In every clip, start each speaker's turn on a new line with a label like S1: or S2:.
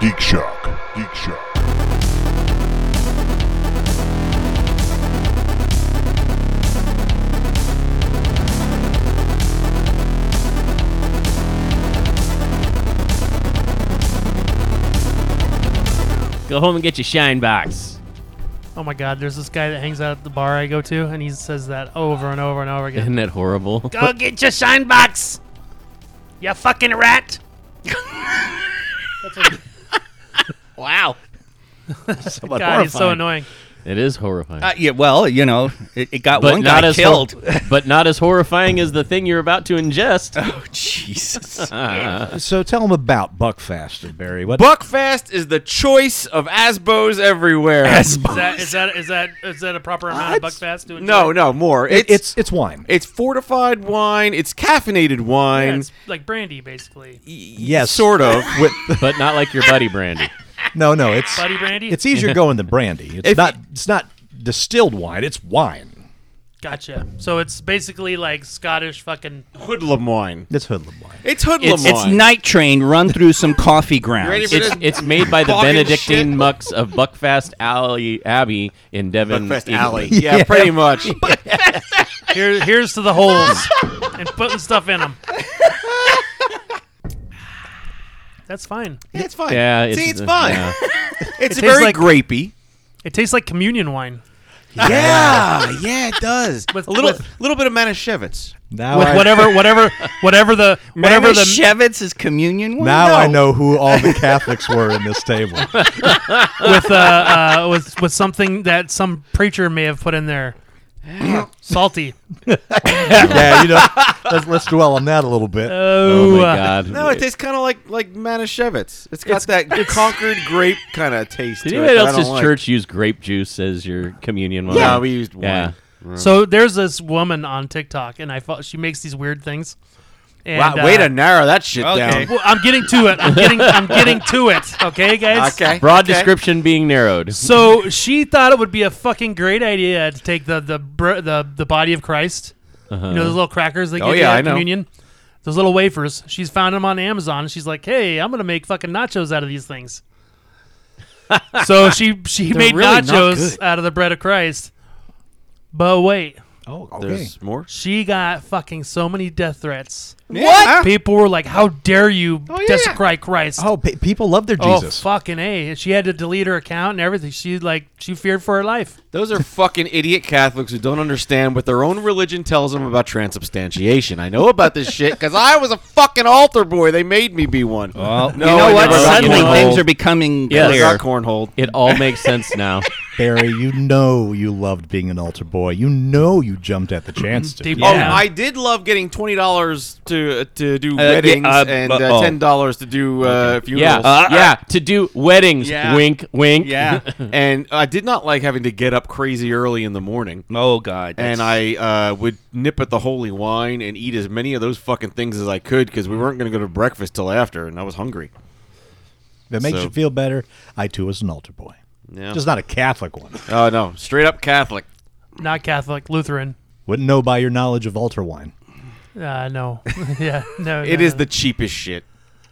S1: Geek Shock. Geek Shock.
S2: Go home and get your shine box.
S3: Oh my God! There's this guy that hangs out at the bar I go to, and he says that over and over and over again.
S2: Isn't that horrible?
S3: go get your shine box, you fucking rat.
S2: wow.
S4: Somewhat
S3: God, he's so
S4: horrifying.
S3: annoying.
S2: It is horrifying.
S4: Uh, yeah, well, you know, it, it got
S2: but
S4: one
S2: not
S4: guy
S2: as hor-
S4: killed.
S2: but not as horrifying as the thing you're about to ingest.
S4: oh, Jesus.
S5: So tell them about Buckfast and Barry. What?
S6: Buckfast is the choice of Asbos everywhere.
S3: Is that is that is that is that a proper amount of buckfast? to enjoy?
S6: no, no, more. It's,
S5: it's it's wine.
S6: it's fortified wine. It's caffeinated
S3: Yeah,
S6: wine.
S3: it's like brandy, basically.
S5: yes,
S6: Sort of.
S5: With
S2: but not like your buddy brandy.
S5: no, no, it's
S3: Buddy brandy.
S5: it's easier going than brandy. It's
S6: If-
S5: not it's not distilled wine. It's wine.
S3: gotcha. So it's basically like Scottish fucking.
S6: hoodlum wine.
S5: It's hoodlum wine.
S6: It's hoodlum
S2: It's-
S6: wine.
S4: It's night train run through some coffee grounds.
S6: ready for
S2: It's, it's made by the
S6: Fucking
S2: Benedictine
S6: shit.
S2: monks of Buckfast Alley Abbey in Devon.
S6: Buckfast
S2: England.
S6: Alley. Yeah, pretty much.
S3: Here, here's to the holes and putting stuff in them. That's fine.
S6: Yeah, it's fine.
S2: Yeah, it's,
S6: See, it's
S2: uh,
S6: fine.
S2: yeah.
S6: It's
S3: tastes
S6: very
S3: like-
S6: grapey.
S3: It tastes like communion wine
S6: Yeah, yeah, it does.
S3: With-
S6: a little,
S3: with-
S6: little bit of Manischewitz.
S5: Now
S3: with
S5: I,
S3: whatever, whatever, whatever the whatever the
S4: Shevitz is communion wine?
S5: now
S4: No.
S5: I know who all the Catholics were in this table.
S3: with uh, uh with with something that some preacher may have put in there. Salty.
S5: yeah, you know, let's, let's dwell on that a little bit.
S2: Oh
S3: Oh,
S2: my
S3: uh,
S2: god.
S6: No, it tastes kind of like like Manischewitz. It's got that Concord grape kind of taste.
S2: Did
S6: to
S2: anybody
S6: it that I
S2: else's
S6: don't like.
S2: church use grape juice as your communion wine?
S6: Yeah, we used wine.
S2: Yeah.
S3: So there's this woman on TikTok, and I fo- she makes these weird things. And,
S6: Wow, way
S3: uh,
S6: to narrow that shit
S4: Okay.
S6: down.
S3: well, I'm getting to it. I'm getting. I'm getting to it. Okay, guys.
S6: Okay.
S2: Broad
S6: okay.
S2: description being narrowed.
S3: So she thought it would be a fucking great idea to take the the br- the, the body of Christ. You know those little crackers they
S6: Oh,
S3: give you
S6: yeah,
S3: at
S6: I know.
S3: communion. Those little wafers. She's found them on Amazon. She's like, "Hey, I'm gonna make fucking nachos out of these things." so she she made
S2: really not
S3: nachos out of the bread of Christ. But wait,
S5: oh, okay.
S6: There's more.
S3: she got fucking so many death threats.
S6: What?
S3: People were like, "How dare you desecrate Christ?"
S5: Oh, pe- people love their
S3: Oh,
S5: Jesus.
S3: fucking a! She had to delete her account and everything. She like she feared for her life.
S6: Those are fucking idiot Catholics who don't understand what their own religion tells them about transubstantiation. I know about this shit because I was a fucking altar boy. They made me be one.
S5: Well,
S6: no,
S4: You know
S6: I
S4: Oh, what?
S6: never got
S4: Suddenly
S2: you know-
S4: things are becoming
S2: Yeah,
S6: cornholed.
S4: clear.
S6: I got cornholed.
S2: It all makes sense now.
S5: Barry, you know you loved being an altar boy. You know you jumped at the chance to.
S3: Deep-
S6: Oh,
S3: Yeah.
S6: I did love getting twenty dollars to uh, to do
S4: yeah,
S6: weddings
S4: uh,
S6: and
S4: bu-
S6: uh,
S4: oh.
S6: ten dollars to do uh,
S2: Yeah,
S6: funerals.
S2: yeah. To do weddings,
S4: Yeah.
S2: wink, wink.
S4: uh.
S6: and I did not like having to get up crazy early in the morning.
S4: Oh, God.
S6: And
S4: that's-
S6: I uh, would nip at the holy wine and eat as many of those fucking things as I could because we weren't going to go to breakfast till after, and I was hungry.
S5: If it makes
S6: So-
S5: you feel better, I too was an altar boy.
S6: Yeah.
S5: Just not a Catholic one.
S6: Oh no, straight up Catholic.
S3: Not Catholic, Lutheran.
S5: Wouldn't know by your knowledge of altar wine.
S3: Uh, no. yeah, no.
S6: It is the cheapest shit.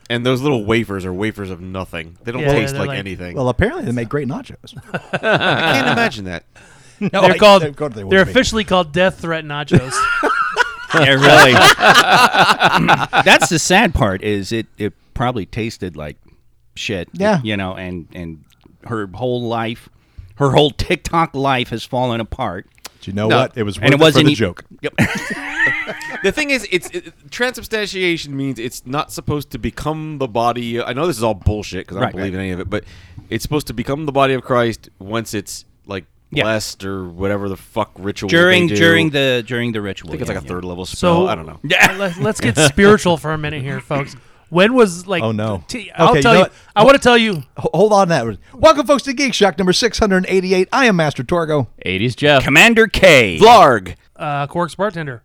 S6: And those little wafers are wafers of nothing. They don't
S3: Yeah,
S6: taste
S3: they're
S6: like,
S3: like- uh,
S6: anything.
S5: Well, apparently they make great nachos.
S6: I can't imagine that.
S5: No,
S3: They're
S5: I-
S3: called.
S5: of
S3: They're,
S5: course they wouldn't make
S3: officially called death threat nachos.
S4: Yeah, really. That's the sad part is it, it probably tasted like shit.
S5: Yeah.
S4: You know, and, and her whole life, her whole TikTok life has fallen apart.
S5: it. But you know
S6: No.
S5: what? It was worth
S4: And it
S5: it for
S4: wasn't
S5: the
S4: e-
S5: joke.
S4: Yep.
S6: The thing is, it's it, transubstantiation means it's not supposed to become the body. I know this is all bullshit because I don't
S4: Right,
S6: believe in any of it, but it's supposed to become the body of Christ once it's like
S4: Yeah.
S6: blessed or whatever the fuck ritual that
S4: during
S6: they do.
S4: during the during the ritual.
S6: I think it's
S4: yeah,
S6: like a
S4: yeah.
S6: third level spell.
S3: So
S6: I don't know.
S3: Yeah. Let's, let's get spiritual for a minute here, folks. When was like?
S5: Oh, no.
S3: T- I'll
S5: Okay, you
S3: tell
S5: know
S3: you.
S5: what?
S3: I want to tell you.
S5: Ho- Hold on, that. Welcome, folks, to Geek Shock number six hundred and eighty-eight. I am Master Torgo.
S2: 80s Jeff.
S4: Commander K.
S6: Blarg.
S3: Uh, Quark's bartender.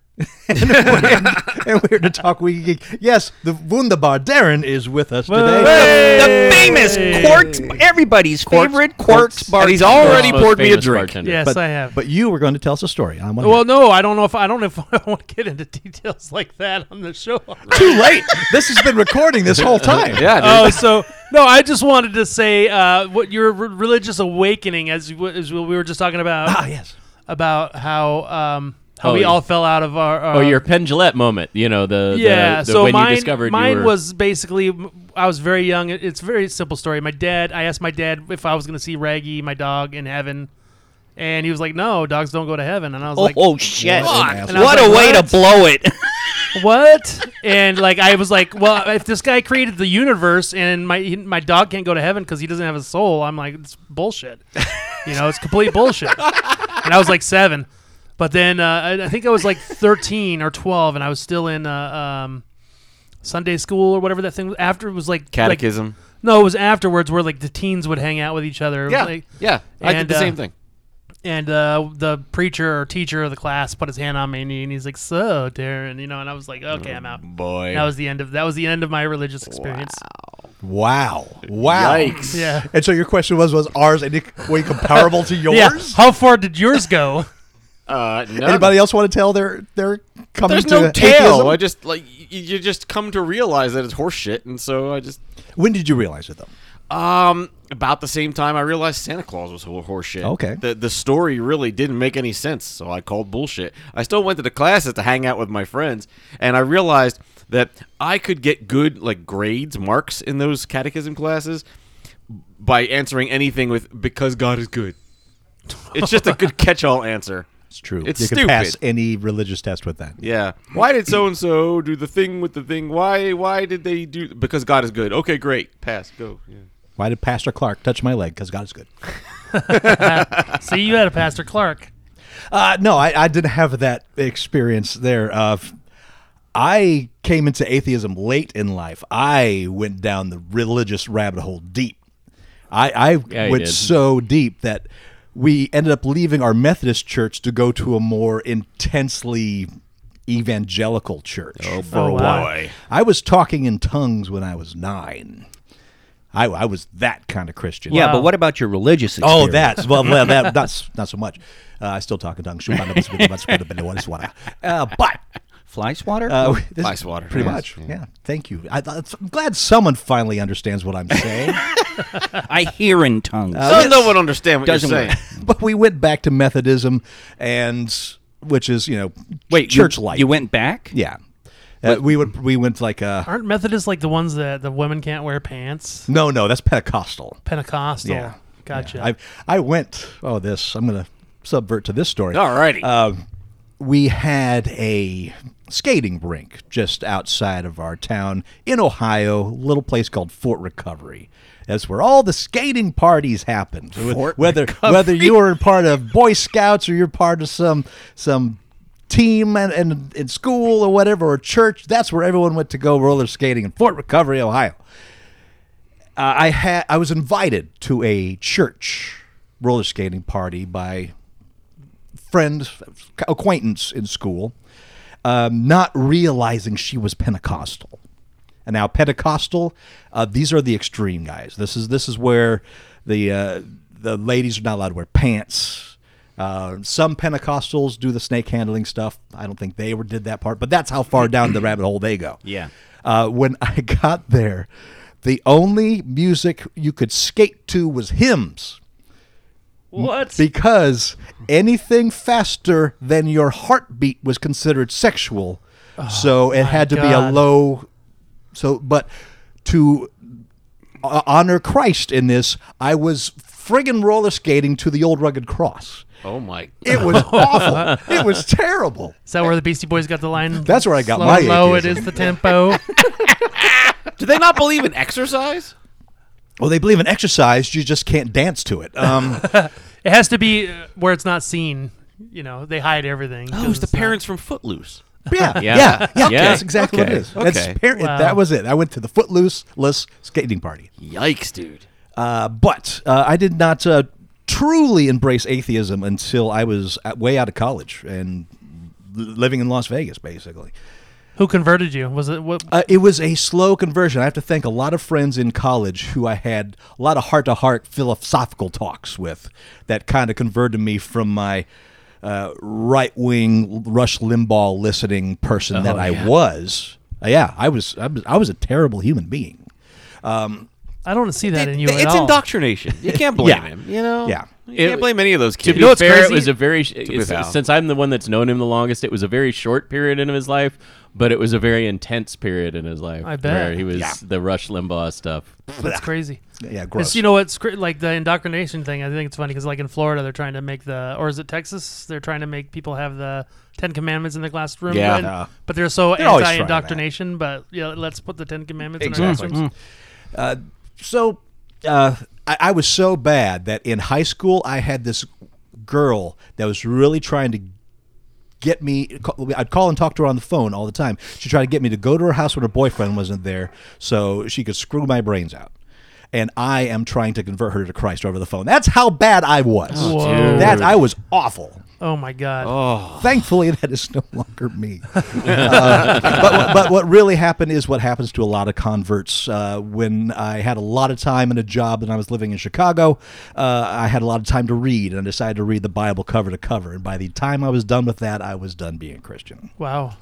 S5: and we're here to talk Wiki Geek. Yes, the Wunderbar Darren is with us today.
S4: The famous Quarks, everybody's favorite Quarks, bartender.
S6: And he's already
S2: Most
S6: poured me a
S2: famous
S6: drink.
S2: bartender.
S3: Yes,
S5: But,
S3: I have.
S5: But you were going to tell us a story. I want
S3: well, no, I don't know if I don't know if I want to get into details like that on the show.
S5: too late. this has been recording this whole time.
S6: Yeah, dude.
S3: oh, so No, I just wanted to say uh, what your re- religious awakening, as, you- as we were just talking about,
S5: Ah, yes.
S3: about how um, how
S2: Oh,
S3: we
S2: yeah.
S3: all fell out of our. our
S2: oh, your Penn Jillette moment. You know the
S3: yeah.
S2: The, the,
S3: so
S2: when
S3: mine,
S2: you discovered
S3: mine
S2: you were,
S3: was basically I was very young. It- It's a very simple story. My dad, I asked my dad if I was going to see Raggy, my dog, in heaven, and he was like, "No, dogs don't go to heaven." And I was
S4: Oh,
S3: like,
S4: oh shit! What,
S3: And I was
S4: a
S3: like,
S4: way to
S3: what?
S4: blow it.
S3: what? And like I was like, well, if this guy created the universe and my he- my dog can't go to heaven because he doesn't have a soul, I'm like, it's bullshit. You know, it's complete bullshit. And I was like seven, but then uh, I, I think I was like thirteen or twelve, and I was still in uh, um, Sunday school or whatever that thing. was. After it was like like-
S6: Catechism.
S3: no, it was afterwards where like the teens would hang out with each other. It was,
S6: yeah,
S3: like-
S6: yeah. I did
S3: and,
S6: the
S3: uh,
S6: same thing.
S3: and uh, the preacher or teacher of the class put his hand on my knee and he's like, "So, Darren," you know, and I was like, "Okay, I'm out."
S6: Boy.
S3: That was the end of that was the end of my religious experience.
S5: Wow. Wow.
S6: Yikes.
S3: Yeah.
S5: And so your question was, was ours any way comparable to yours?
S3: Yeah. How far did yours go?
S6: Uh, no.
S5: Anybody else want to tell their their coming
S6: There's
S5: to
S6: no
S5: atheism?
S6: tail. I just like y- you just come to realize that it's horseshit, and so I just
S5: When did you realize it though?
S6: Um, about the same time I realized Santa Claus was whole horseshit.
S5: Okay.
S6: The the story really didn't make any sense, so I called bullshit. I still went to the classes to hang out with my friends, and I realized that I could get good like grades, marks in those catechism classes by answering anything with because God is good. It's just a good catch-all answer.
S5: It's true.
S6: It's
S5: you
S6: stupid.
S5: can pass any religious test with that.
S6: Yeah. Why did so and so do the thing with the thing? Why why did they do because God is good. Okay, great. Pass. Go. Yeah.
S5: Why did Pastor Clark touch my leg? Because God is good.
S3: See, you had a Pastor Clark.
S5: Uh, no, I, I didn't have that experience there. Uh, I came into atheism late in life. I went down the religious rabbit hole deep. I, I
S2: you
S5: went
S2: did.
S5: so deep that we ended up leaving our Methodist church to go to a more intensely evangelical church for
S3: Oh,
S5: a
S3: wow.
S5: while. I was talking in tongues when I was nine. I, I was that kind of Christian.
S4: Yeah,
S3: Wow.
S4: but what about your religious?
S5: Oh,
S4: Experience?
S5: that's well, well that, that's not so much. Uh, I still talk in tongues. Uh, but
S4: fly swatter.
S5: uh, this-
S6: Nice water.
S5: pretty
S6: Yes,
S5: much.
S6: yeah.
S5: Yeah. thank you. I, I'm glad someone finally understands what I'm saying.
S4: I hear in tongues.
S6: No, no one understand what
S4: Doesn't
S6: you're
S4: work.
S6: saying.
S5: but we went back to Methodism, and which is you know
S4: Wait, you-
S5: church life.
S4: You went back.
S5: yeah. Uh, we would we went like uh
S3: Aren't Methodists like the ones that the women can't wear pants?
S5: no no that's Pentecostal.
S3: Pentecostal.
S5: Yeah.
S3: Gotcha.
S5: I I went. Oh, this I'm gonna subvert to this story.
S6: Alrighty.
S5: Um, we had a skating rink just outside of our town in Ohio, a little place called Fort Recovery. That's where all the skating parties happened.
S4: Fort
S5: whether whether you were part of Boy Scouts or you're part of some some team and in, in school or whatever or church, that's where everyone went to go roller skating in Fort Recovery, Ohio. Uh, I had I was invited to a church roller skating party by friend, acquaintance in school, um, not realizing she was Pentecostal. And now Pentecostal, uh, these are the extreme guys. This is this is where the uh, the ladies are not allowed to wear pants. Uh, some Pentecostals do the snake handling stuff. I don't think they ever did that part, but that's how far down the rabbit hole they go.
S4: Yeah.
S5: Uh, when I got there, the only music you could skate to was hymns
S3: what?
S5: because anything faster than your heartbeat was considered sexual. so it had to be a
S3: God.
S5: low. So, but to uh, honor Christ in this, I was friggin' roller skating to the old rugged cross.
S6: Oh my!
S5: It was awful. It was terrible.
S3: is that where the Beastie Boys got the line?
S5: That's where I got
S3: Slow
S5: my
S3: and low. It
S5: atheism.
S3: is the tempo.
S6: Do they not believe in exercise?
S5: Well, they believe in exercise; you just can't dance to it. Um,
S3: it has to be uh, where it's not seen. You know, they hide everything.
S6: Oh,
S3: 'cause
S6: it's the
S3: not-
S6: parents from Footloose.
S5: yeah, yeah,
S2: Yeah.
S5: yeah,
S2: Yeah.
S5: That's exactly what
S6: Okay.
S5: it is. That's
S6: Okay.
S5: par-
S3: Wow.
S5: That was it. I went to the footloose less skating party.
S6: Yikes, dude!
S5: Uh, but uh, I did not uh, truly embrace atheism until I was at, way out of college and l- living in Las Vegas, basically.
S3: Who converted you? Was it what?
S5: Uh, it was a slow conversion. I have to thank a lot of friends in college who I had a lot of heart to heart philosophical talks with that kind of converted me from my uh, right wing Rush Limbaugh listening person
S6: Oh,
S5: that I was. Uh, yeah, I was, I was I was a terrible human being. Um,
S3: I don't see that in you
S6: It-
S3: at
S6: it's
S3: all.
S6: indoctrination. You can't blame
S5: Yeah.
S6: him. You know.
S5: Yeah.
S6: You can't
S2: It-
S6: blame any of those
S2: To
S6: kids.
S2: be
S3: know what's
S2: fair,
S3: crazy?
S2: it was a very sh-
S6: be
S2: it's-
S6: fair.
S2: since I'm the one that's known him the longest. It was a very short period in his life, but it was a very intense period in his life.
S3: I bet.
S2: where he was the Rush Limbaugh stuff.
S3: That's crazy.
S5: Yeah,
S3: It's,
S5: gross.
S3: you know what's cra- like the indoctrination thing. I think it's funny because like in Florida, they're trying to make the or is it Texas? They're trying to make people have the Ten Commandments in the classroom.
S6: Yeah.
S3: but-
S6: Yeah.
S3: but they're so
S5: always trying that.
S3: anti-indoctrination. But yeah, let's put the Ten Commandments in our
S6: Exactly.
S3: classrooms.
S5: Mm. so uh, I, I was so bad that in high school I had this girl that was really trying to get me I'd call and talk to her on the phone all the time. She tried to get me to go to her house when her boyfriend wasn't there so she could screw my brains out. And I am trying to convert her to Christ over the phone. That's how bad I was.
S3: Whoa.
S5: That I was awful.
S3: Oh my God.
S5: Thankfully, that is no longer me. Uh, but, but what really happened is what happens to a lot of converts. Uh, when I had a lot of time and a job and I was living in Chicago, uh, I had a lot of time to read and I decided to read the Bible cover to cover. And by the time I was done with that, I was done being Christian.
S3: Wow.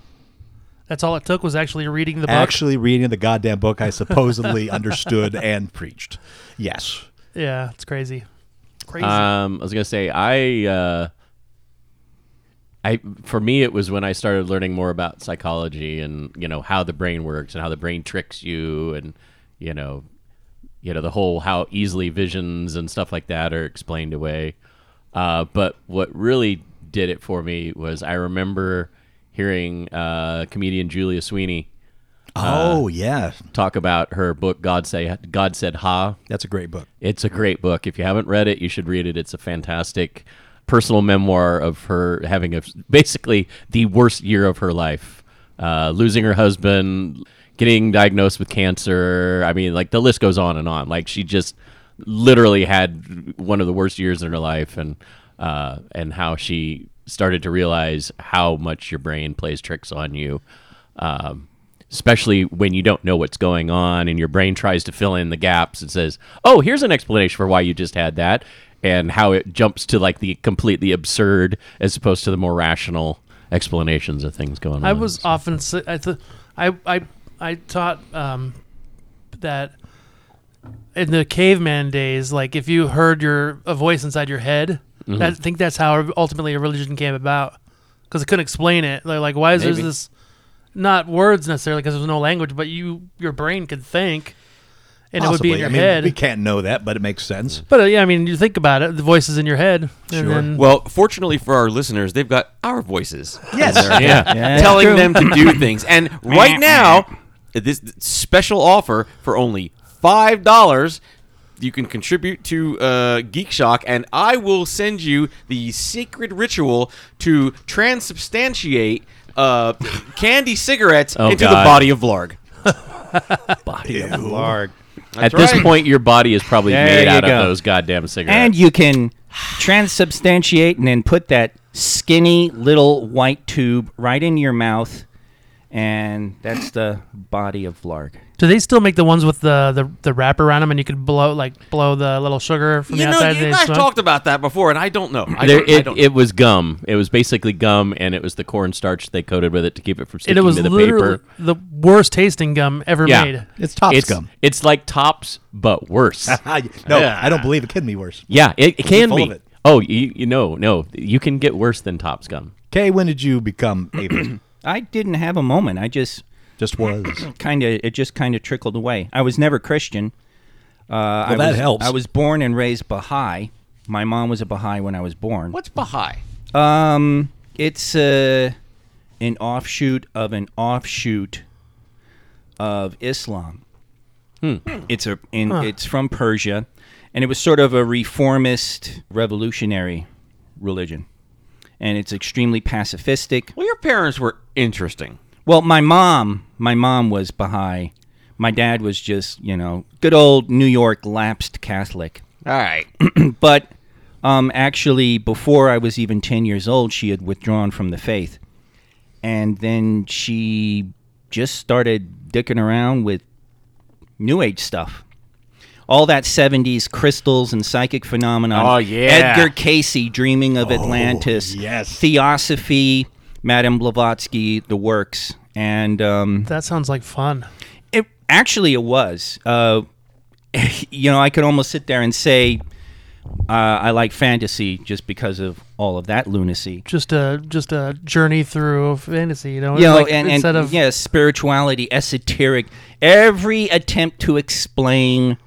S3: That's all it took was actually reading the book.
S5: Actually, reading the goddamn book I supposedly understood and preached. Yes.
S3: yeah, it's crazy. Crazy.
S2: Um, I was gonna say I, uh, I for me it was when I started learning more about psychology and you know how the brain works and how the brain tricks you and you know, you know the whole how easily visions and stuff like that are explained away. Uh, but what really did it for me was I remember hearing uh, comedian Julia Sweeney
S5: Oh, yeah.
S2: talk about her book God say God said ha
S5: That's a great book.
S2: it's a great book. If you haven't read it, you should read it. It's a fantastic personal memoir of her having a basically the worst year of her life, uh, losing her husband, getting diagnosed with cancer. I mean, like the list goes on and on. Like she just literally had one of the worst years in her life, and uh, and how she started to realize how much your brain plays tricks on you. Um, especially when you don't know what's going on and your brain tries to fill in the gaps and says, "Oh, here's an explanation for why you just had that," and how it jumps to like the completely absurd as opposed to the more rational explanations of things going on.
S3: I was often s- I th- I I I taught um, that in the caveman days, like if you heard your a voice inside your head, I think that's how ultimately a religion came about because I couldn't explain it. Like, like why is there
S6: Maybe.
S3: this not words necessarily because there's no language, but you your brain could think, and it would be in your
S5: I mean,
S3: head.
S5: we can't know that, but it makes sense.
S3: but uh, yeah, I mean, you think about it, the voice is in your head, and then
S6: Well, fortunately for our listeners, they've got our voices.
S5: Yes.
S6: in their head,
S4: Yeah.
S6: telling them to do things. And right now, this special offer for only five dollars. You can contribute to uh, Geek Shock, and I will send you the sacred ritual to transubstantiate uh, candy cigarettes
S2: Oh,
S6: into the
S2: God.
S6: body of Vlarg.
S4: Larg.
S2: At this
S6: right.
S2: point, your body is probably
S4: There
S2: made
S4: you
S2: out
S4: go.
S2: of those goddamn cigarettes.
S4: And you can transubstantiate and then put that skinny little white tube right in your mouth, and that's the body of Larg.
S3: Do they still make the ones with the, the, the wrap around them, and you could blow like blow the little sugar from
S6: You
S3: the
S6: know,
S3: outside?
S6: you
S3: they
S6: guys
S3: smoke?
S6: talked about that before, and I don't know. I
S2: there,
S6: don't, I
S2: it,
S6: don't know.
S2: it was gum. It was basically gum, and it was the cornstarch they coated with it to keep it from sticking
S3: and it was
S2: to the
S3: literally
S2: paper.
S3: the worst tasting gum ever
S2: Yeah.
S3: made.
S5: It's top
S2: it's,
S5: scum.
S2: it's like tops, but worse.
S5: I, no, I don't believe it could be worse.
S2: yeah, it, it can
S5: full
S2: be.
S5: of it.
S2: Oh, you, you know, no, you can get worse than tops gum.
S5: Kay, when did you become atheist?
S4: I didn't have a moment. I just
S5: Just was.
S4: kind of it just kind of trickled away. I was never Christian. Uh, I
S5: that
S4: was,
S5: helps.
S4: I was born and raised Baha'i. My mom was a Baha'i when I was born.
S6: What's Baha'i?
S4: Um, it's uh, an offshoot of an offshoot of Islam.
S5: Hmm.
S4: It's a in, it's from Persia, and it was sort of a reformist revolutionary religion, and it's extremely pacifistic.
S6: Well, your parents were interesting.
S4: Well, my mom, my mom was Baha'i. My dad was just you know good old New York lapsed Catholic
S6: All right.
S4: but um, actually, before I was even 10 years old, she had withdrawn from the faith. And then she just started dicking around with New Age stuff. All that 70s crystals and psychic phenomena.
S6: Oh, yeah. Oh,
S4: Edgar Casey dreaming of Atlantis.
S5: yes.
S4: Theosophy, Madame Blavatsky, the works. And um,
S3: That sounds like fun.
S4: it actually it was. Uh, you know, I could almost sit there and say uh, I like fantasy just because of all of that lunacy.
S3: Just a just a journey through of fantasy, you know.
S4: You know,
S3: like,
S4: and, and
S3: instead of
S4: yeah, spirituality, esoteric, every attempt to explain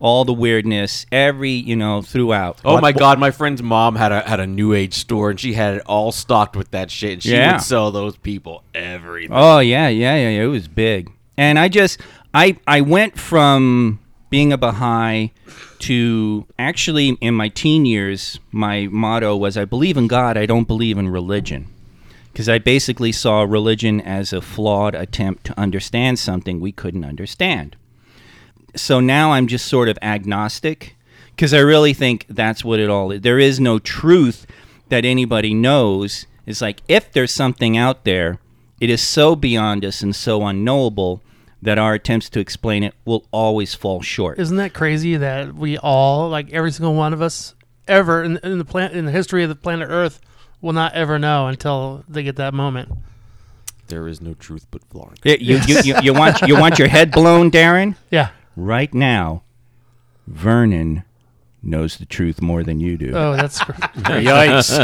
S4: all the weirdness, every you know, throughout.
S6: Oh my God! My friend's mom had a had a new age store, and she had it all stocked with that shit. And she
S4: Yeah.
S6: would sell those people everything.
S4: Oh yeah, yeah, yeah, yeah. It was big, and I just I I went from being a Baha'i to actually in my teen years, my motto was I believe in God, I don't believe in religion, because I basically saw religion as a flawed attempt to understand something we couldn't understand. So now I'm just sort of agnostic, because I really think that's what it all is. There is no truth that anybody knows. It's like if there's something out there, it is so beyond us and so unknowable that our attempts to explain it will always fall short.
S3: Isn't that crazy that we all, like every single one of us, ever in, in the plan in the history of the planet Earth, will not ever know until they get that moment.
S6: There is no truth but flaw.
S4: Yeah, you, you, you, you want you want your head blown, Darren?
S3: Yeah.
S4: Right now, Vernon knows the truth more than you do.
S3: Oh, that's. cr-
S6: Yikes!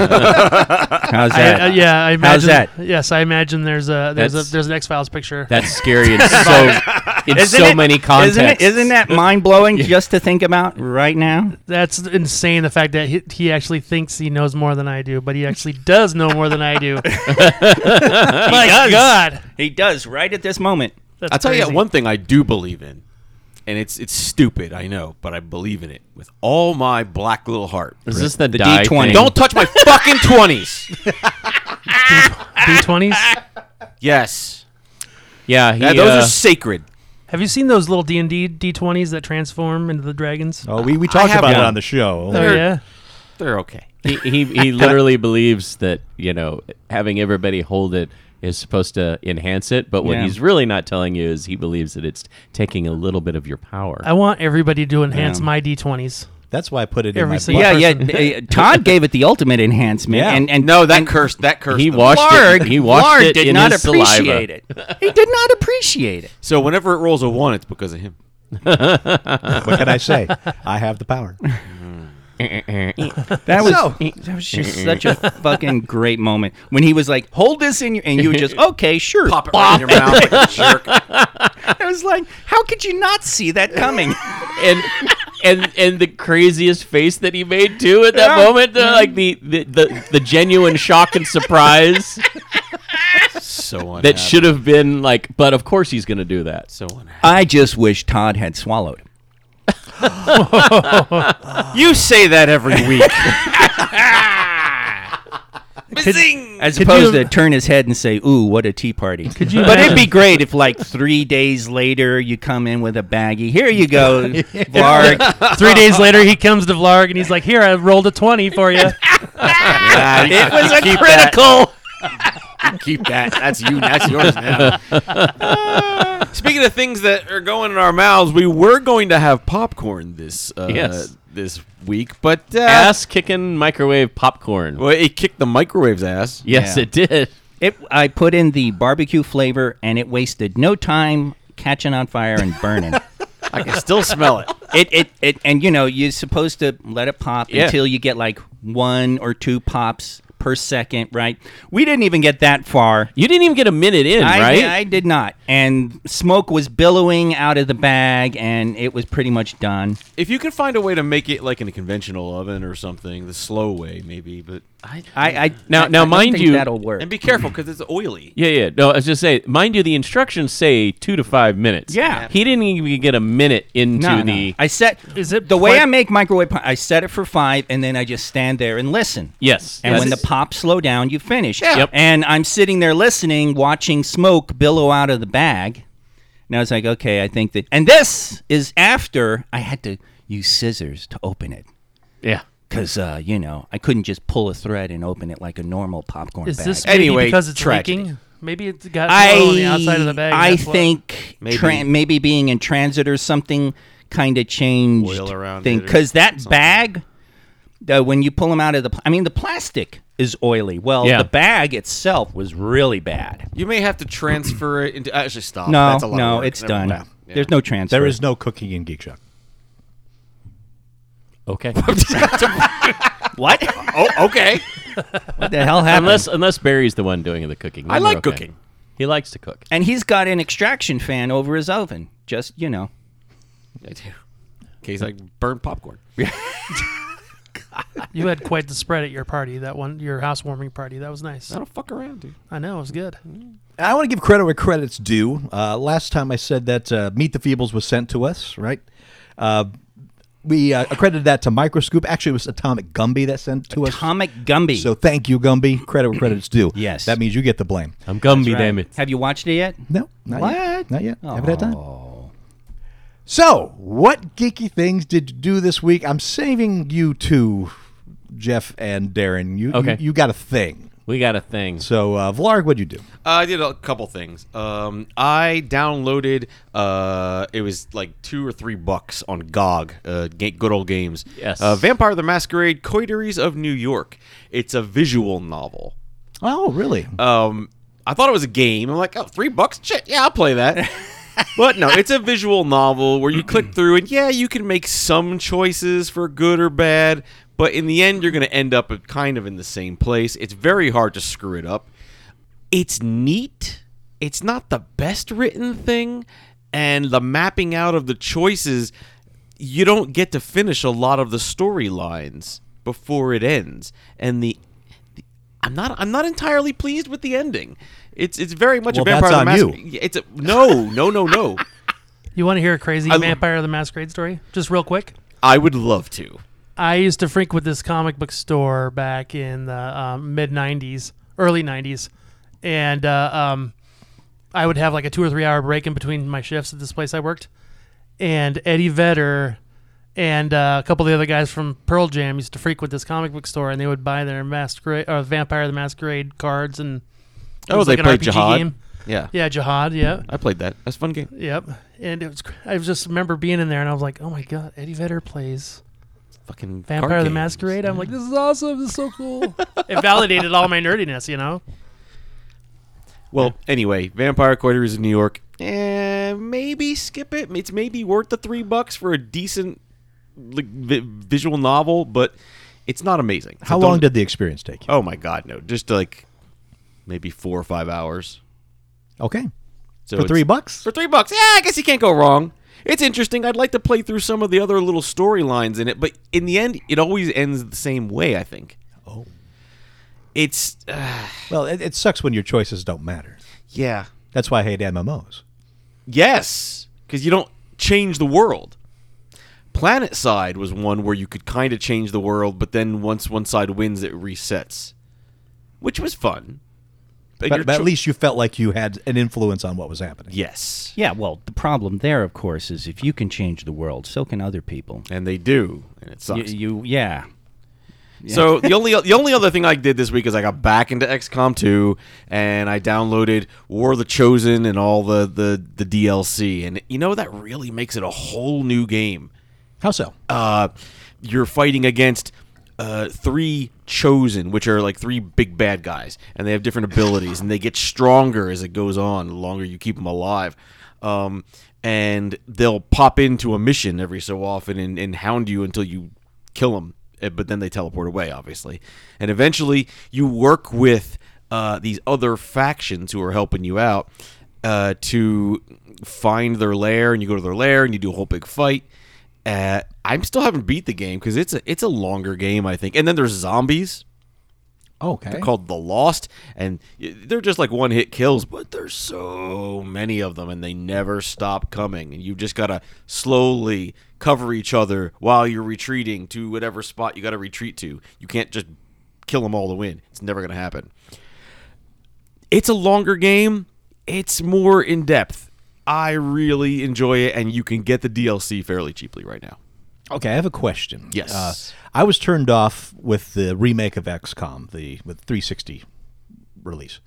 S4: How's
S3: I,
S4: that?
S3: I- yeah, I imagine.
S4: How's
S3: Yes, I imagine there's a there's
S2: That's-
S3: a there's an X Files picture.
S2: That's scary in so in
S4: Isn't
S2: so
S4: it-
S2: many contexts.
S4: Isn't, it, isn't that mind blowing just to think about right now?
S3: That's insane. The fact that he, he actually thinks he knows more than I do, but he actually does know more than I do. My God,
S4: He does right at this moment.
S3: that's
S6: I'll tell you
S3: crazy.
S6: one thing I do believe in, and it's it's stupid, I know, but I believe in it with all my black little heart.
S2: Is this the,
S4: The
S2: die
S4: D20.
S2: thing?
S6: Don't touch my fucking twenties.
S3: D20s.
S6: Yes,
S2: Yeah, he,
S6: Yeah, those
S2: uh,
S6: are sacred.
S3: Have you seen those little D and D D20s that transform into the dragons?
S7: Oh, we, we talked
S6: have
S7: about it
S6: one.
S7: on the show.
S3: Oh, yeah.
S6: They're okay.
S2: he, he he literally believes that you know having everybody hold it is supposed to enhance it, but what
S4: Yeah.
S2: he's really not telling you is he believes that it's taking a little bit of your power.
S3: I want everybody to enhance
S4: Yeah.
S3: my D20s.
S7: That's why I put it in
S3: Every
S7: my
S3: single-
S7: book.
S4: yeah, yeah.
S3: person.
S4: uh, Todd gave it the ultimate enhancement,
S7: Yeah.
S4: and and
S6: No, that cursed. That cursed.
S2: he
S6: them.
S2: washed
S4: Larg,
S2: it. He washed
S4: Larg
S2: it
S4: did
S2: in
S4: not
S2: his
S4: appreciate
S2: saliva.
S4: it. He did not appreciate it.
S6: So whenever it rolls a one, it's because of him.
S7: What can I say? I have the power.
S4: That was that was just such a fucking great moment when he was like, "Hold this in your," and you were just okay, sure.
S6: Pop it right in your mouth, like a jerk.
S4: I was like, "How could you not see that coming?"
S2: and and and the craziest face that he made too at that
S4: Yeah.
S2: moment, uh, like the, the the the genuine shock and surprise
S6: So unhappy.
S2: that should have been like. But of course he's going to do that.
S6: So unhappy.
S4: I just wish Todd had swallowed.
S6: You say that every week.
S4: As
S3: Could
S4: opposed
S3: you-
S4: to turn his head and say, "Ooh, what a tea party!" Could
S3: you
S4: but it'd be great if, like, three days later, you come in with a baggie. Here you go, Varg.
S3: Three days later, he comes to Vlarg and he's like, "Here, I rolled a 20 for you."
S6: it was a critical. Keep that. That's you. That's yours now. Speaking of things that are going in our mouths, we were going to have popcorn this uh,
S2: Yes.
S6: this week, but uh,
S2: Ass kicking microwave popcorn.
S6: well, it kicked the microwave's ass.
S2: Yes,
S4: Yeah.
S2: it did.
S4: It, I put in the barbecue flavor, and it wasted no time catching on fire and burning.
S6: I can still smell it.
S4: it, it, it, and you know, you're supposed to let it pop
S6: Yeah.
S4: until you get like one or two pops per second, right? We didn't even get that far.
S2: You didn't even get a minute in,
S4: I,
S2: right?
S4: I did not. And smoke was billowing out of the bag, and it was pretty much done.
S6: If you can find a way to make it like in a conventional oven or something, the slow way maybe, but I,
S4: I, I
S2: Now- now
S4: I- I don't
S2: mind
S4: think
S2: you-
S4: that'll work.
S6: and be careful because it's oily.
S2: yeah, yeah. No, I was just saying. Mind you, the instructions say two to five minutes.
S4: Yeah.
S2: he didn't even get a minute into the.
S4: I set
S3: Is it
S4: the way
S3: flat-
S4: I make microwave. pop- I set it for five, and then I just stand there and listen.
S2: yes,
S4: And
S2: that's-
S4: when the pops slow down, you finish.
S6: Yeah.
S2: Yep.
S4: And I'm sitting there listening, watching smoke billow out of the bag. And I was like, okay, I think that. And this is after I had to use scissors to open it.
S2: yeah.
S4: Because, uh, you know, I couldn't just pull a thread and open it like a normal popcorn
S3: Is
S4: bag.
S3: this maybe
S6: Anyway,
S3: because it's
S6: tragedy.
S3: leaking? Maybe it's got
S4: I,
S3: oil on the outside of the bag. and
S4: I
S3: that's what-
S4: think
S6: Maybe.
S4: maybe. maybe being in transit or something kind of changed
S6: Oil around
S4: thing
S6: it or
S4: because that
S6: something.
S4: bag uh, when you pull them out of the pl- I mean the plastic is oily. Well,
S2: Yeah.
S4: the bag itself was really bad.
S6: You may have to transfer it into. Actually, stop.
S4: No,
S6: Oh, That's a lot of
S4: no,
S6: work.
S4: it's
S6: Never
S4: done.
S6: mind. Yeah.
S4: There's no transfer.
S7: There is no cooking in Geek Shock.
S2: Okay.
S4: What?
S6: Oh, okay.
S4: what the hell happened?
S2: unless unless Barry's the one doing the cooking.
S6: I
S2: Then we're
S6: like
S2: okay.
S6: cooking.
S2: He likes to cook.
S4: and he's got an extraction fan over his oven. Just you know,
S6: I do. In case I burn popcorn.
S3: You had quite the spread at your party, that one, your housewarming party. That was nice.
S6: I don't fuck around, dude.
S3: I know, it was good.
S5: I want to give credit where credit's due. Uh, last time I said that uh, Meet the Feebles was sent to us, right? Uh, we uh, accredited that to Microscope. Actually, it was Atomic Gumby that sent to us.
S4: Atomic Gumby.
S5: So thank you, Gumby. Credit where credit's due.
S4: Yes.
S5: That means you get the blame.
S2: I'm Gumby,
S4: Right.
S2: damn it.
S4: Have you watched it yet?
S5: No, not yet.
S4: What?
S5: Not yet. Haven't had time. Oh. So, what geeky things did you do this week? I'm saving you two, Jeff and Darren. You,
S2: Okay.
S5: you, you got a thing.
S2: We got a thing.
S5: So, uh, Vlarg, what'd you do?
S6: Uh, I did a couple things. Um, I downloaded. Uh, it was like two or three bucks on GOG. Uh, ga- good old games.
S2: Yes.
S6: Uh, Vampire the Masquerade: Coiteries of New York. It's a visual novel.
S5: Oh, really?
S6: Um, I thought it was a game. I'm like, oh, three bucks? Shit, yeah, I'll play that. but no, it's a visual novel where you click through, and yeah, you can make some choices for good or bad, but in the end, you're going to end up at- kind of in the same place. It's very hard to screw it up. It's neat. It's not the best written thing, and the mapping out of the choices, you don't get to finish a lot of the storylines before it ends, and the I'm not. I'm not entirely pleased with the ending. It's it's very much
S5: Well,
S6: a vampire.
S5: that's
S6: the
S5: on you.
S6: Masquer- Yeah, It's a, no, no, no, no.
S3: You want to hear a crazy
S6: I-
S3: Vampire the Masquerade story? Just real quick.
S6: I would love to.
S3: I used to frequent this comic book store back in the um, mid '90s, early '90s, and uh, um, I would have like a two or three hour break in between my shifts at this place I worked. And Eddie Vedder and uh, a couple of the other guys from Pearl Jam used to frequent this comic book store, and they would buy their masquerade or Vampire the Masquerade cards and it
S6: Oh,
S3: was
S6: they
S3: like an
S6: played
S3: RPG
S6: Jihad.
S3: game.
S6: Yeah.
S3: Yeah, Jihad. Yeah.
S6: I played that. That's a fun game.
S3: Yep. And it was. cr- I just remember being in there, and I was like, "Oh my god, Eddie Vedder plays."
S6: Fucking card
S3: Vampire the
S6: games.
S3: Masquerade. I'm like, this is awesome. This is so cool. it validated all my nerdiness, you know.
S6: Well, anyway, Vampire Coiteries in New York. Eh, maybe skip it. It's maybe worth the three bucks for a decent like, vi- visual novel, but it's not amazing. So
S5: How
S6: don't-
S5: long did the experience take you?
S6: Oh my God, no! Just like maybe four or five hours.
S5: Okay.
S6: So
S5: For
S6: it's-
S5: three bucks?
S6: For three bucks. Yeah, I guess you can't go wrong. It's interesting. I'd like to play through some of the other little storylines in it, but in the end, it always ends the same way, I think. Oh. It's. Uh,
S5: Well, it, it sucks when your choices don't matter.
S6: yeah.
S5: That's why I hate MMOs.
S6: Yes, because you don't change the world. Planet Side was one where you could kind of change the world, but then once one side wins, it resets, which was fun.
S5: But,
S6: your
S5: but at
S6: cho-
S5: least you felt like you had an influence on what was happening.
S6: Yes.
S4: Yeah. Well, the problem there, of course, is if you can change the world, so can other people.
S6: And they do, and it
S4: You,
S6: sucks.
S4: you yeah.
S6: So the only the only other thing I did this week is I got back into XCOM 2 and I downloaded War of the Chosen and all the the the DLC and you know that really makes it a whole new game.
S5: How so?
S6: Uh, you're fighting against uh, three chosen, which are like three big bad guys, and they have different abilities and they get stronger as it goes on. The longer you keep them alive. Um, and they'll pop into a mission every so often and, and hound you until you kill them, but then they teleport away, obviously. And eventually, you work with uh, these other factions who are helping you out uh, to find their lair, and you go to their lair and you do a whole big fight. Uh, I'm still haven't beat the game because it's a it's a longer game, I think. And then there's zombies
S5: Oh, Okay.
S6: called The Lost, and y- they're just like one hit kills, but there's so many of them, and they never stop coming. And you just gotta slowly cover each other while you're retreating to whatever spot you gotta retreat to. You can't just kill them all to win. It's never gonna happen. It's a longer game. It's more in depth. I really enjoy it, and you can get the DLC fairly cheaply right now.
S5: Okay, I have a question. Uh,
S6: Yes.
S5: I was turned off with the remake of XCOM, the with 360 release,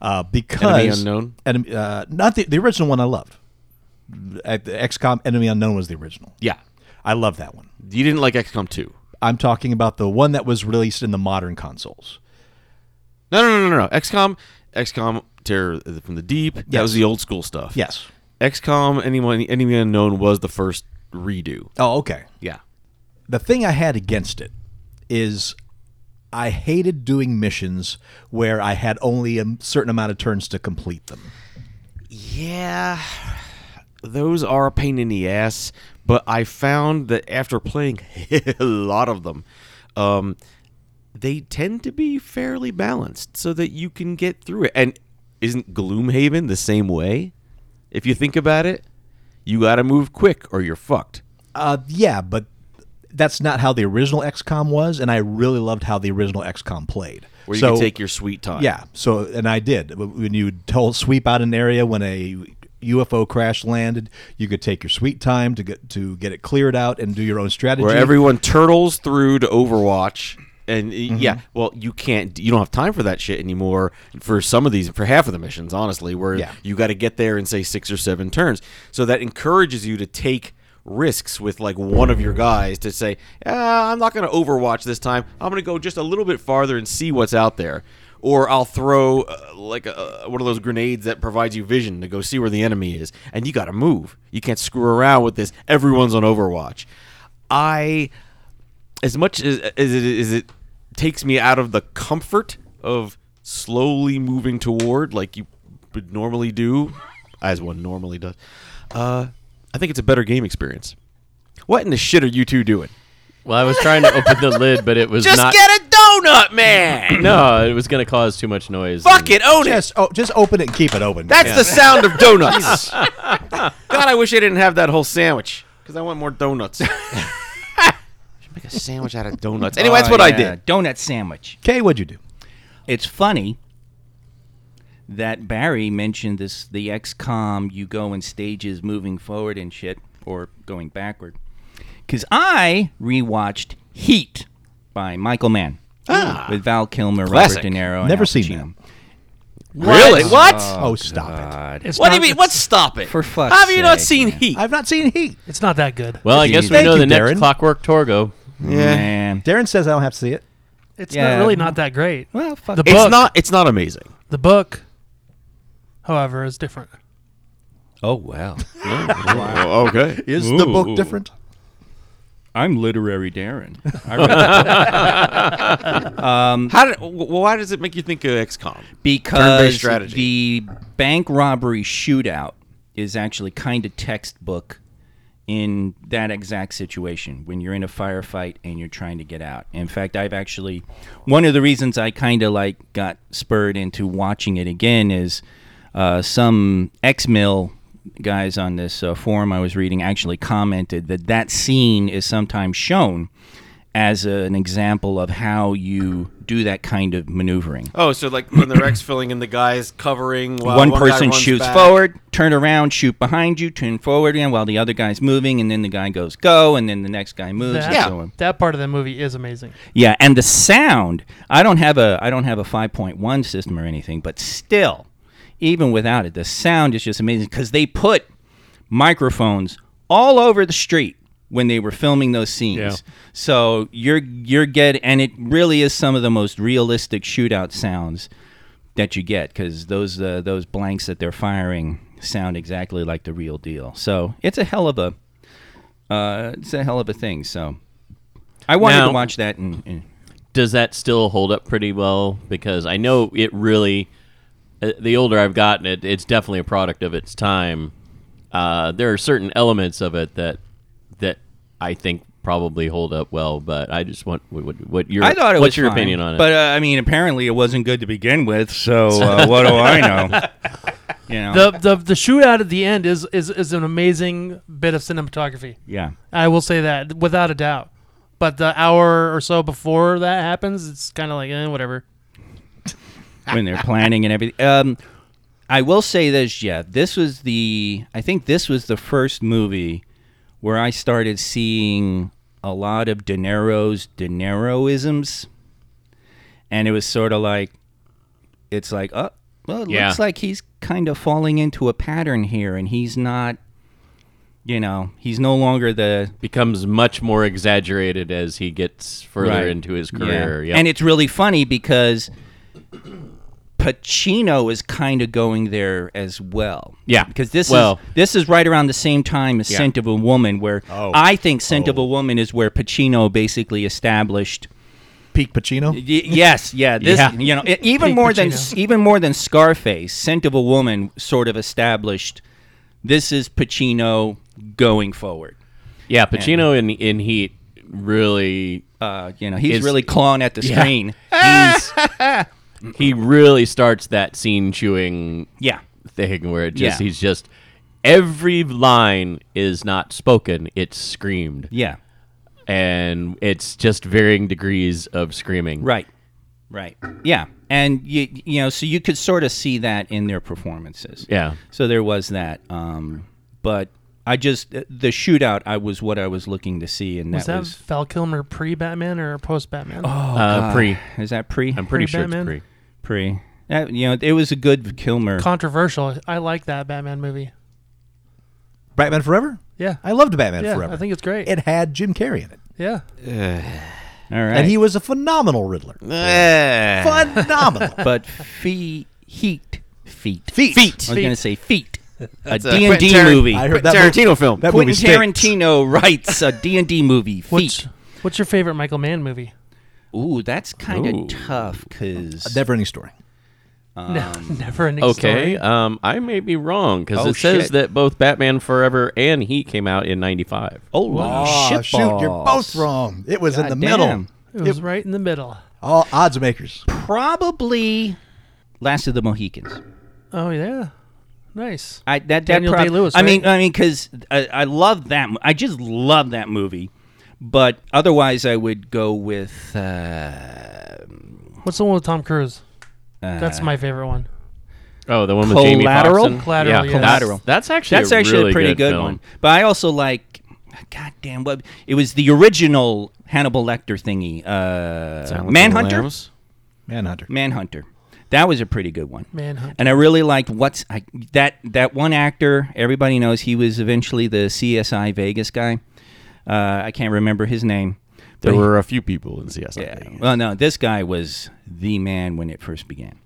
S5: uh, because
S6: Unknown?
S5: Enemy- uh, not the, the original one. I loved. Uh, the XCOM Enemy Unknown was the original.
S6: Yeah,
S5: I love that one.
S6: you didn't like XCOM two.
S5: I'm talking about the one that was released in the modern consoles.
S6: No, no, no, no, no. XCOM, XCOM, Terror uh, from the Deep. That
S5: Yes.
S6: was the old school stuff.
S5: Yes.
S6: XCOM, anyone, Enemy Unknown was the first redo.
S5: Oh, okay.
S6: Yeah.
S5: the thing I had against it is I hated doing missions where I had only a certain amount of turns to complete them.
S6: Yeah, those are a pain in the ass, but I found that after playing a lot of them, um, they tend to be fairly balanced so that you can get through it. And isn't Gloomhaven the same way? If you think about it, you got to move quick or you're fucked.
S5: Uh, yeah, but that's not how the original XCOM was, and I really loved how the original XCOM played.
S6: Where you
S5: so,
S6: can take your sweet time.
S5: Yeah. So, and I did. W- When you told sweep out an area when a UFO crash landed, you could take your sweet time to get to get it cleared out and do your own strategy.
S6: Where everyone turtles through to Overwatch. And uh,
S5: Mm-hmm.
S6: yeah, well, you can't. You don't have time for that shit anymore. For some of these, for half of the missions, honestly, where
S5: Yeah.
S6: you got to get there in say six or seven turns. So that encourages you to take risks with like one of your guys to say, ah, "I'm not going to Overwatch this time. I'm going to go just a little bit farther and see what's out there." Or I'll throw uh, like a, one of those grenades that provides you vision to go see where the enemy is, and you got to move. You can't screw around with this. Everyone's on Overwatch. I as much as, as it is it takes me out of the comfort of slowly moving toward like you would normally do as one normally does uh, i think it's a better game experience what in the shit are you two doing
S2: Well, I was trying to open the lid, but it was
S6: just
S2: not.
S6: get a donut man
S2: No, it was going to cause too much noise.
S6: fuck it own it
S5: Just, oh, just open it and keep it open.
S6: that's the sound of donuts god i wish i didn't have that whole sandwich because i want more donuts Should Make a sandwich out of donuts. Anyway, that's
S4: Oh,
S6: what I
S4: yeah,
S6: did.
S4: Donut sandwich.
S5: okay. What'd you do?
S4: It's funny that Barry mentioned this the XCOM you go in stages moving forward and shit or going backward. Cuz I rewatched Heat by Michael Mann. With Val Kilmer,
S6: Ah. Classic.
S4: Robert De Niro, and
S5: Never
S4: Al
S5: seen
S4: Pacino.
S6: Really? What?
S5: Oh, stop it!
S3: It's
S6: what do
S3: not-
S6: you mean?
S3: it's-
S6: What's stopping?
S4: For fuck's
S6: Have you not
S4: sake,
S6: seen
S4: man.
S6: Heat?
S5: I've not seen Heat.
S3: It's not that good.
S2: Well, I guess we
S5: Thank
S2: know
S5: you,
S2: the next
S5: Darren.
S2: Clockwork Torgo.
S4: Man.
S5: Darren says I don't have to see it.
S3: It's
S4: Yeah.
S3: not really not that great.
S4: Well, fuck.
S3: The book,
S4: it.
S6: It's not. It's not amazing.
S3: the book, however, is different.
S4: oh wow. Oh,
S6: okay.
S5: Is the book different?
S4: I'm literary Darren. I read
S6: How did? wh- Why does it make you think of XCOM?
S4: because
S6: strategy.
S4: the bank robbery shootout is actually kind of textbook in that exact situation when you're in a firefight and you're trying to get out. In fact, I've actually one of the reasons I kind of like got spurred into watching it again is uh, some X Mill guys on this uh, forum I was reading actually commented that that scene is sometimes shown as a- an example of how you do that kind of maneuvering
S6: Oh, so like when the Rex filling in the guys covering while
S4: one,
S6: guy
S4: person
S6: runs
S4: shoots
S6: back.
S4: forward, turn around, shoot behind you, turn forward again while the other guy's moving, and then the guy goes go, and then the next guy moves,
S3: That,
S4: and so on.
S3: that part of the movie is amazing.
S4: Yeah, and the sound. I don't have a I don't have a five point one system or anything, but still, even without it, the sound is just amazing because they put microphones all over the street when they were filming those scenes. So you're you're get and it really is some of the most realistic shootout sounds that you get because those uh, those blanks that they're firing sound exactly like the real deal. So it's a hell of a uh, it's a hell of a thing. So I wanted
S2: Now-
S4: to watch that and, and
S2: Does that still hold up pretty well? Because I know it really. uh, The older I've gotten, it it's definitely a product of its time. Uh, there are certain elements of it that that I think probably hold up well, but I just want what, what, what your
S4: I thought it
S2: what's
S4: was
S2: your
S4: fine,
S2: opinion on it?
S4: But uh, I mean, apparently it wasn't good to begin with. So uh, what do I know? You know.
S3: The, the the shootout at the end is, is is an amazing bit of cinematography.
S4: yeah.
S3: I will say that without a doubt. But the hour or so before that happens, it's kind of like eh, whatever.
S4: when they're planning and everything. Um, I will say this, Jeff. This was the I think this was the first movie where I started seeing a lot of De Niro's De Niroisms, and it was sort of like it's like oh well, it
S2: Yeah.
S4: looks like he's kind of falling into a pattern here, and he's not. You know, he's no longer the
S2: becomes much more exaggerated as he gets further
S4: Right.
S2: into his
S4: Yeah.
S2: career. Yep.
S4: And it's really funny because Pacino is kind of going there as well.
S2: Yeah.
S4: because this
S2: Well-
S4: is this is right around the same time as Scent of a Woman, where
S7: Oh.
S4: I think Scent of a Woman is where Pacino basically established.
S7: Peak Pacino.
S4: Y- yes, yeah, this
S2: Yeah.
S4: you know e- even
S3: Big
S4: more than
S3: Pacino.
S4: even more than Scarface, Scent of a Woman sort of established. This is Pacino going forward.
S2: Yeah, Pacino in in Heat really
S4: Uh, you know, he's
S2: It's-
S4: really clawing at the
S2: Yeah.
S4: screen.
S2: he's, he really starts that scene chewing
S4: Yeah.
S2: thing where it just
S4: Yeah.
S2: he's just every line is not spoken, it's screamed.
S4: Yeah.
S2: And it's just varying degrees of screaming.
S4: Right. Right. Yeah. And you you know, so you could sort of see that in their performances.
S2: Yeah.
S4: So there was that. Um, but I just uh, the shootout I was what I was looking to see and
S3: Was
S4: that
S3: that
S4: was
S3: Val Kilmer pre Batman or post Batman? Oh,
S2: uh, pre.
S4: is that pre
S2: I'm pretty
S3: Pre
S2: sure
S3: Batman?
S2: it's
S4: pre that, you know, it was a good Kilmer.
S3: controversial. I like that Batman movie.
S5: Batman Forever.
S3: Yeah,
S5: I loved Batman
S3: yeah,
S5: Forever.
S3: I think it's great.
S5: it had Jim Carrey in it,
S3: yeah,
S4: All right.
S5: and he was a phenomenal Riddler. phenomenal.
S4: but feet heat feet.
S5: Feet.
S4: I was going to say feet. A
S6: a
S4: D and D
S6: Quentin Tar-
S4: movie.
S5: I
S6: Quentin
S5: heard that movie-
S6: Tarantino film.
S5: That
S4: Quentin
S5: movie stinks.
S4: Tarantino writes a D and D movie. Feet.
S3: What's What's your favorite Michael Mann movie?
S4: Ooh, that's kind of tough because
S5: Never Ending Story.
S3: no, never an
S2: Okay, um, I may be wrong because
S4: Oh,
S2: it says
S4: shit.
S2: that both Batman Forever and Heat came out in '95.
S4: oh
S5: Oh,
S4: shit,
S5: shoot, you're both wrong. It was in the
S4: God
S5: middle.
S4: damn.
S3: It was right in the middle.
S5: All odds makers.
S4: Probably Last of the Mohicans.
S3: Oh yeah, nice.
S4: I that, that
S3: Daniel
S4: prob-
S3: Day-Lewis,
S4: I mean,
S3: right?
S4: I mean, because I, I love that. mo- I just love that movie. But otherwise, I would go with uh,
S3: What's the one with Tom Cruise? That's my favorite one.
S2: Oh, the one with
S4: Collateral?
S2: Jamie Foxx. in-
S3: Collateral, yes.
S2: that's-
S4: Collateral.
S2: That's, actually
S4: that's
S2: a
S4: actually
S2: really
S4: a pretty good,
S2: film.
S4: one. But I also like, goddamn, what it was the original Hannibal Lecter thingy, uh, Manhunter.
S5: Manhunter.
S4: Manhunter. That was a pretty good one.
S3: Manhunter.
S4: And I really liked what's I, that that one actor. Everybody knows he was eventually the CSI Vegas guy. Uh, I can't remember his name. but
S6: There
S4: he-
S6: were a few people in CSI.
S4: yeah. Well, no, this guy was the man when it first began.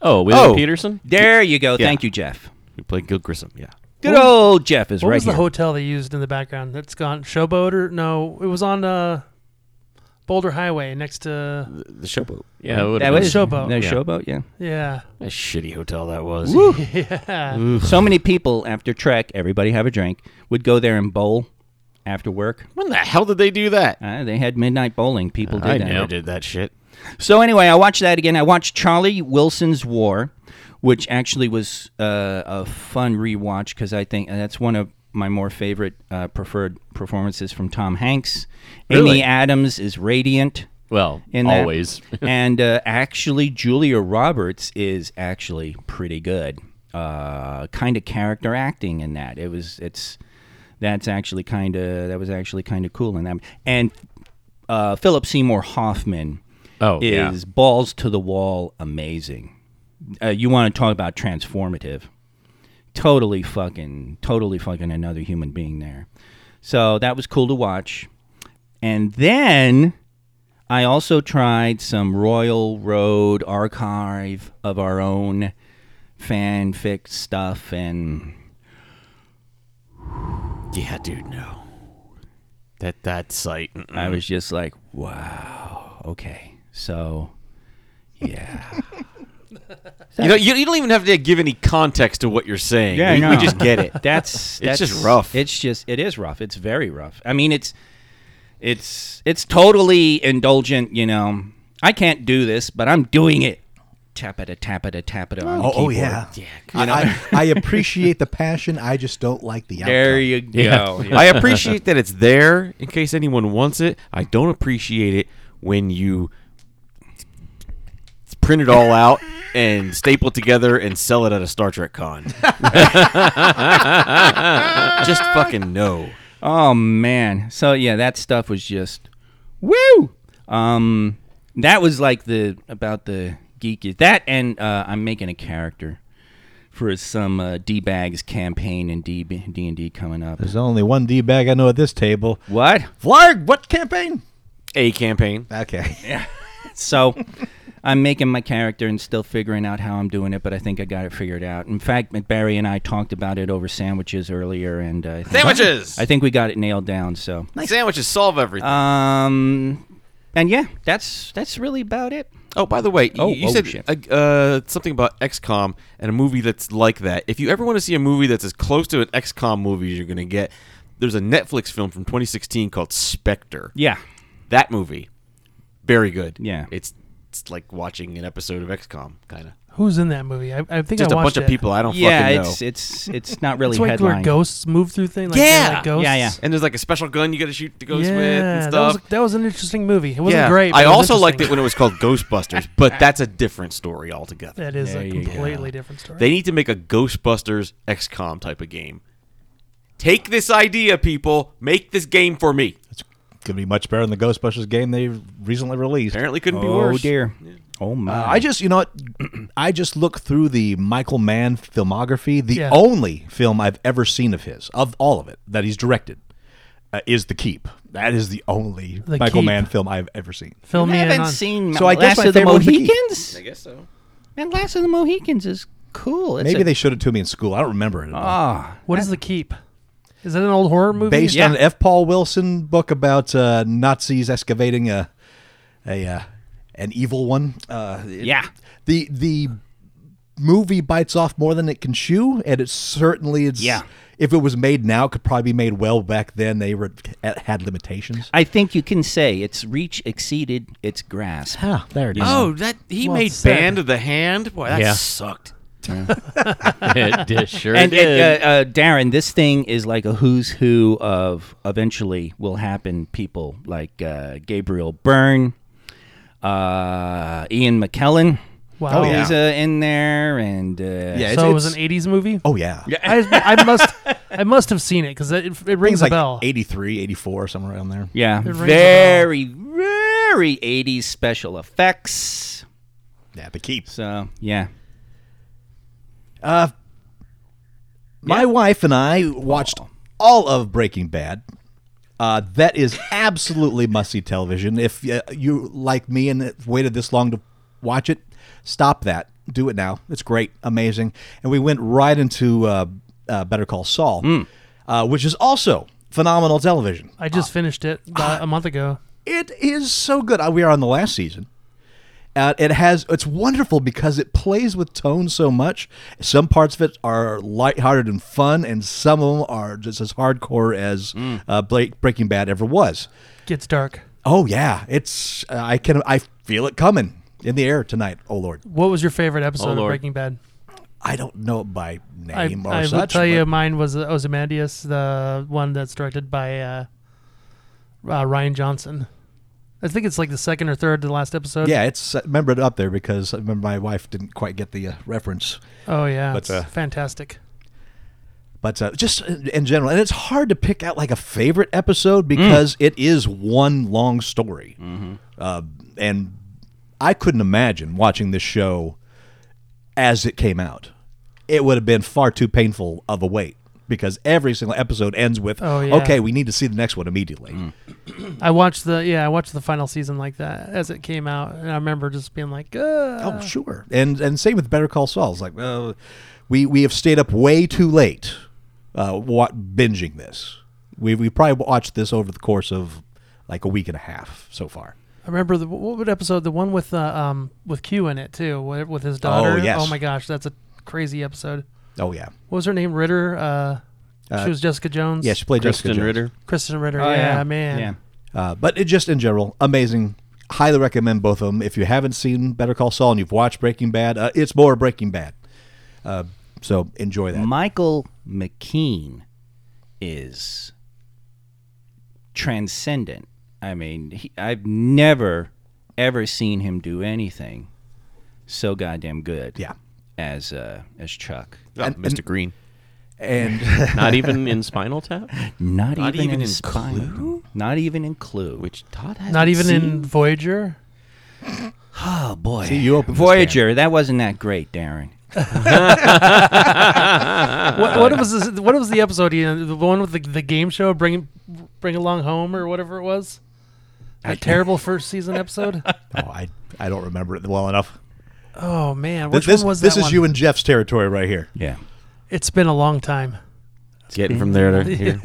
S2: Oh, William
S6: Oh.
S2: Peterson.
S4: There you go.
S6: Yeah.
S4: Thank you, Jeff.
S6: Who played Gil Grissom? Yeah.
S4: Good old Jeff is
S3: What
S4: right
S3: was the
S4: here.
S3: hotel they used in the background? That's gone. Showboat or no? It was on uh, Boulder Highway next to
S6: The Showboat.
S2: Yeah, it would've
S4: that
S2: been-
S4: was
S3: Showboat.
S4: No
S3: Yeah.
S4: showboat. Yeah.
S3: yeah.
S6: A shitty hotel that was.
S3: yeah.
S4: So many people after Trek, everybody have a drink, would go there and bowl after work.
S6: When the hell did they do that?
S4: Uh, they had midnight bowling. People did
S6: I
S4: that.
S6: never did that shit.
S4: So anyway, I watched that again. I watched Charlie Wilson's War, which actually was uh, a fun rewatch because I think uh, that's one of my more favorite uh, preferred performances from Tom Hanks.
S2: Really?
S4: Amy Adams is radiant
S2: Well,
S4: in that.
S2: always.
S4: and uh, actually, Julia Roberts is actually pretty good. Uh, kind of character acting in that. It was. It's. That's actually kind of. That was actually kind of cool in that. And uh, Philip Seymour Hoffman
S2: Oh, yeah.
S4: is balls to the wall amazing. Uh, you want to talk about transformative? Totally fucking, totally fucking another human being there. So that was cool to watch. And then I also tried some Royal Road archive of our own fanfic stuff, and
S6: Yeah, dude, no. That that site. mm-mm.
S4: I was just like, wow, okay. So, yeah.
S6: You know, you, you don't even have to give any context to what you're saying.
S4: Yeah, I
S6: we, we
S4: know.
S6: just get it.
S4: that's that's
S6: just rough.
S4: It's just it is rough. It's very rough. I mean, it's it's it's totally indulgent. You know, I can't do this, but I'm doing it. Tap it, tap it, tap it on the
S5: Oh, oh,
S4: keyboard.
S5: yeah. I, I appreciate the passion. I just don't like the outcome.
S4: There you go.
S6: I appreciate that it's there in case anyone wants it. I don't appreciate it when you print it all out and staple it together and sell it at a Star Trek con. Just fucking no.
S4: Oh man. So yeah, that stuff was just woo. Um, that was like the about the geeky that, and uh, I'm making a character for some uh, D bags campaign in D D and D coming up.
S5: There's only one D bag I know at this table.
S4: What?
S5: Flarg, what campaign?
S6: A campaign.
S5: Okay.
S4: So I'm making my character and still figuring out how I'm doing it, but I think I got it figured out. In fact, Barry and I talked about it over sandwiches earlier, and uh, I think-
S6: Sandwiches!
S4: I think we got it nailed down. So,
S6: Sandwiches solve everything.
S4: um, and yeah, that's that's really about it.
S6: Oh, by the way, y-
S4: Oh,
S6: you
S4: oh,
S6: said
S4: shit.
S6: uh, uh, something about XCOM and a movie that's like that. If you ever want to see a movie that's as close to an XCOM movie as you're going to get, there's a Netflix film from 2016 called Spectre.
S4: Yeah,
S6: That movie, very good.
S4: Yeah.
S6: It's, it's like watching an episode of XCOM, kind of.
S3: Who's in that movie? I, I think
S6: Just
S3: I
S6: a bunch
S3: watched
S6: of
S3: it.
S6: people I don't
S4: yeah,
S6: fucking know.
S4: it's it's it's not really
S3: It's like where
S4: headline.
S3: ghosts move through things. Like
S6: Yeah.
S3: they're like ghosts.
S4: Yeah, yeah.
S6: and there's like a special gun you got to shoot the ghost
S3: yeah,
S6: with and
S3: That,
S6: stuff.
S3: was, that was an interesting movie. It wasn't
S6: yeah.
S3: great. but
S6: I
S3: was
S6: also liked it
S3: interesting.
S6: when it was called Ghostbusters, but that's a different story altogether.
S3: That is
S4: There
S3: a
S4: you go.
S3: completely different story.
S6: They need to make a Ghostbusters XCOM type of game. Take this idea, people. Make this game for me.
S5: It's going to be much better than the Ghostbusters game they recently released.
S6: Apparently, couldn't be
S4: Oh
S6: worse.
S4: dear. Oh my.
S5: Uh, I just, you know what? I just look through the Michael Mann filmography. The
S3: Yeah.
S5: only film I've ever seen of his, of all of it, that he's directed, uh, is The Keep. That is the only
S3: The
S5: Michael
S3: Keep.
S5: Mann film I've ever seen.
S3: Fill
S4: I
S3: me in
S4: haven't
S3: on.
S4: seen
S5: So I
S4: Last
S5: guess my
S4: of the
S5: favorite was the key.
S4: Mohicans.
S6: I guess so.
S4: Man, Last of the Mohicans is cool. It's
S5: Maybe
S4: a-
S5: they showed it to me in school. I don't remember it. At all.
S4: Ah,
S3: What is the keep? Is that an old horror movie?
S5: Based
S4: yeah.
S5: on an F. Paul Wilson book about uh, Nazis excavating a, a uh, an evil one. Uh,
S4: yeah.
S5: the the movie bites off more than it can chew, and it certainly it's
S4: Yeah.
S5: If it was made now, it could probably be made well back then. They were had limitations.
S4: I think you can say its reach exceeded its grasp.
S5: Ah, there it is.
S6: Oh, that he
S3: Well
S6: made
S3: said.
S6: Band of the Hand. Boy, that
S2: Yeah.
S6: sucked.
S2: it did- sure
S4: and
S2: did.
S4: uh, uh, Darren, this thing is like a who's who of eventually will happen. People like uh, Gabriel Byrne, uh, Ian McKellen.
S3: Wow.
S5: Oh, yeah.
S4: is uh, in there, and uh,
S5: Yeah,
S3: So it was
S5: it's-
S3: an '80s movie.
S5: Oh yeah, yeah.
S3: I, I must I must have seen it because it, it rings
S5: Things like
S3: a bell.
S5: 83, 84, somewhere around there.
S4: yeah,
S3: rings a
S4: very, very '80s special effects.
S5: Yeah, the keeps.
S4: So yeah,
S5: My wife and I watched all of Breaking Bad. Uh, that is absolutely must see television. If uh, you like me and have waited this long to watch it, stop that. Do it now. It's great, amazing. And we went right into uh, uh, Better Call Saul, uh, which is also phenomenal television.
S3: I just finished it about a month ago.
S5: It is so good. Uh, We are on the last season. Uh, it has it's wonderful because it plays with tone so much. Some parts of it are lighthearted and fun, and some of them are just as hardcore as uh, Blake, Breaking Bad ever was.
S3: Gets dark.
S5: Oh yeah, it's uh, I can I feel it coming in the air tonight. Oh Lord,
S3: What was your favorite episode of
S2: Lord.
S3: Breaking Bad?
S5: I don't know it by name
S3: I,
S5: or
S3: I will
S5: such.
S3: tell you,
S5: but
S3: mine was uh, Ozymandias, the one that's directed by uh, uh, Ryan Johnson. I think it's like the second or third to the last episode.
S5: yeah, it's I remember it up there because I remember my wife didn't quite get the uh, reference.
S3: Oh yeah,
S5: But,
S3: it's
S5: uh,
S3: fantastic.
S5: but uh, just in in general and it's hard to pick out like a favorite episode because it is one long story uh, and i couldn't imagine watching this show as it came out it would have been far too painful of a wait because every single episode ends with
S3: Oh, yeah.
S5: okay we need to see the next one immediately
S3: I watched the yeah, I watched the final season like that as it came out, and I remember just being like,
S5: oh
S3: uh,
S5: sure and and same with better call saul it's like uh, we we have stayed up way too late uh, wa- binging this we, we probably watched this over the course of like a week and a half so far
S3: I remember the what what episode the one with uh, um with Q in it too, wh- with his daughter.
S5: Oh,
S3: Oh
S5: yes.
S3: my gosh, that's a crazy episode.
S5: oh yeah
S3: What was her name? Ritter. Uh,
S5: Uh,
S3: she was Jessica Jones.
S5: yeah she played Jessica
S2: Kristen
S5: Jones.
S2: Ritter.
S3: Kristen Ritter.
S4: Oh,
S3: yeah, man.
S4: yeah.
S5: uh, but it just in general amazing highly recommend both of them if you haven't seen Better Call Saul and you've watched Breaking Bad uh, it's more Breaking Bad uh, so enjoy that
S4: Michael McKean is transcendent. I mean, he, I've never ever seen him do anything so goddamn good.
S5: Yeah.
S4: as uh, as Chuck.
S6: Oh, Mr. Green.
S5: and oh,
S2: Not even in Spinal Tap.
S4: Not, even,
S6: Not even
S4: in
S6: in
S4: Spinal.
S6: Clue?
S4: Not even in Clue.
S6: Which Todd has
S3: Not even in Voyager.
S4: oh boy,
S5: See, you opened this
S4: Voyager. That wasn't that great, Darren.
S3: what,
S5: Uh,
S3: what was this, what was the episode? You know, the one with the, the game show, bring bring along home or whatever it was. A terrible first season episode.
S5: Oh, I I don't remember it well enough.
S3: Oh man, which
S5: this
S3: one was
S5: this
S3: that
S5: is
S3: one?
S5: you and Jeff's territory right here.
S4: Yeah.
S3: It's been a long time.
S6: Getting from there to here.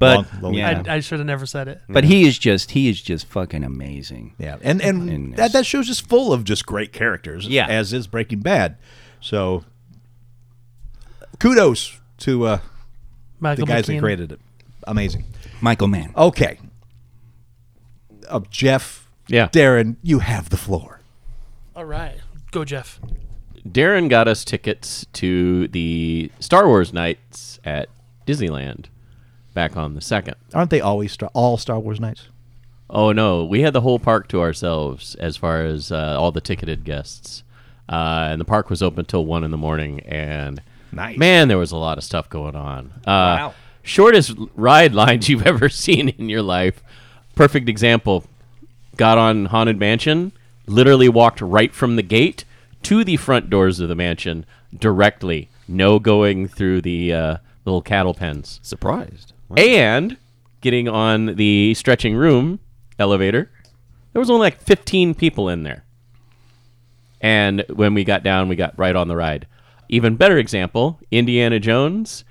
S4: But
S5: Long- long-
S4: yeah.
S3: I, I should have never said it.
S4: but he is just he is just fucking amazing.
S5: Yeah, and and,
S4: And
S5: that
S4: it's-
S5: that show's just full of just great characters.
S4: Yeah.
S5: as is Breaking Bad. So, kudos to uh, the
S3: Michael
S5: guys
S3: McKean.
S5: that created it. Amazing.
S4: Michael Mann.
S5: Okay, uh, Jeff.
S2: Yeah.
S5: Darren, you have the floor.
S3: All right, go Jeff.
S2: Darren got us tickets to the Star Wars nights at Disneyland back on the second.
S5: Aren't they always star- all Star Wars nights?
S2: Oh no, we had the whole park to ourselves as far as uh, all the ticketed guests, uh, and the park was open till one in the morning. And
S5: Nice.
S2: man, there was a lot of stuff going on. Uh, wow, shortest ride lines you've ever seen in your life. Perfect example. Got on Haunted Mansion, literally walked right from the gate to the front doors of the mansion directly. No going through the uh, little cattle pens
S6: Surprised.
S2: and getting on the stretching room elevator there was only like 15 people in there and when we got down we got right on the ride even better example indiana jones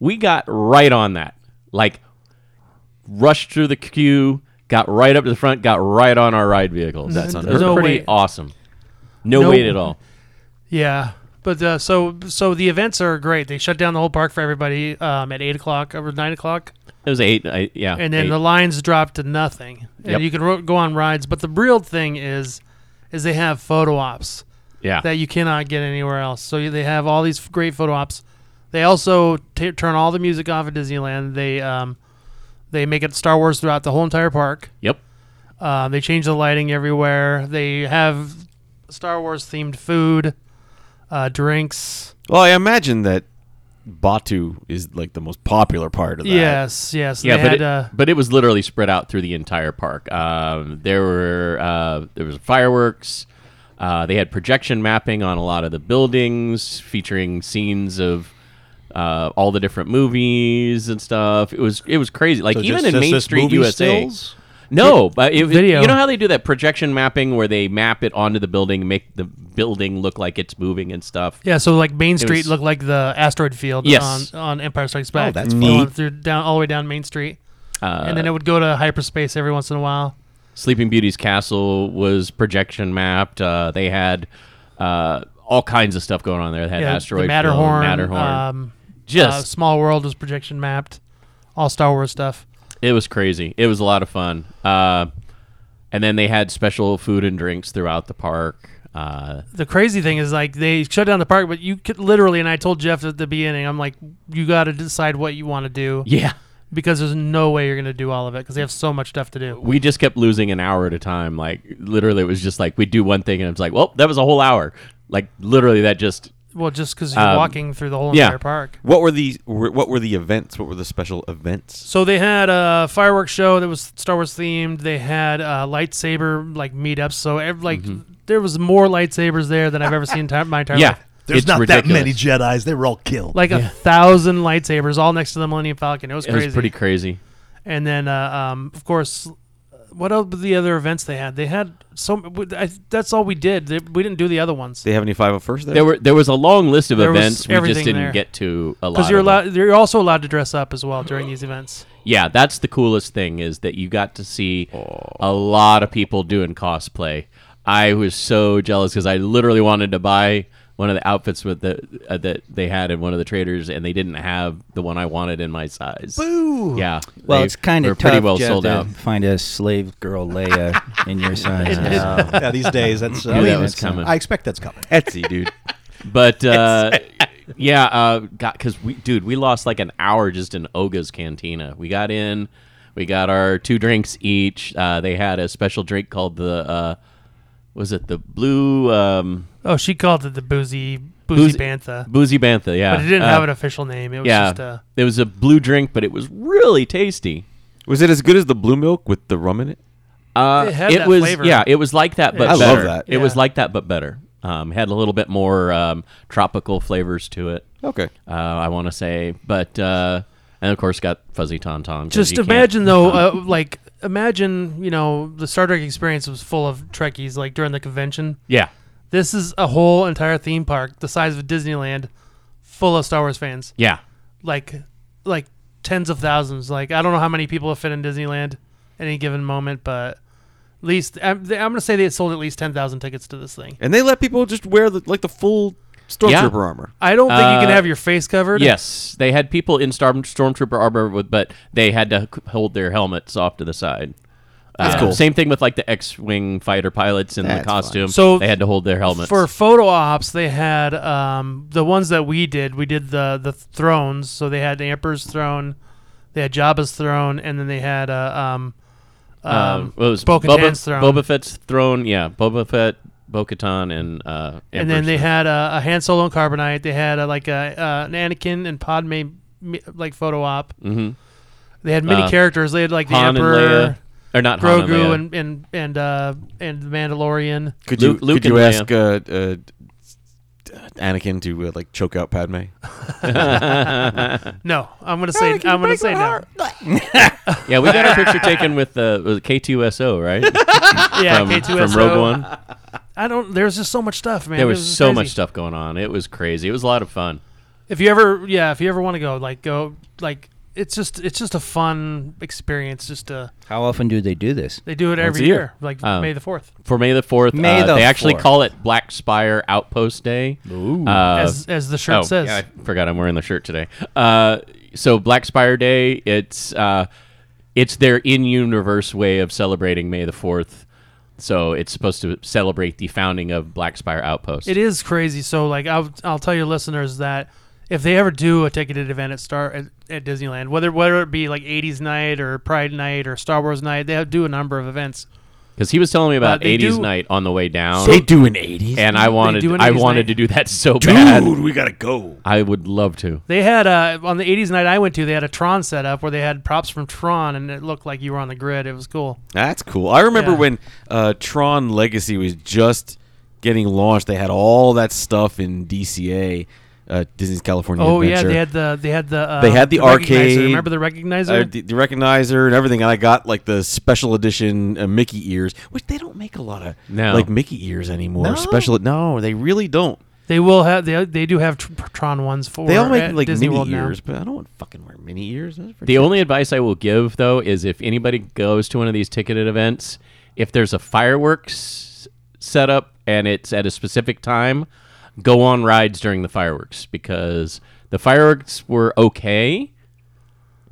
S2: we got right on that like rushed through the queue got right up to the front got right on our ride vehicles
S3: That's
S2: It was
S3: unheard of. No
S2: pretty
S3: wait.
S2: awesome no,
S3: No-
S2: wait at all
S3: Yeah, but uh, so so the events are great. They shut down the whole park for everybody um, at eight o'clock or nine o'clock,
S2: it was eight I, yeah
S3: and then
S2: eight.
S3: the lines drop to nothing, and
S2: Yep.
S3: you can ro- go on rides. But the real thing is, is they have photo ops
S2: yeah
S3: that you cannot get anywhere else. So they have all these great photo ops. They also t- turn all the music off at Disneyland. They um, they make it Star Wars throughout the whole entire park.
S2: yep
S3: Uh, they change the lighting everywhere. They have Star Wars themed food, uh, drinks.
S6: Well, I imagine that Batu is like the most popular part of that.
S3: Yes, yes.
S2: Yeah,
S3: they
S2: but
S3: had,
S2: it,
S3: uh,
S2: but it was literally spread out through the entire park. Um, there were uh, there was fireworks. Uh, they had projection mapping on a lot of the buildings, featuring scenes of uh, all the different movies and stuff. It was it was crazy. Like
S5: So
S2: even
S5: just-
S2: in
S5: just-
S2: Main
S5: just
S2: Street
S5: movie
S2: USA.
S5: stills?
S2: No, but it,
S3: Video.
S2: you know how they do that projection mapping where they map it onto the building, make the building look like it's moving and stuff.
S3: yeah, so like Main Street
S2: was-
S3: looked like the asteroid field
S2: Yes.
S3: on, on Empire Strikes Back.
S5: Oh, that's
S3: Going
S5: Neat.
S3: through down all the way down Main Street,
S2: Uh,
S3: and then it would go to hyperspace every once in a while.
S2: Sleeping Beauty's castle was projection mapped. Uh, they had uh, all kinds of stuff going on there. They had
S3: Yeah,
S2: asteroid
S3: the
S2: field,
S3: Matterhorn,
S2: Matterhorn.
S3: Um, uh,
S2: Just
S3: Small World was projection mapped, all Star Wars stuff.
S2: it was crazy. It was a lot of fun. Uh, and then they had special food and drinks throughout the park. Uh,
S3: The crazy thing is like they shut down the park, but you could literally, and I told Jeff at the beginning, I'm like, you got to decide what you want to do
S2: yeah,
S3: because there's no way you're gonna do all of it because they have so much stuff to do.
S2: we just kept losing an hour at a time. Like literally, it was just like we'd do one thing, and it was like, well, that was a whole hour. Like literally, that just
S3: Well, just because you're
S2: Um,
S3: walking through the whole
S2: yeah.
S3: entire park.
S6: What were the were- what were the events? What were the special events?
S3: So they had a fireworks show that was Star Wars themed. They had uh, lightsaber like meetups. So ev like there was more lightsabers there than I've ever seen in ti- my entire
S2: Mm-hmm. yeah.
S3: life.
S5: There's
S2: it's
S5: not that
S2: ridiculous.
S5: many Jedi's. They were all killed.
S3: Like a thousand lightsabers all next to the Millennium Falcon. It was
S2: It
S3: crazy.
S2: was pretty crazy.
S3: and then uh, um, of course, what else? were The other events they had. They had so w- I, that's all we did. They, we didn't do the other ones.
S6: They have any 501st there?
S2: There were there was a long list of
S3: There was
S2: events. We just
S3: everything
S2: didn't
S3: there.
S2: get to a lot.
S3: Because you're
S2: of them.
S3: allowed, you're also allowed to dress up as well during these events.
S2: Yeah, that's the coolest thing is that you got to see a lot of people doing cosplay. I was so jealous because I literally wanted to buy one of the outfits with the uh, that they had in one of the traders, and they didn't have the one I wanted in my size. Boo! Yeah,
S4: Well,
S2: they
S4: it's kind
S2: were
S4: of
S2: pretty well
S4: Jeff,
S2: sold
S4: to
S2: out.
S4: Find a slave girl Leia in your size.
S5: yeah, these days, that's. Uh,
S2: Knew
S5: I,
S2: that
S5: mean,
S2: was
S5: it's-
S2: coming.
S5: I expect that's coming.
S6: Etsy, dude.
S2: But uh, yeah, uh, got because we, dude, we lost like an hour just in Oga's Cantina. We got in, we got our two drinks each. Uh, they had a special drink called the uh, was it the blue um,
S3: Oh, she called it the boozy boozy,
S2: Boozy-
S3: bantha,
S2: boozy bantha? Yeah,
S3: but it didn't
S2: Uh,
S3: have an official name. It was
S2: yeah,
S3: just uh, a
S2: it was a blue drink, but it was really tasty.
S6: Was it as good as the blue milk with the rum in it?
S2: Uh,
S3: It had that
S2: was
S3: flavor.
S2: yeah, it was like that, but
S6: I love
S2: better.
S6: that.
S2: It was
S3: Yeah.
S2: like that, but better. Um, had a little bit more um, tropical flavors to it.
S6: Okay.
S2: uh, I want to say. But uh, and of course got fuzzy tauntaun. 'cause
S3: Just
S2: you can't-
S3: imagine though, uh, like imagine, you know, the Star Trek experience was full of Trekkies like during the convention.
S2: Yeah.
S3: This is a whole entire theme park the size of Disneyland full of Star Wars fans.
S2: Yeah.
S3: Like like tens of thousands. Like I don't know how many people have fit in Disneyland at any given moment, but at least I'm, I'm going to say they sold at least 10,000 tickets to this thing.
S6: And they let people just wear the like the full stormtrooper
S2: Yeah.
S6: armor.
S3: I don't think you
S2: Uh,
S3: can have your face covered.
S2: Yes, they had people in Storm, Stormtrooper armor, with, but they had to h- hold their helmets off to the side. That's
S6: cool.
S2: Same thing with like the X-wing fighter pilots in the
S6: That's fine.
S2: costume.
S3: So
S2: they had to hold their helmets.
S3: For photo ops, they had um, the ones that we did. We did the the thrones. So they had the Emperor's throne, they had Jabba's throne, and then they had uh, um, um,
S2: um, what was
S3: Bo-Katan's
S2: Boba,
S3: throne.
S2: Boba Fett's throne. Yeah, Boba Fett, Bo-Katan, and uh,
S3: and then
S2: Emperor's
S3: they
S2: throne.
S3: had a, a Han Solo and Carbonite. They had a, like a uh, an Anakin and Padme mi- like photo op. Mm-hmm. They had many
S2: Uh,
S3: characters. They had like the
S2: Han and Leia,
S3: Emperor,
S2: or not Han and
S3: Grogu,
S2: Leia.
S3: and and and uh, and the Mandalorian.
S6: Could
S2: Luke-
S6: you
S2: Luke
S6: could you
S2: and
S6: ask uh, uh, Anakin to uh, like choke out Padme?
S3: No, I'm gonna say I'm gonna say no.
S2: yeah, we got our picture taken with uh, was it K2SO, right?
S3: Yeah,
S2: from,
S3: K2SO.
S2: from Rogue One.
S3: I don't. There's just so much stuff, man.
S2: There
S3: It
S2: was so
S3: crazy.
S2: much stuff going on. It was crazy. It was a lot of fun.
S3: If you ever, yeah, if you ever want to go, like go, like it's just it's just a fun experience. Just to
S4: How often do they do this?
S3: they do it every
S6: a
S3: year.
S6: year.
S3: like
S2: Um,
S3: May the fourth,
S2: for May the Fourth.
S4: May
S2: uh,
S4: the
S2: they actually
S4: 4th.
S2: call it Black Spire Outpost Day. Ooh.
S3: as as the
S2: oh.
S3: shirt says.
S2: yeah, I forgot I'm wearing the shirt today. Uh, so Black Spire Day, it's uh, it's their in-universe way of celebrating May the Fourth. So it's supposed to celebrate the founding of Black Spire Outpost.
S3: It is crazy. So like I'll I'll tell your listeners that if they ever do a ticketed event at Star at, at Disneyland, whether whether it be like '80s night or Pride night or Star Wars night, they do a number of events.
S2: because he was telling me about
S3: Uh, they
S2: 80s
S3: do-
S2: night on the way down,
S6: do an eighties,
S2: and I wanted
S3: do an
S2: I
S3: 80s
S2: wanted
S3: night.
S2: to do that so bad.
S6: we gotta go.
S2: I would love to.
S3: They had uh, on the '80s night I went to, they had a Tron setup where they had props from Tron, and it looked like you were on the grid. It was cool.
S6: That's cool. I remember
S3: Yeah.
S6: when uh, Tron Legacy was just getting launched. They had all that stuff in DCA, uh, Disney's California
S3: Oh yeah,
S6: Adventure.
S3: they had the they had the uh,
S6: They had the
S3: recognizer.
S6: arcade.
S3: Remember the recognizer?
S6: Uh, the, the recognizer and everything, and I got like the special edition uh, Mickey ears, which they don't make a lot of
S2: No.
S6: like Mickey ears anymore. Special, no, they really don't.
S3: they will have they, they do have tr- Tron ones for
S6: They all make
S3: at
S6: like
S3: Disney
S6: mini
S3: World now.
S6: ears, but I don't want to fucking wear mini ears. That's for
S2: The
S6: sure.
S2: only advice I will give, though, is if anybody goes to one of these ticketed events, if there's a fireworks setup and it's at a specific time, go on rides during the fireworks because the fireworks were okay,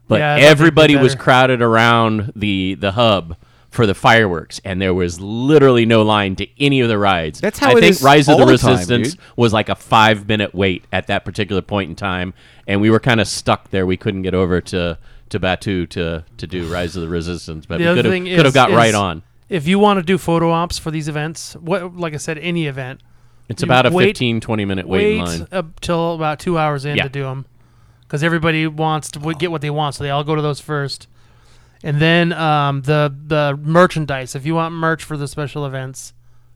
S2: but
S3: Yeah, I thought they'd be
S2: everybody was
S3: better.
S2: crowded around the the hub for the fireworks, and there was literally no line to any of the rides.
S6: That's how
S2: I
S6: it
S2: think
S6: is
S2: Rise of
S6: all
S2: the
S6: the time,
S2: Resistance
S6: dude.
S2: was like a five minute wait at that particular point in time, and we were kind of stuck there. We couldn't get over to to Batu to to do Rise of the Resistance, but
S3: The
S2: we
S3: other
S2: could have
S3: thing
S2: could have
S3: is-
S2: got right
S3: is
S2: on.
S3: If you want to do photo ops for these events, what like I said, any event,
S2: It's
S3: you
S2: about a
S3: wait-
S2: 15, 20 minute wait,
S3: wait
S2: in line.
S3: up till about two hours in
S2: Yeah.
S3: to do them, because everybody wants to w- get what they want, so they all go to those first, and then um, the the merchandise. If you want merch for the special events,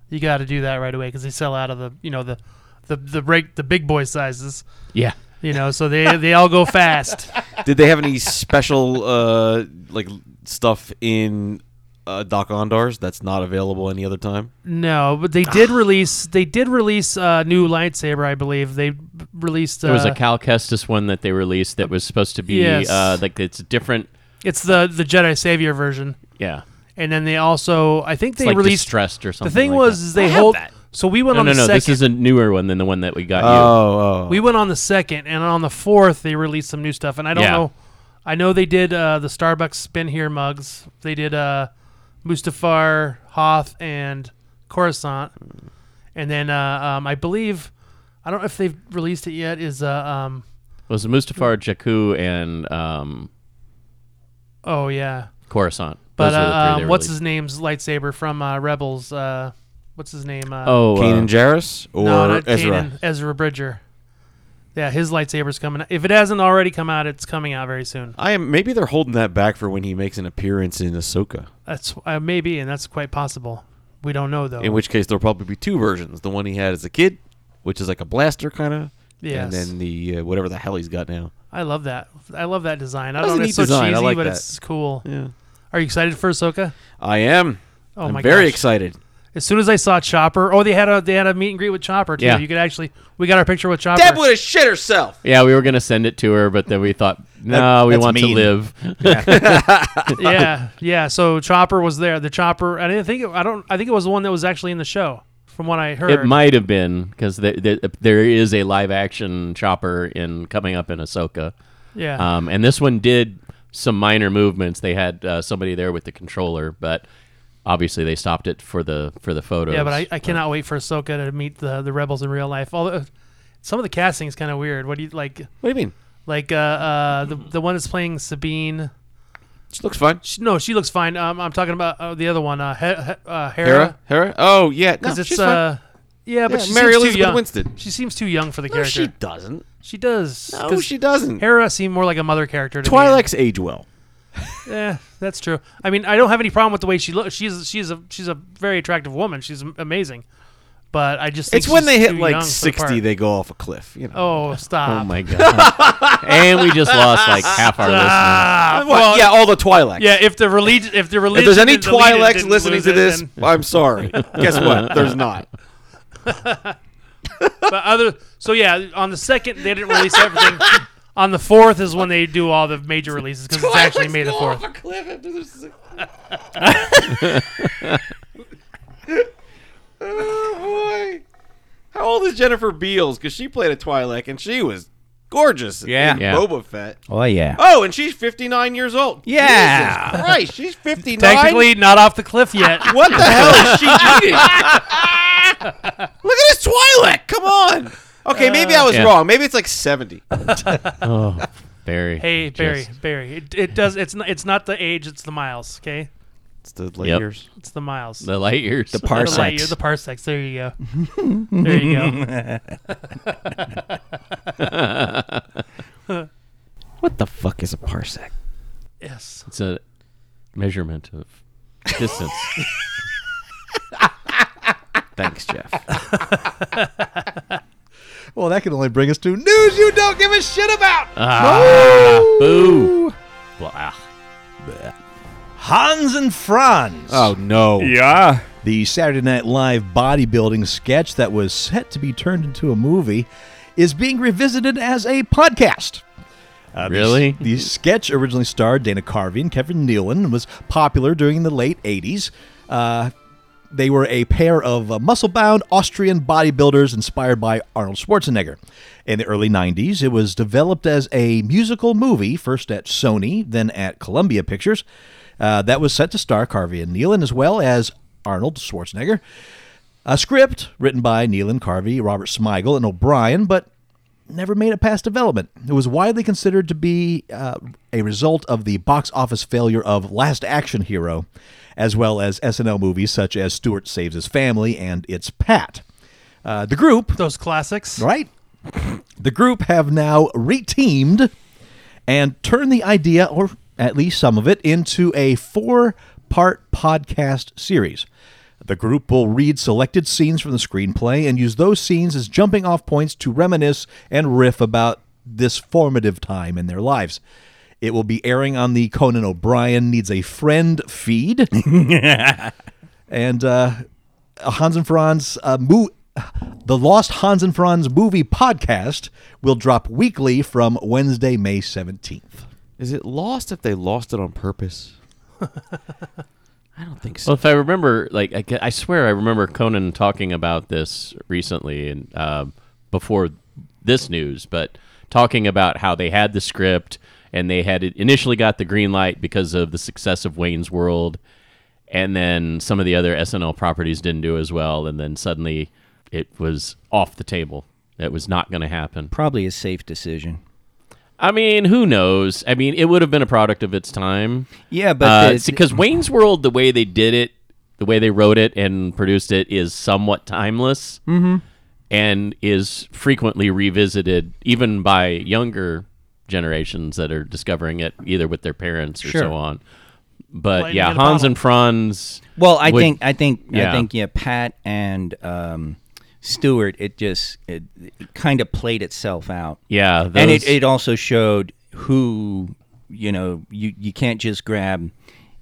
S3: you got to do that right away because they sell out of the you know the the the break the big boy sizes.
S2: Yeah,
S3: You know, so they they all go fast.
S6: Did they have any special uh like stuff in uh, Doc Ondars that's not available any other time?
S3: No, but they did release they did release a new lightsaber, I believe. They b- released uh,
S2: there was a Cal Kestis one that they released that was supposed to be
S3: Yes.
S2: uh, like it's different.
S3: It's the the Jedi Savior version.
S2: Yeah,
S3: And then they also I think
S2: it's
S3: they
S2: like
S3: released
S2: distressed or
S3: The
S2: something.
S3: thing
S2: like
S3: was
S2: that.
S3: is they hold So we went
S2: no,
S3: on
S2: no,
S3: the
S2: no.
S3: second
S2: This is a newer one than the one that we got you.
S6: Oh, oh.
S3: we went on the second and on the fourth they released some new stuff and I don't
S2: Yeah.
S3: know I know they did uh, the Starbucks spin here mugs. They did uh Mustafar, Hoth and Coruscant. And then uh, um, I believe I don't know if they've released it yet is uh, um,
S2: was Mustafar, Jakku, and um,
S3: oh yeah.
S2: Coruscant.
S3: But
S2: Those were the three
S3: uh,
S2: they
S3: um, what's
S2: released.
S3: his name's lightsaber from uh, Rebels? Uh, what's his name? Uh,
S2: Oh, uh,
S6: Kanan Jarrus or
S3: no, not
S6: Ezra?
S3: Kanan, Ezra Bridger. Yeah, his lightsaber's coming. If it hasn't already come out, it's coming out very soon.
S6: I am. Maybe they're holding that back for when he makes an appearance in Ahsoka.
S3: That's uh, maybe, and that's quite possible. We don't know though.
S6: In which case, there'll probably be two versions: the one he had as a kid, which is like a blaster kind of,
S3: Yes.
S6: and then the uh, whatever the hell he's got now.
S3: I love that. I love that design. I
S6: That was
S3: don't.
S6: a
S3: know,
S6: neat
S3: It's so
S6: design. I
S3: cheesy,
S6: like
S3: but
S6: that.
S3: it's cool.
S6: Yeah.
S3: Are you excited for Ahsoka?
S6: I am.
S3: Oh
S6: I'm
S3: my
S6: very
S3: gosh.
S6: excited.
S3: As soon as I saw Chopper, oh, they had a they had a meet and greet with Chopper too.
S2: Yeah.
S3: You could actually we got our picture with Chopper.
S6: Deb would have shit herself.
S2: Yeah, we were gonna send it to her, but then we thought, no, we
S7: that's
S2: want to
S7: mean.
S2: live.
S3: yeah, yeah. So Chopper was there. The Chopper. I didn't think. It, I don't. I think it was the one that was actually in the show, from what I heard.
S2: It might have been because there is a live action chopper in coming up in Ahsoka,
S6: uh,
S3: Yeah.
S2: um, and this one did some minor movements. They had uh, somebody there with the controller, but obviously they stopped it for the for the photos.
S3: yeah, but I, I cannot wait for Ahsoka to meet the the rebels in real life. Although some of the casting is kind of weird. What do you like?
S6: What do you mean?
S3: Like uh, uh the
S6: Mm-hmm.
S3: the one that's playing Sabine.
S6: She looks fine.
S3: She, no, she looks fine. Um, I'm talking about uh, the other one, uh, he, he- uh, Hera.
S6: Hera? Hera? Oh, yeah. No,
S3: Because it's
S6: she's fine.
S3: uh, yeah, but
S6: Yeah,
S3: she
S6: Mary
S3: seems
S6: Elizabeth
S3: too young.
S6: Winstead.
S3: She seems too young for the
S6: No,
S3: character.
S6: she doesn't.
S3: She does.
S6: No,
S3: 'Cause
S6: she doesn't.
S3: Hera seemed more like a mother character. To me.
S6: Twilight's age well.
S3: Yeah, that's true. I mean, I don't have any problem with the way she looks. She's she's a she's a very attractive woman. She's am- amazing, but I just think
S6: It's when
S3: she's
S6: they hit
S3: too
S6: like
S3: young for the
S6: 60,
S3: part.
S6: they go off a cliff. You know.
S3: oh stop!
S2: Oh my god! and we just lost like half our listeners.
S3: Ah,
S6: Uh, what? yeah, all the Twilights.
S3: yeah. If the religion, if the religion,
S6: If there's any
S3: didn't delete it,
S6: Twilights
S3: didn't
S6: listening
S3: lose
S6: to
S3: it,
S6: this,
S3: then-
S6: I'm sorry. Guess what? There's not.
S3: but other so yeah. On the second, they didn't release everything. on the fourth is when they do all the major releases because it's actually May the fourth.
S6: oh boy! How old is Jennifer Beals? Because she played a Twilight and she was gorgeous.
S4: Yeah.
S6: in
S2: Yeah.
S6: Boba Fett.
S4: Oh yeah.
S6: Oh, and she's 59 years old.
S4: Yeah.
S6: Jesus Christ, she's 59.
S3: Technically, not off the cliff yet.
S6: what the hell is she eating? Look at this Twilight. Come on. Okay, maybe I was
S2: Yeah.
S6: wrong. Maybe it's like 70.
S2: Oh, Barry.
S3: Hey Barry,
S2: just-
S3: Barry. It, it does. It's not. It's not the age. It's the miles. Okay,
S6: It's the late
S2: Yep.
S6: years.
S3: it's the miles.
S2: the light years. The
S3: The light year,
S4: Parsecs.
S3: the parsecs. There you go. there you go.
S6: What the fuck is a parsec?
S3: Yes.
S2: It's a measurement of distance.
S6: Thanks, Jeff.
S5: Well, that can only bring us to news you don't give a shit about.
S2: ah, boo. Blah.
S5: Hans and Franz.
S6: oh no.
S4: Yeah.
S5: The Saturday Night Live bodybuilding sketch that was set to be turned into a movie is being revisited as a podcast. Uh, the-
S2: Really?
S5: The, sketch originally starred Dana Carvey and Kevin Nealon and was popular during the late 80s. Uh, they were a pair of uh, muscle bound Austrian bodybuilders inspired by Arnold Schwarzenegger. In the early 90s, it was developed as a musical movie, first at Sony, then at Columbia Pictures, uh, that was set to star Carvey and Nealon as well as Arnold Schwarzenegger. A script written by Nealon Carvey, Robert Smigel, and O'Brien, but never made it past development. It was widely considered to be uh, a result of the box office failure of Last Action Hero, as well as SNL movies such as Stuart Saves His Family and It's Pat. Uh, the group
S3: Those classics.
S5: right? The group have now reteamed and turned the idea, or at least some of it, into a four part podcast series. The group will read selected scenes from the screenplay and use those scenes as jumping off points to reminisce and riff about this formative time in their lives. It will be airing on the Conan O'Brien Needs a Friend feed. and uh, Hans and Franz uh, mo- the Lost Hans and Franz movie podcast will drop weekly from Wednesday, May seventeenth.
S6: Is it lost if they lost it on purpose? I don't think so.
S2: Well, if I remember, like I, ca- I swear I remember Conan talking about this recently and um before this news, but talking about how they had the script and they had initially got the green light because of the success of Wayne's World, and then some of the other SNL properties didn't do as well, and then suddenly it was off the table. It was not going to happen.
S4: Probably a safe decision.
S2: I mean, who knows? I mean, it would have been a product of its time.
S4: Yeah, but
S2: Uh,
S4: the-
S2: it's because Wayne's World, the way they did it, the way they wrote it and produced it, is somewhat timeless
S4: Mm-hmm.
S2: and is frequently revisited, even by younger generations that are discovering it, either with their parents or so on. But
S3: Lightning
S2: yeah,
S3: in a
S2: Hans
S3: bottle.
S2: and Franz.
S4: Well, I
S2: would-
S4: think I think
S2: Yeah.
S4: I think yeah, Pat and um, Stewart. It just it, it kind of played itself out,
S2: yeah, those,
S4: and it, it also showed who you know you you can't just grab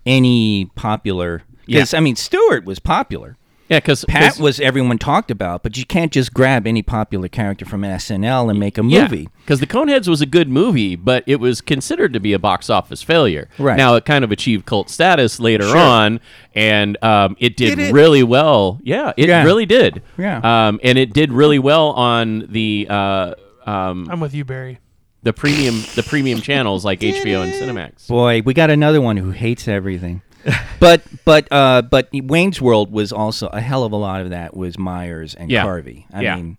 S4: any popular. Because I mean, Stewart was popular.
S2: Yeah, because
S4: Pat was everyone talked about, but you can't just grab any popular character from SNL and make a movie.
S2: because the Coneheads was a good movie, but it was considered to be a box office failure.
S4: Right.
S2: now, it kind of achieved cult status later on, and um, it did really well. Yeah, it
S4: Yeah.
S2: really did.
S4: Yeah.
S2: um, and it did really well on the uh, um,
S3: I'm with you, Barry.
S2: the premium the premium channels like HBO and Cinemax.
S4: Boy, we got another one who hates everything. but but uh, but Wayne's World was also a hell of a lot of that was Myers and
S2: Yeah.
S4: Carvey. I
S2: Yeah.
S4: mean,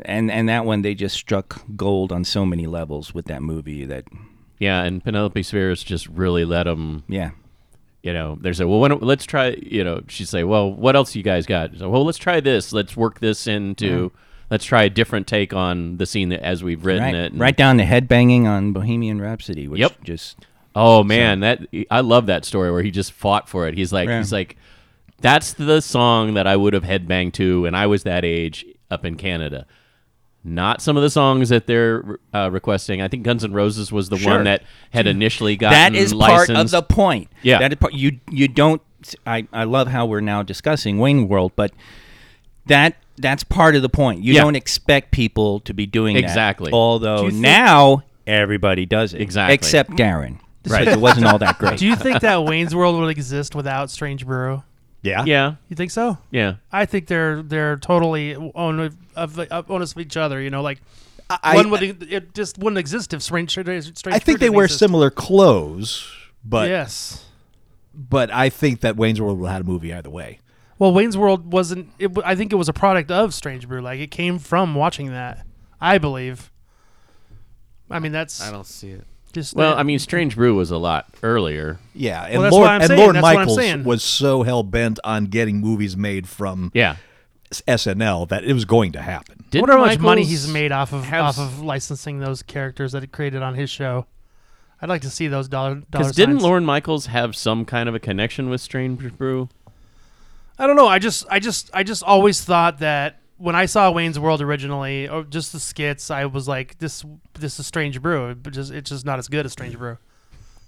S4: and and that one they just struck gold on so many levels with that movie that
S2: Yeah, and Penelope Spheres just really let them
S4: yeah
S2: you know, there's a well, why don't- let's try, you know, she'd say, well, what else you guys got? So, well, let's try this. Let's work this into, let's try a different take on the scene that, as we've written
S4: right
S2: it. And-
S4: right down the head banging on Bohemian Rhapsody. Which
S2: Yep.
S4: Just
S2: Oh man, that I love that story where he just fought for it. He's like,
S4: Yeah.
S2: he's like, that's the song that I would have headbanged to when I was that age up in Canada. Not some of the songs that they're uh, requesting. I think Guns N' Roses was the
S4: Sure.
S2: one that had initially
S4: that
S2: gotten
S4: is part
S2: licensed.
S4: of the point.
S2: Yeah.
S4: that is part, you you don't. I, I love how we're now discussing Wayne World, but that that's part of the point. You
S2: Yeah.
S4: don't expect people to be doing that.
S2: Exactly.
S4: Although
S3: you think-
S4: now everybody does it.
S2: Exactly.
S4: Except Darren. Right. It wasn't all that great.
S3: Do you think that Wayne's World would exist without Strange Brew?
S5: Yeah.
S2: yeah,
S3: You think so?
S2: yeah.
S3: I think they're they're totally on of, the- of honest with each other. You know, like
S5: I-
S3: one would it just wouldn't exist if Strange. strange
S5: I think they wear similar clothes, but
S3: Yes.
S5: but I think that Wayne's World would have had a movie either way.
S3: Well, Wayne's World wasn't. It, w- I think it was a product of Strange Brew. Like it came from watching that. I believe. I mean, that's
S6: I don't see it.
S3: just
S2: Well,
S3: that.
S2: I mean, Strange Brew was a lot earlier.
S5: Yeah, and
S3: that's what I'm
S5: Lord, and
S3: saying,
S5: Lorne
S3: that's what I'm
S5: Michaels
S3: saying.
S5: was so hell bent on getting movies made from
S2: Yeah.
S5: SNL that it was going to happen.
S3: I
S2: Did
S3: wonder how much money he's made off of
S2: have-
S3: off of licensing those characters that it created on his show. I'd like to see those dollar dollar
S2: Because didn't
S3: signs.
S2: Lauren Michaels have some kind of a connection with Strange Brew?
S3: I don't know. I just, I just, I just always thought that when I saw Wayne's World originally, or just the skits, I was like, this, this is Strange Brew. But just, it's just not as good as Strange Brew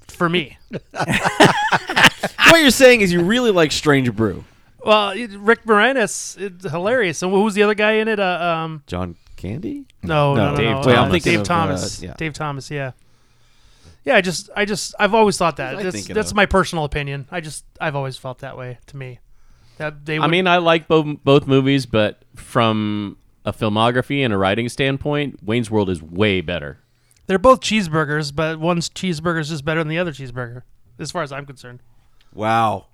S3: for me.
S6: What you're saying is you really like Strange Brew.
S3: Well, it, Rick Moranis, it's hilarious. And who was the other guy in it? Uh, um,
S6: John Candy?
S3: no, no, no, no,
S6: Dave
S3: no,
S6: Thomas.
S3: uh,
S6: I'm thinking
S3: Dave
S6: of,
S3: Thomas.
S6: uh, yeah.
S3: Dave Thomas. Yeah. Yeah. I just, I just, I've always thought
S6: Who
S3: that.
S6: was I
S3: That's,
S6: thinking
S3: that's
S6: of?
S3: my personal opinion. I just, I've always felt that way. To me, that they.
S2: I
S3: would-
S2: mean, I like both both movies, but from a filmography and a writing standpoint, Wayne's World is way better.
S3: They're both cheeseburgers, but one's cheeseburger is just better than the other cheeseburger, as far as I'm concerned.
S6: Wow.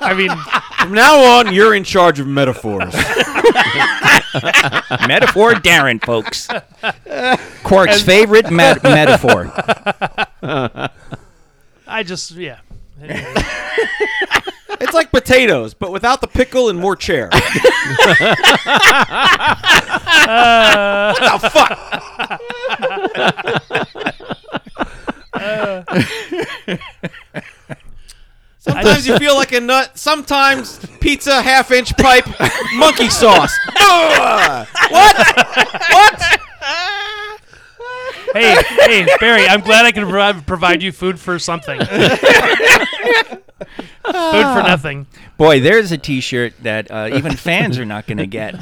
S3: I mean,
S6: From now on, you're in charge of metaphors.
S4: metaphor Darren, folks. Quark's favorite met- metaphor.
S3: I just yeah.
S6: it's like potatoes, but without the pickle and more chair. Sometimes you feel like a nut. Sometimes pizza, half inch pipe, monkey sauce. Ugh.
S3: Hey, hey, Barry, I'm glad I can provi- provide you food for something. food for nothing.
S4: Boy, there's a T-shirt that uh, even fans are not going to get.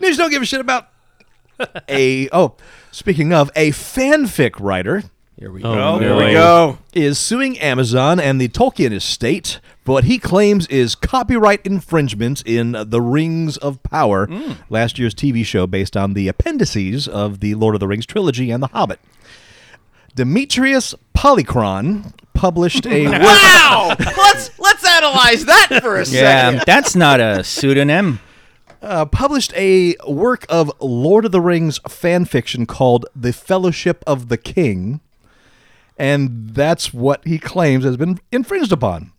S5: News don't give a shit about a oh, speaking of a fanfic writer
S6: Here we
S2: Oh,
S6: Here
S2: no.
S6: we go.
S5: is suing Amazon and the Tolkien estate for what he claims is copyright infringements in The Rings of Power, last year's TV show based on the appendices of the Lord of the Rings trilogy and The Hobbit. Demetrius Polychron published a
S6: Wow. let's let's analyze that for a second.
S4: Yeah, that's not a pseudonym.
S5: uh, published a work of Lord of the Rings fan fiction called The Fellowship of the King, and that's what he claims has been infringed upon.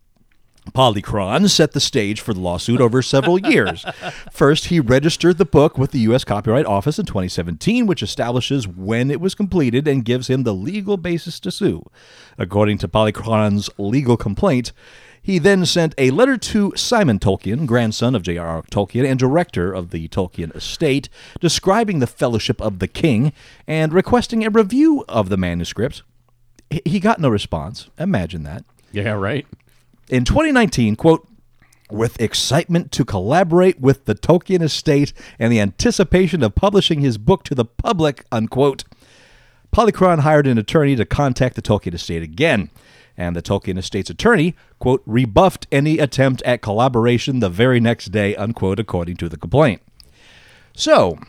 S5: Polychron set the stage for the lawsuit over several years. First, he registered the book with the U.S. Copyright Office in 2017, which establishes when it was completed and gives him the legal basis to sue. According to Polychron's legal complaint, he then sent a letter to Simon Tolkien, grandson of J.R.R. Tolkien and director of the Tolkien estate, describing the Fellowship of the King and requesting a review of the manuscript He- He got no response. Imagine that.
S2: Yeah, right.
S5: In 2019, quote, with excitement to collaborate with the Tolkien estate and the anticipation of publishing his book to the public, unquote, Polychron hired an attorney to contact the Tolkien estate again. And the Tolkien estate's attorney, quote, rebuffed any attempt at collaboration the very next day, unquote, according to the complaint. So,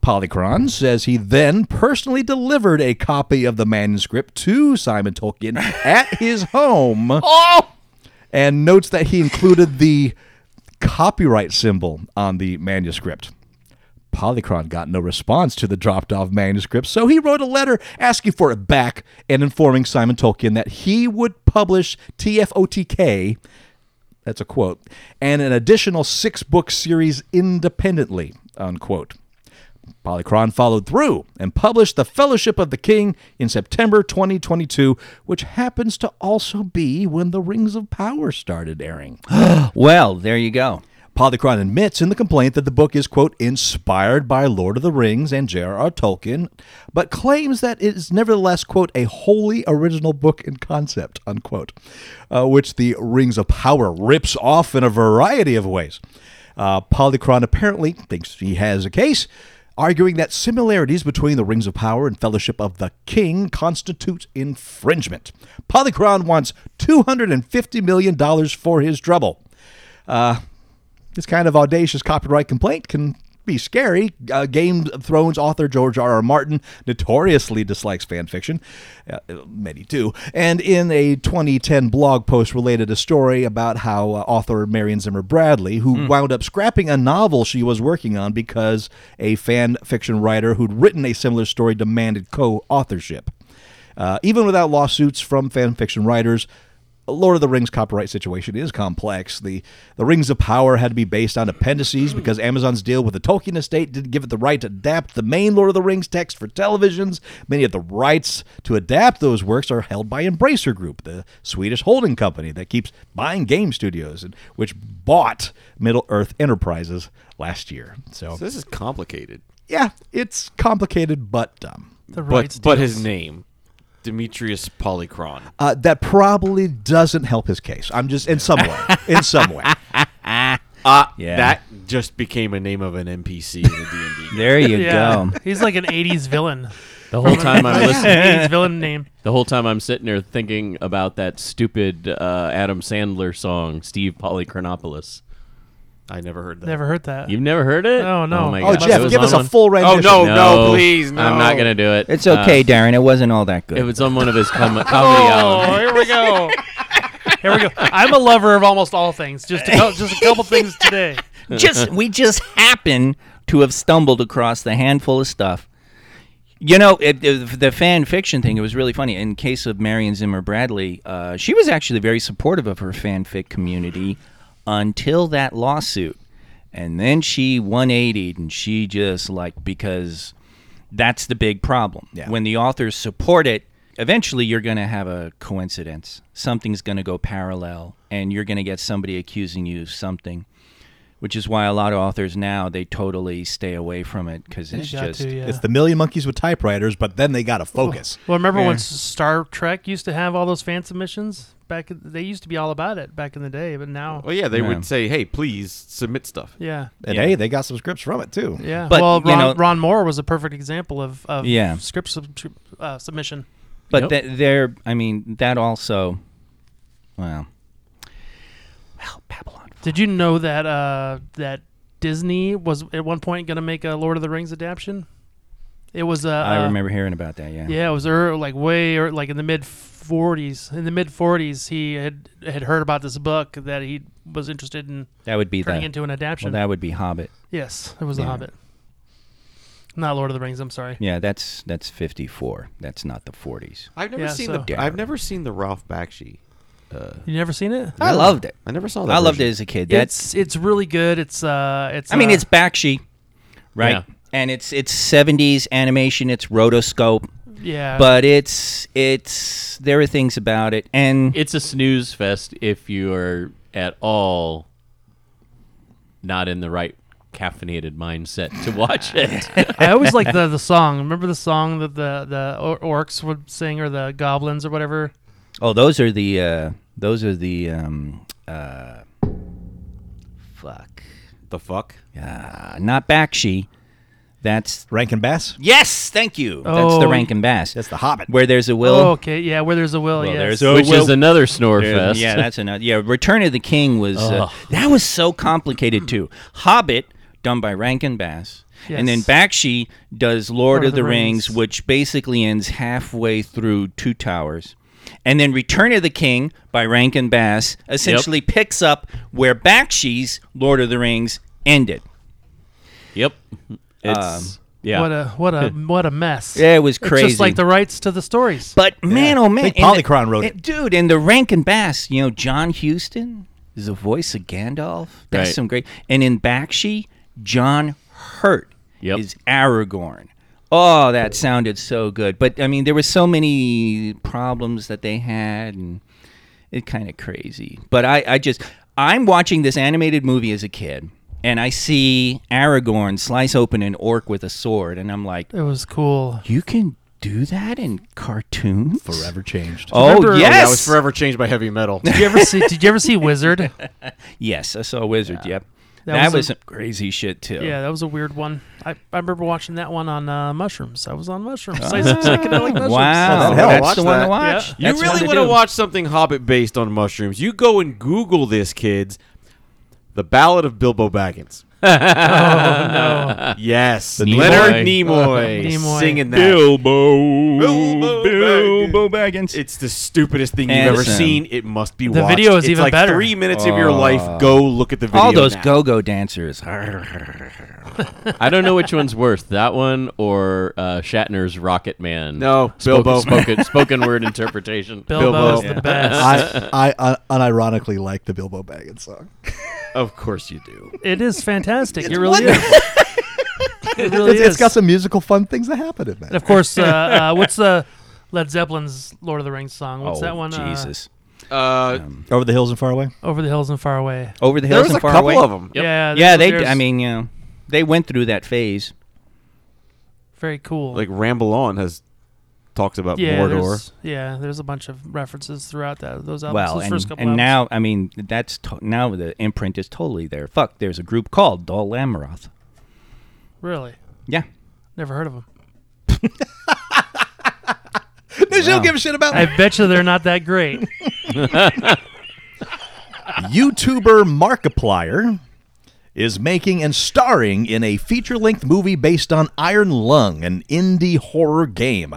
S5: Polychron says he then personally delivered a copy of the manuscript to Simon Tolkien at his home and notes that he included the copyright symbol on the manuscript. Polychron got no response to the dropped off manuscript, so he wrote a letter asking for it back and informing Simon Tolkien that he would publish TFOTK, that's a quote, and an additional six book series independently, unquote. Polychron followed through and published The Fellowship of the King in September 2022, which happens to also be when The Rings of Power started airing.
S4: Well, there you go.
S5: Polychron admits in the complaint that the book is, quote, inspired by Lord of the Rings and J.R.R. Tolkien, but claims that it is nevertheless, quote, a wholly original book in concept, unquote, uh, which the Rings of Power rips off in a variety of ways. Uh, Polychron apparently thinks he has a case, arguing that similarities between the Rings of Power and Fellowship of the King constitute infringement. Polychron wants $250 million for his trouble. This kind of audacious copyright complaint can be scary. Uh, Game of Thrones author George R. R. Martin notoriously dislikes fan fiction. Uh, many do. And in a 2010 blog post related a story about how uh, author Marion Zimmer Bradley, who wound up scrapping a novel she was working on because a fan fiction writer who'd written a similar story demanded co-authorship. Uh, even without lawsuits from fan fiction writers, Lord of the Rings copyright situation is complex. The The Rings of Power had to be based on appendices because Amazon's deal with the Tolkien estate didn't give it the right to adapt the main Lord of the Rings text for televisions. Many of the rights to adapt those works are held by Embracer Group, the Swedish holding company that keeps buying game studios and which bought Middle Earth Enterprises last year. So
S6: So this is complicated.
S5: yeah, it's complicated but dumb.
S3: The
S6: But
S3: rights
S6: but
S3: deals.
S6: his name, Demetrius Polychron.
S5: Uh, that probably doesn't help his case. I'm just in some way, in some way.
S6: Uh,
S4: Yeah.
S6: that just became a name of an NPC in the D&D game.
S4: There you
S3: yeah.
S4: go.
S3: He's like an 80s villain.
S2: The whole time I'm
S3: That's an
S2: listening,
S3: 80s villain name.
S2: the whole time I'm sitting there thinking about that stupid uh, Adam Sandler song, Steve Polychronopoulos.
S6: I never heard that.
S3: Never heard that.
S2: You've never heard it?
S3: Oh, no.
S2: Oh, my
S5: Oh,
S2: God. It
S5: Jeff,
S2: was
S5: give us
S2: on
S5: a
S2: one-
S5: full rendition.
S6: no, please,
S2: I'm
S6: no.
S2: not gonna do it.
S4: It's
S2: Uh,
S4: okay, Darren. It wasn't all that good.
S2: it was on one of his com- comedy
S3: Oh.
S2: albums.
S3: here we go. here we go. I'm a lover of almost all things. Just a, cou- just a couple things today.
S4: just we just happen to have stumbled across the handful of stuff. You know, it, it- the fan fiction thing, it was really funny. In case of Marion Zimmer Bradley, uh, she was actually very supportive of her fanfic community until that lawsuit. And then she 180'd and she just like, because that's the big problem.
S5: Yeah.
S4: When the authors support it, eventually you're going to have a coincidence. Something's going to go parallel and you're going to get somebody accusing you of something which is why a lot of authors now they totally stay away from it because it's
S3: Got
S4: just
S3: to, yeah.
S5: It's the Million Monkeys with typewriters, but then they got to focus.
S3: Well, remember
S4: Yeah.
S3: when S- Star Trek used to have all those fan submissions back? in- They used to be all about it back in the day, but now,
S6: Well, yeah, they
S4: No.
S6: would say, "Hey, please submit stuff."
S3: yeah,
S5: And hey, they got some scripts from it too.
S3: yeah.
S4: But,
S3: well,
S4: you
S3: Ron,
S4: know-
S3: Ron Moore was a perfect example of, of
S4: Yeah.
S3: script sub- tr- uh, submission.
S2: Yep.
S4: but that they're i mean that also well
S3: Did you know that uh, that Disney was at one point going to make a Lord of the Rings adaptation? It was uh,
S4: i
S3: uh,
S4: remember hearing about that yeah
S3: Yeah, it was ear like way ear like in the mid forties. In the mid forties, he had had heard about this book that he was interested in
S4: that would be
S3: turning
S4: that
S3: into an adaptation.
S4: well that would be hobbit
S3: yes, it was The
S4: Yeah.
S3: Hobbit, not Lord of the Rings. I'm sorry.
S4: yeah that's that's 54 that's not the 40s
S6: I've never
S3: Yeah,
S6: seen
S3: so-
S6: the I've never seen the Ralph Bakshi.
S3: You never seen it?
S4: i loved it
S6: I never saw that.
S4: i loved it
S6: version.
S4: as a kid that's
S3: It's it's really good. It's uh, it's
S4: i mean
S3: uh,
S4: it's bakshi right
S2: Yeah.
S4: and it's it's 70s animation it's rotoscope
S3: yeah,
S4: but it's it's there are things about it and
S2: It's a snooze fest if you are at all not in the right caffeinated mindset to watch it.
S3: I always like the the song. Remember the song that the the or- orcs would sing or the goblins or whatever.
S4: Oh, those are the uh, those are the um, uh, fuck.
S6: The fuck?
S4: Uh, not Bakshi. That's
S5: Rankin Bass.
S4: yes. Thank you. That's
S3: Oh.
S4: the Rankin Bass.
S5: That's the Hobbit.
S4: Where there's a will.
S3: oh, okay, yeah, where there's a will,
S4: Well,
S3: yes.
S4: there's a-
S2: Which
S4: well-
S2: is another snore
S4: There-
S2: fest.
S4: Yeah, that's another. Yeah, Return of the King was uh,
S2: Ugh.
S4: that was so complicated too. Hobbit done by Rankin Bass, and then
S3: Yes.
S4: Bakshi does Lord, of, the Rings, which basically ends halfway through Two Towers, and then Return of the King by Rankin Bass essentially picks up where Bakshi's Lord of the Rings ended.
S2: Yep. It's yeah.
S3: What a what a what a mess.
S4: Yeah, it was crazy.
S3: It's just like the rights to the stories.
S4: But man, oh man,
S5: think
S4: and the-
S5: Polychron wrote
S4: and-
S5: it.
S4: dude. And the Rankin Bass, you know, John Houston is the voice of Gandalf. That's
S2: Right.
S4: some great. And in Bakshi, John Hurt
S2: Yep.
S4: is Aragorn. Oh, that sounded so good. But I mean, there were so many problems that they had, and it's kind of crazy. But I, I just, I'm watching this animated movie as a kid. And I see Aragorn slice open an orc with a sword, and I'm like,
S3: it was cool.
S4: you can do that in cartoons?
S5: Forever changed.
S4: Oh
S3: Remember-
S4: yes,
S6: Yeah, I was forever changed by heavy metal.
S3: Did you ever see Did you ever see Wizard?
S4: yes. I saw a Wizard. Yep, that,
S3: was
S4: was,
S3: a-
S4: some crazy shit too.
S3: Yeah, that was a weird one. I, I remember watching that one on uh, mushrooms. I was on mushrooms. Psych- psychedelic mushrooms.
S4: Wow,
S5: Oh, that helped.
S4: that's
S6: Watch
S4: the one
S6: that.
S4: to watch.
S3: Yeah.
S6: You
S4: That's one
S6: really want
S4: do.
S6: to watch something Hobbit based on mushrooms? You go and Google this, kids. The Ballad of Bilbo Baggins.
S3: No.
S6: Yes,
S5: Nimoy.
S6: Leonard Nimoy,
S3: Nimoy.
S6: singing that.
S4: Bilbo,
S6: Bilbo
S4: Bilbo Baggins.
S6: It's the stupidest thing
S4: And
S6: you've ever
S4: it's, um,
S6: seen. It must be
S3: the
S6: watched.
S3: video is
S6: It's
S3: even
S6: like
S3: better.
S6: Three minutes of your life. Go look at the video.
S4: All those
S6: now.
S4: go-go dancers.
S2: I don't know which one's worse, that one or uh, Shatner's Rocket Man.
S6: No,
S2: spoken,
S6: Bilbo.
S2: spoken, spoken word interpretation.
S3: Bilbo is
S6: Bilbo.
S3: the best.
S5: I, I, I unironically like the Bilbo Baggins song.
S6: Of course you do.
S3: It is fantastic. it really is. It really
S5: It's-
S3: is.
S5: it's got some musical fun things that happen in
S3: And
S5: that.
S3: of course, uh, uh, what's the Led Zeppelin's "Lord of the Rings" song? What's
S4: oh,
S3: that one? uh,
S4: Jesus, Um,
S6: Uh,
S5: Over the hills and far away.
S3: Over the hills and far away.
S4: over the
S6: there
S4: hills
S6: was
S4: and
S6: a
S4: far
S6: couple
S4: away.
S6: of them.
S2: Yep.
S3: Yeah,
S4: Yeah,
S3: there's-
S4: they. d- I
S3: there's-
S4: mean, you know, they went through that phase.
S3: very cool.
S6: Like Ramble On has talks about
S3: yeah,
S6: Mordor.
S3: there's- yeah, there's a bunch of references throughout that those albums.
S4: Well,
S3: those
S4: and,
S3: first couple
S4: and
S3: albums.
S4: now, I mean, that's to- now the imprint is totally there. Fuck, there's a group called Dol Amroth.
S3: really
S4: Yeah,
S3: never heard of them.
S5: You don't give a shit about
S3: I bet you they're not that great.
S5: YouTuber Markiplier is making and starring in a feature-length movie based on Iron Lung, an indie horror game.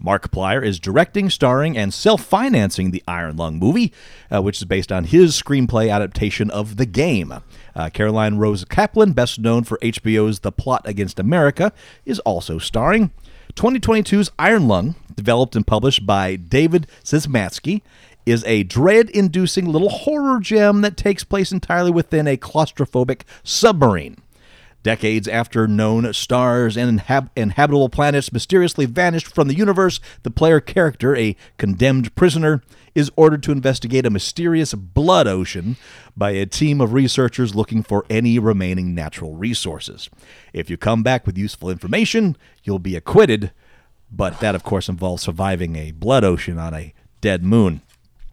S5: Markiplier is directing, starring, and self-financing the Iron Lung movie, uh, which is based on his screenplay adaptation of the game. Uh, Caroline Rose Kaplan, best known for HBO's The Plot Against America, is also starring. 2022's Iron Lung, developed and published by David Szymanski, is a dread-inducing little horror gem that takes place entirely within a claustrophobic submarine. Decades after known stars and inhab- inhabitable planets mysteriously vanished from the universe, the player character, a condemned prisoner, is ordered to investigate a mysterious blood ocean by a team of researchers looking for any remaining natural resources. If you come back with useful information, you'll be acquitted, but that, of course, involves surviving a blood ocean on a dead moon.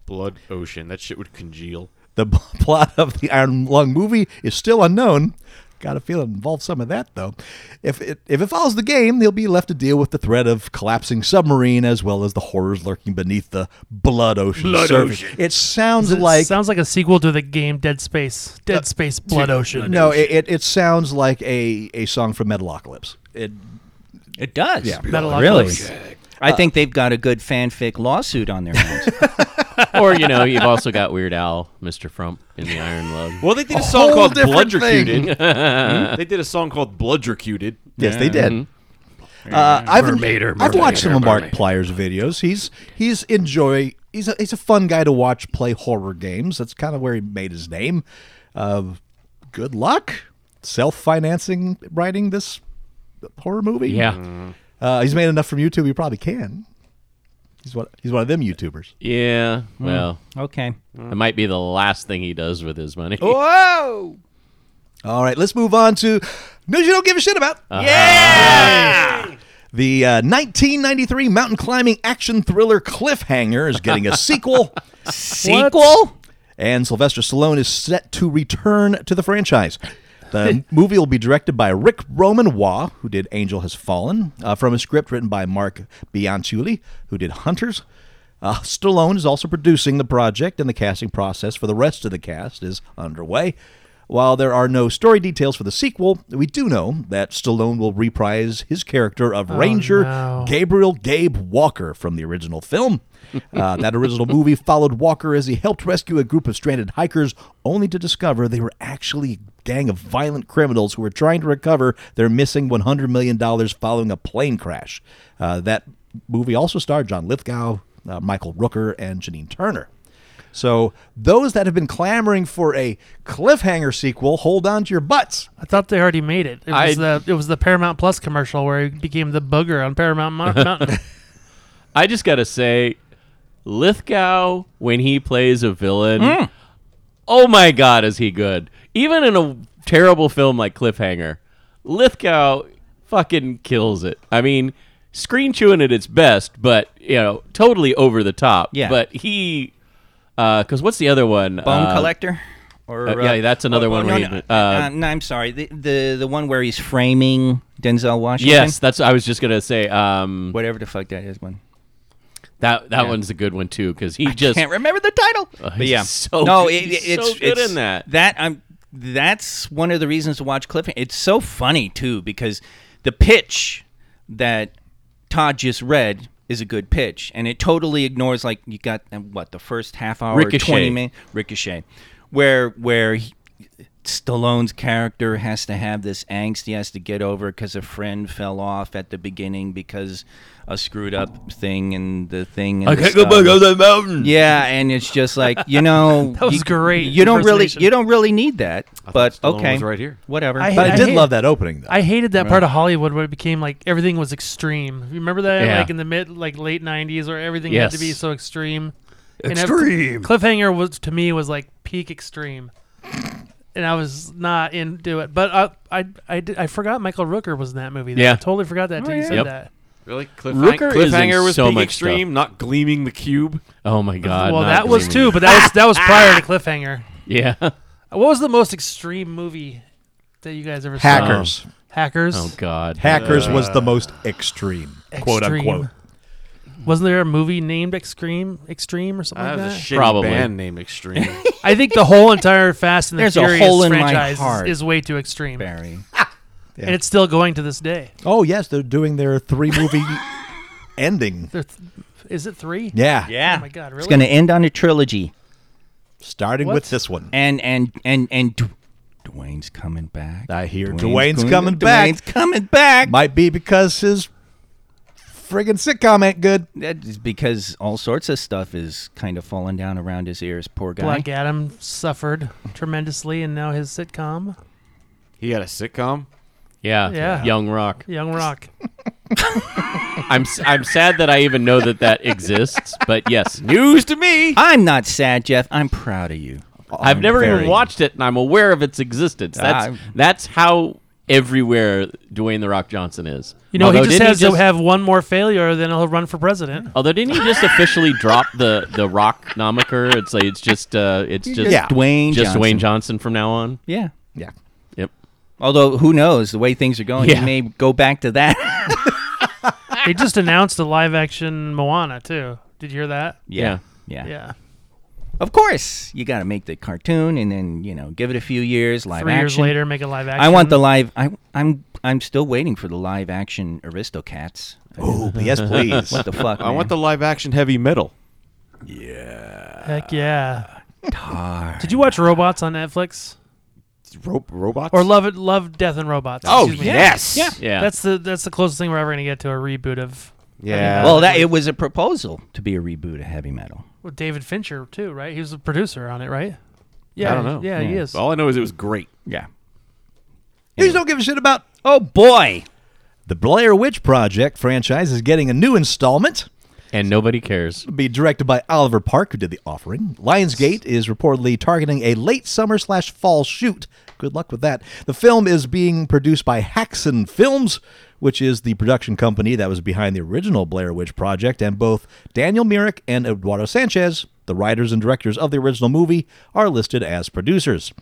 S6: Blood Ocean. That shit would congeal.
S5: The b- plot of the Iron Lung movie is still unknown. Got a feeling it involves some of that though. If it if it follows the game, they'll be left to deal with the threat of collapsing submarine as well as the horrors lurking beneath the blood ocean surface. It sounds
S3: It
S5: like
S3: sounds like a sequel to the game Dead Space.
S4: Uh,
S3: Dead Space Blood Ocean.
S5: no, it, it, it sounds like a, a song from Metalocalypse. It
S4: it does.
S3: Metalocalypse.
S4: really.
S2: Uh,
S4: I think they've got a good fanfic lawsuit on their hands.
S2: or you know, you've also got Weird Al, Mr. Frump in the Iron Lung.
S6: Well, they did a, song
S5: whole
S6: called
S5: different
S6: Bloodrecuted. Hmm? They did a song called Bloodrecuted.
S5: yes, they did. Uh, I've
S2: Mermaider,
S5: I've watched some of Mark
S2: mermaid.
S5: Plier's videos. He's he's enjoy. He's a, he's a fun guy to watch play horror games. That's kind of where he made his name. Uh, good luck self financing writing this horror movie.
S2: Yeah,
S5: uh, he's made enough from YouTube. He probably can. He's one. He's one of them YouTubers.
S2: yeah. Well,
S4: Okay.
S2: Uh, it might be the last thing he does with his money.
S4: Whoa!
S5: All right, let's move on to news you don't give a shit about. The uh, 1993 mountain climbing action thriller Cliffhanger is getting a sequel.
S4: Sequel?
S5: and Sylvester Stallone is set to return to the franchise. The movie will be directed by Rick Roman Waugh, who did Angel Has Fallen, uh, from a script written by Mark Bianculli, who did Hunters. Uh, Stallone is also producing the project, and the casting process for the rest of the cast is underway. While there are no story details for the sequel, we do know that Stallone will reprise his character of Ranger
S3: no.
S5: Gabriel Gabe Walker from the original film. Uh, that original movie followed Walker as he helped rescue a group of stranded hikers, only to discover they were actually a gang of violent criminals who were trying to recover their missing $100 million following a plane crash. Uh, that movie also starred John Lithgow, uh, Michael Rooker, and Janine Turner. So, those that have been clamoring for a cliffhanger sequel, hold on to your butts.
S3: I thought they already made it. It
S2: I-
S3: was the it was the Paramount Plus commercial where he became the booger on Paramount Mo- Mountain.
S2: I just gotta say, Lithgow when he plays a villain,
S4: Mm.
S2: oh my god, is he good? Even in a terrible film like Cliffhanger, Lithgow fucking kills it. I mean, screen chewing at its best, but you know, totally over the top.
S4: Yeah.
S2: But he, because what's the other one?
S4: Bone
S2: Uh,
S4: collector? Or,
S2: uh, yeah, that's another
S4: one.
S2: one where
S4: no,
S2: he- uh,
S4: no, uh, no, I'm sorry. The, the the one where he's framing Denzel Washington.
S2: Yes, that's. I was just gonna say um,
S4: whatever the fuck that is. One.
S2: that that one's a good one too because he
S4: I
S2: just Oh,
S4: can't remember the title. but
S2: he's
S4: yeah,
S2: so
S4: no,
S2: good-
S4: it,
S2: he's
S4: it's
S2: so good
S4: it's-
S2: in that.
S4: That I'm. That's one of the reasons to watch Cliffhanger. It's so funny too because the pitch that Todd just read is a good pitch, and it totally ignores like you got um, what the first half hour,
S2: Ricochet.
S4: twenty minute ricochet, where where. He, Stallone's character has to have this angst he has to get over because a friend fell off at the beginning because a screwed up thing and the thing. And the stuff.
S2: the mountain.
S4: Yeah, and it's just like you know
S3: That was
S4: you,
S3: great
S4: You don't really
S3: impersonation.
S4: you don't really need that, but
S6: Stallone
S4: okay,
S6: was right here.
S4: Whatever.
S3: I-
S5: But I, did
S3: hate-
S5: love that opening, though.
S3: I hated that part of Hollywood where it became like everything was extreme. You remember that
S2: Yeah.
S3: like in the mid like late 90s where everything had to be
S2: Yes.
S3: so extreme. Extreme. Cliffhanger was to me was like peak extreme. And I was not into it, but uh, I I I, did- I forgot Michael Rooker was in that movie. Though.
S2: Yeah.
S3: I totally forgot that. Till you said
S2: Yep.
S3: that.
S6: Really?
S2: Rooker is in
S6: Cliffhanger was
S2: so
S6: peak
S2: much
S6: extreme, not gleaming the cube.
S2: Oh my god.
S3: well,
S2: not
S3: that was
S2: believing
S3: too, but that was that was prior to Cliffhanger.
S2: it. Yeah.
S3: What was the most extreme movie that you guys ever saw?
S5: Hackers.
S3: Hackers.
S2: Oh god.
S5: Hackers was the most extreme, quote
S3: Extreme.
S5: unquote.
S3: Wasn't there a movie named Extreme, Extreme or something
S6: That
S3: like
S6: was a
S3: that?
S6: shitty
S2: Probably.
S6: band name Extreme.
S3: I think the whole entire Fast and the
S4: There's a
S3: Furious
S4: hole in my
S3: franchise
S4: heart.
S3: is way too extreme,
S4: Barry.
S3: and it's still going to this day.
S5: Oh yes, they're doing their three movie ending.
S3: There th- is it three?
S5: Yeah,
S4: Yeah,
S3: Oh my God,
S4: it's
S3: really?
S4: gonna end on a trilogy,
S5: starting
S3: What?
S5: with this one.
S4: and and and and Dw- Dwayne's coming back.
S5: I hear Dwayne's
S4: going-
S5: coming back.
S4: Dwayne's coming back.
S5: Might be because his friggin' sitcom ain't good.
S4: that is because all sorts of stuff is kind of falling down around his ears. Poor guy.
S3: Black Adam suffered tremendously, and now his sitcom
S6: he had a sitcom.
S2: Yeah.
S3: Yeah.
S2: Young Rock.
S3: Young Rock.
S2: I'm s- I'm sad that I even know that that exists, but yes.
S6: News to me.
S4: I'm not sad, Jeff. I'm proud of you.
S2: I've never
S4: very-
S2: even watched it and I'm aware of its existence. That's
S4: I'm-
S2: that's how everywhere Dwayne the Rock Johnson is.
S3: You know,
S2: although,
S3: he just
S2: didn't
S3: has
S2: just-
S3: to have one more failure, then he'll run for president.
S2: Although didn't he just officially drop the the Rock nomiker? It's like it's just uh it's just
S5: Yeah.
S4: Dwayne.
S2: just
S4: Johnson.
S2: Dwayne Johnson from now on.
S4: Yeah.
S5: Yeah.
S2: Yep.
S4: Although who knows the way things are going,
S2: Yeah.
S4: he may go back to that.
S3: they just announced a live-action Moana too. Did you hear that?
S2: Yeah.
S4: Yeah.
S3: Yeah.
S4: Of course, you got to make the cartoon and then you know give it a few years. Live
S3: Three years
S4: action.
S3: later, make a live action.
S4: I want the live. I, I'm I'm still waiting for the live action Aristocats.
S5: Oh yes, please.
S4: What the fuck?
S6: I want the live action heavy metal.
S3: Heck yeah. Did you watch Robots on Netflix
S6: Ro- robots?
S3: or Love It, Love Death and Robots?
S6: oh,
S3: excuse me.
S6: yes.
S4: Yeah.
S2: Yeah.
S3: That's the that's the closest thing we're ever gonna get to a reboot of
S6: Yeah.
S4: Well, that it was a proposal to be a reboot of heavy metal.
S3: with David Fincher too, right? He was a producer on it, right? Yeah,
S6: I don't know.
S3: Yeah, he is.
S6: All I know is it was great.
S4: Yeah.
S5: News don't give a shit about.
S4: Oh boy.
S5: The Blair Witch Project franchise is getting a new installment.
S2: and nobody cares.
S5: be directed by Oliver Park, who did The Offering. Lionsgate is reportedly targeting a late summer slash fall shoot. Good luck with that. The film is being produced by Haxon Films, which is the production company that was behind the original Blair Witch Project, and both Daniel Myrick and Eduardo Sanchez, the writers and directors of the original movie, are listed as producers.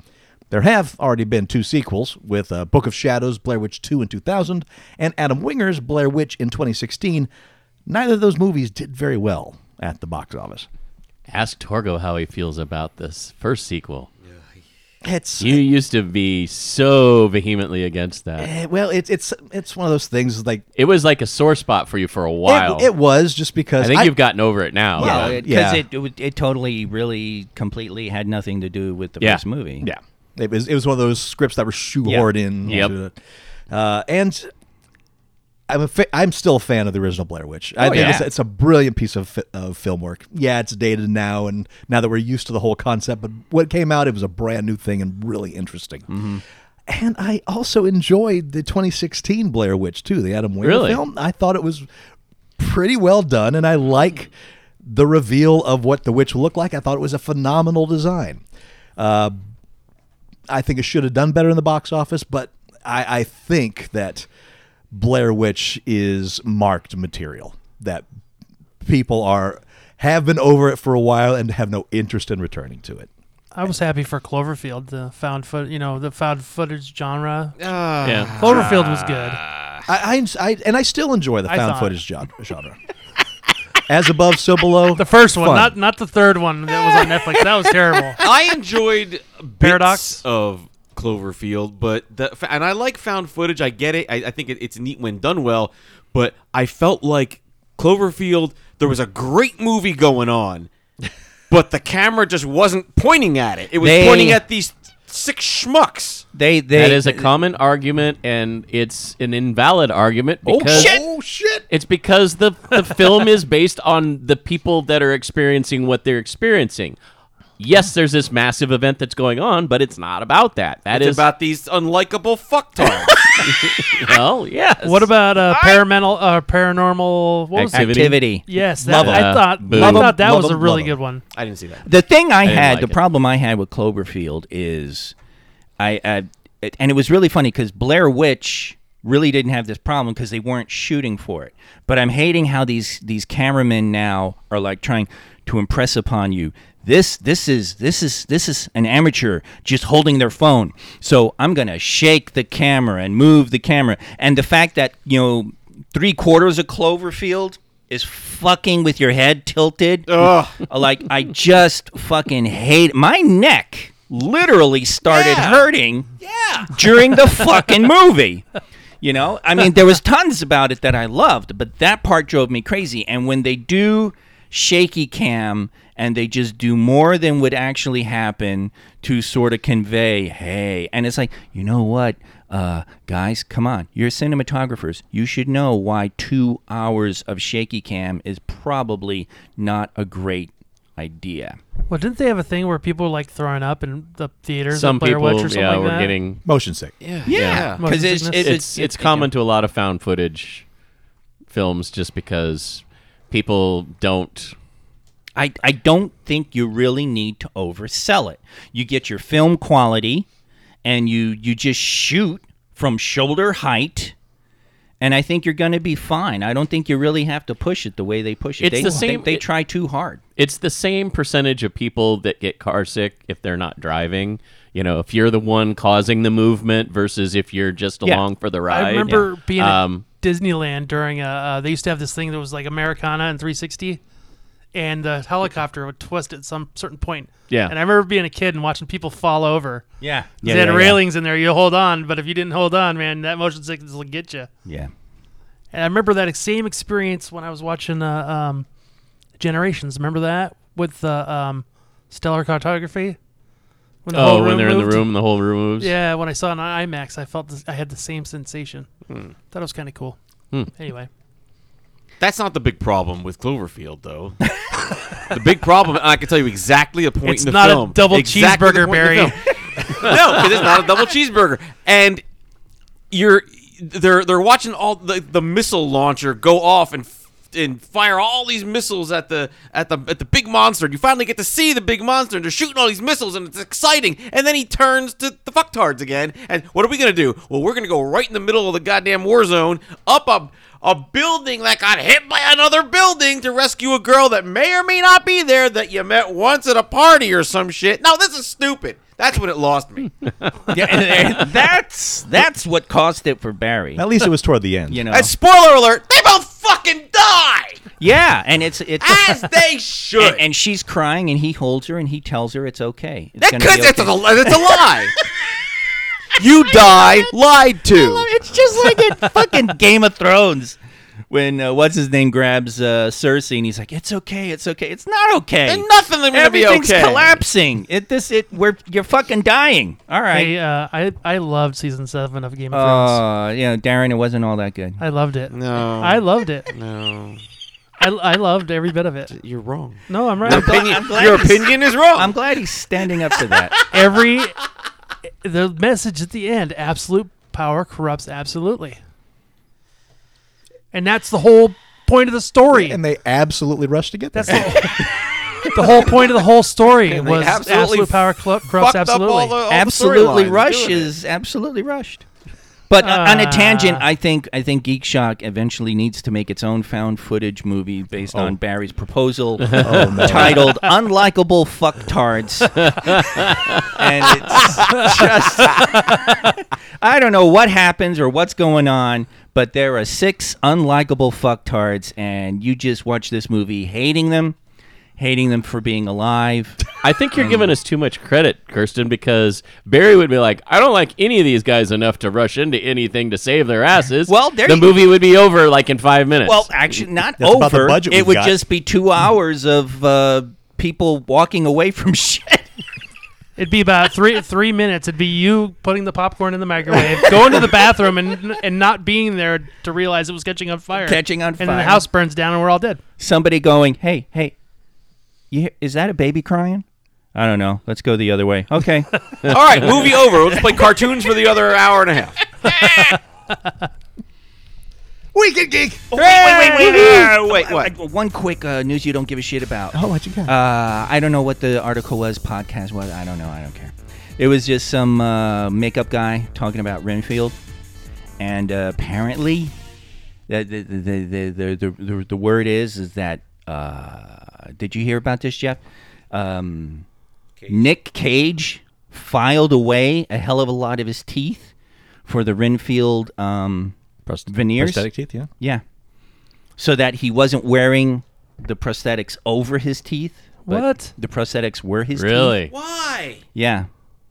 S5: There have already been two sequels, with uh, Book of Shadows, Blair Witch 2 in 2000, and Adam Winger's Blair Witch in 2016. Neither of those movies did very well at the box office.
S2: Ask Torgo how he feels about this first sequel.
S5: It's
S2: You used to be so vehemently against that.
S5: eh, well, it's it's it's one of those things like it-
S2: It was like a sore spot for you for a while.
S5: It, was just because
S2: I think you've gotten over it now.
S4: Yeah,
S2: but-
S4: because
S5: yeah.
S4: Oh, it, it would- it totally, really, completely had nothing to do with the
S2: Yeah.
S4: first movie.
S5: yeah. It was it was one of those scripts that were shoehorned in.
S2: Yep.
S5: into it. Uh, and I'm a fa- I'm still a fan of the original Blair Witch. I think
S2: Oh, yeah.
S5: it's, it's a brilliant piece of, fi- of film work. Yeah, it's dated now, and now that we're used to the whole concept, but when it came out, it was a brand new thing and really interesting.
S2: Mm-hmm.
S5: And I also enjoyed the 2016 Blair Witch too, the Adam Winger
S2: Really?
S5: film. I thought it was pretty well done, and I like the reveal of what the witch looked like. I thought it was a phenomenal design. Uh, I think it should have done better in the box office, but I, I think that Blair Witch is marked material that people are have been over it for a while and have no interest in returning to it.
S3: I was happy for Cloverfield, the found foot, you know, the found footage genre.
S5: Uh,
S2: yeah.
S3: Cloverfield was good.
S5: I, I, I- and I still enjoy the
S3: I
S5: found
S3: thought-
S5: footage gen- genre. As above, so below.
S3: The first one,
S5: Fun.
S3: not not the third one that was on Netflix. That was terrible.
S6: I enjoyed bits
S3: Paradox?
S6: of Cloverfield, but the fa- and I like found footage. I get it. I, I think it, it's neat when done well, but I felt like Cloverfield. There was a great movie going on, but the camera just wasn't pointing at it. It was
S4: They-
S6: pointing at these six schmucks.
S4: They, they,
S2: That is a common argument, and it's an invalid argument because
S5: Oh shit!
S2: It's because the the film is based on the people that are experiencing what they're experiencing. Yes, there's this massive event that's going on, but it's not about that. That
S6: It's
S2: is
S6: about these unlikable fucktards.
S2: well, yes.
S3: What about uh, paranormal? Uh, paranormal? What was it?
S2: Activity.
S4: activity.
S3: Yes, that,
S2: Love 'em.
S3: I thought
S2: Boo.
S3: I
S2: Love 'em,
S3: thought that
S5: love
S3: was a
S5: 'em,
S3: really
S5: love 'em.
S3: good one.
S6: I didn't see that.
S4: The thing I,
S2: didn't
S4: had,
S2: like
S4: the
S2: it.
S4: problem I had with Cloverfield is, I, I it, and it was really funny because Blair Witch really didn't have this problem because they weren't shooting for it. But I'm hating how these these cameramen now are like trying to impress upon you. This this is this is this is an amateur just holding their phone. So I'm gonna shake the camera and move the camera. And the fact that you know three quarters of Cloverfield is fucking with your head tilted. Like I just fucking hate my neck. Literally started hurting. Yeah. During the fucking movie. You know, I mean, there was tons about it that I loved, but that part drove me crazy. And when they do shaky cam and they just do more than would actually happen to sort of convey, hey, and it's like, you know what, uh, guys, come on, you're cinematographers. You should know why two hours of shaky cam is probably not a great idea.
S3: Well, didn't they have a thing where people were like throwing up in the theaters?
S2: some
S3: at Blair
S2: people?
S3: Witch or something
S2: yeah,
S3: like
S2: we're
S3: that?
S2: getting
S5: Motion sick.
S2: Yeah.
S4: because
S3: Motion
S4: it's,
S3: sickness?
S4: it's,
S2: it's it's common to a lot of found footage films just because people don't
S4: I, I don't think you really need to oversell it. You get your film quality and you you just shoot from shoulder height and I think you're going to be fine. I don't think you really have to push it the way they push it.
S2: It's
S4: they,
S2: the same-
S4: they, they
S2: it-
S4: try too hard.
S2: it's the same percentage of people that get car sick if they're not driving. You know, if you're the one causing the movement versus if you're just
S4: Yeah.
S2: along for the ride.
S3: I remember being
S2: Um,
S3: at Disneyland during a. Uh, they used to have this thing that was like Americana and 360, and the helicopter would twist at some certain point.
S2: Yeah.
S3: And I remember being a kid and watching people fall over.
S4: Yeah.
S3: Yeah, they had railings in there. You hold on, but if you didn't hold on, man, that motion sickness will get you.
S4: Yeah.
S3: And I remember that same experience when I was watching uh, um, Generations. Remember that with uh, um, stellar cartography. When the whole
S2: Oh, when
S3: room
S2: they're in
S3: moved?
S2: the room and the whole room moves.
S3: Yeah, when I saw it on IMAX, I felt this, I had the same sensation.
S6: Hmm.
S3: Thought it was kind of cool. Anyway,
S6: That's not the big problem with Cloverfield, though. the big problem, and I can tell you exactly a point
S3: It's
S6: in the
S3: not a
S6: film.
S3: double
S6: exactly the
S3: cheeseburger,
S6: point in the
S3: Barry.
S6: film. no, because it's not a double cheeseburger, and you're they're they're watching all the, the missile launcher go off and. f- and fire all these missiles at the at the at the big monster. And you finally get to see the big monster, and they're shooting all these missiles, and it's exciting. And then he turns to the fucktards again. And what are we gonna do? Well, we're gonna go right in the middle of the goddamn war zone, up a a building that got hit by another building to rescue a girl that may or may not be there that you met once at a party or some shit. No, this is stupid. That's when it lost me.
S4: Yeah, and- and that's that's what caused it for Barry.
S5: At least it was toward the end.
S4: You know.
S6: And spoiler alert, they both fucking die
S4: yeah, and it's it's
S6: as they should.
S4: and, and she's crying, and he holds her, and he tells her it's okay. It's
S6: That
S4: gonna
S6: could,
S4: be
S6: it's, a,
S4: okay.
S6: it's a lie. you die lied to.
S4: It's just like in fucking Game of Thrones. When uh, what's his name grabs uh, Cersei and he's like, "It's okay, it's okay, it's not okay.
S6: And nothing is gonna be
S4: Everything's
S6: okay.
S4: collapsing. It this it we're you're fucking dying. All
S3: Hey,
S4: right.
S3: uh, I I loved season seven of Game of Thrones.
S4: Uh, yeah, Darren, it wasn't all that good.
S3: I loved it.
S6: No.
S3: I loved it.
S6: no.
S3: I, I loved every bit of it.
S6: You're wrong.
S3: No, I'm right.
S6: Opinion,
S4: I'm glad
S6: your
S4: he's-
S6: opinion is wrong.
S4: I'm glad he's standing up to that.
S3: every the message at the end absolute power corrupts absolutely and that's the whole point of the story
S5: And they absolutely rushed to get
S3: that's
S5: that.
S3: the whole, the whole point of the whole story
S6: And they
S3: was
S6: absolutely
S3: absolute power clu- corrupts
S6: Fucked up all the,
S3: absolutely
S6: all the
S4: absolutely
S6: storylines
S4: rush
S6: doing it.
S4: is absolutely rushed. But o- on a
S3: Ah.
S4: tangent, I think I think Geek Shock eventually needs to make its own found footage movie based on Barry's proposal,
S5: Oh,
S4: titled "Unlikable Fucktards," and it's just I don't know what happens or what's going on, but there are six unlikable fucktards, and you just watch this movie hating them, hating them for being alive.
S2: I think you're giving us too much credit, Kirsten, because Barry would be like, I don't like any of these guys enough to rush into anything to save their asses.
S4: Well, there
S2: the
S4: you-
S2: movie would be over like in five minutes.
S4: Well, actually, not
S5: That's
S4: over.
S5: about the budget
S4: it
S5: we've
S4: would
S5: got.
S4: just be two hours of uh, people walking away from shit.
S3: it'd be about three three minutes it'd be you putting the popcorn in the microwave going to the bathroom and and not being there to realize it was catching on fire
S4: Catching on
S3: and then the
S4: fire.
S3: house burns down and we're all dead
S4: Somebody going, "Hey, hey, you hear, is that a baby crying?" I don't know. Let's go the other way. Okay.
S6: All right, movie over. Let's play cartoons for the other hour and a half.
S5: Weekend Geek!
S4: wait, wait,
S6: Woo-hoo! Oh, Wait, what?
S4: One quick uh, news you don't give a shit about.
S5: Oh, what you got?
S4: Uh, I don't know what the article was, podcast was. I don't know. I don't care. It was just some uh, makeup guy talking about Renfield, and uh, apparently, the the, the, the, the, the the the word is is that uh, did you hear about this, Jeff? Um, Nick Cage filed away a hell of a lot of his teeth for the Renfield um,
S5: Prost-
S4: veneers.
S5: prosthetic teeth, yeah.
S4: Yeah. So that he wasn't wearing the prosthetics over his teeth. but
S3: What?
S4: The prosthetics were his teeth.
S2: really?
S6: Why?
S4: Yeah.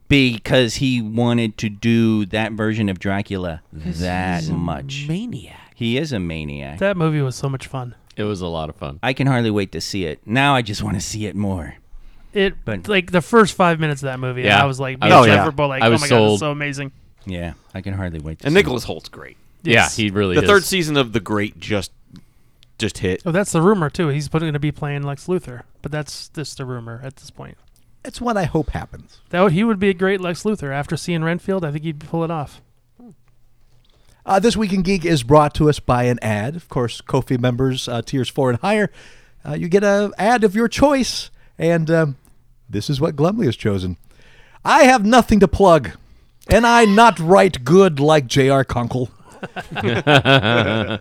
S4: Because he wanted to do that version of Dracula that much.
S6: Maniac.
S4: He is a maniac.
S3: that movie was so much fun
S2: It was a lot of fun.
S4: I can hardly wait to see it. Now I just want to see it more.
S3: it
S4: But-
S3: like the first five minutes of that movie
S2: Yeah.
S3: i was like
S2: I
S3: me and
S2: was-
S3: Jeff
S2: yeah.
S3: were both like
S2: I
S3: oh
S2: was
S3: my god
S2: sold.
S3: it's so amazing
S4: Yeah, I can hardly wait to
S6: And
S4: see
S6: Nicholas Holt's great.
S3: Yes.
S2: Yeah, he really
S6: The
S2: is.
S6: third season of The Great just just hit.
S3: Oh, that's the rumor too. He's going to be playing Lex Luthor, but that's just the rumor at this point.
S5: That's what I hope happens.
S3: That would, he would be a great Lex Luthor after seeing Renfield. I think he'd pull it off.
S5: Uh, this Weekend Geek is brought to us by an ad. Of course, Kofi members, uh, tiers four and higher, uh, you get an ad of your choice. And um, this is what Glumley has chosen. I have nothing to plug, and I not write good like J.R. Conkle.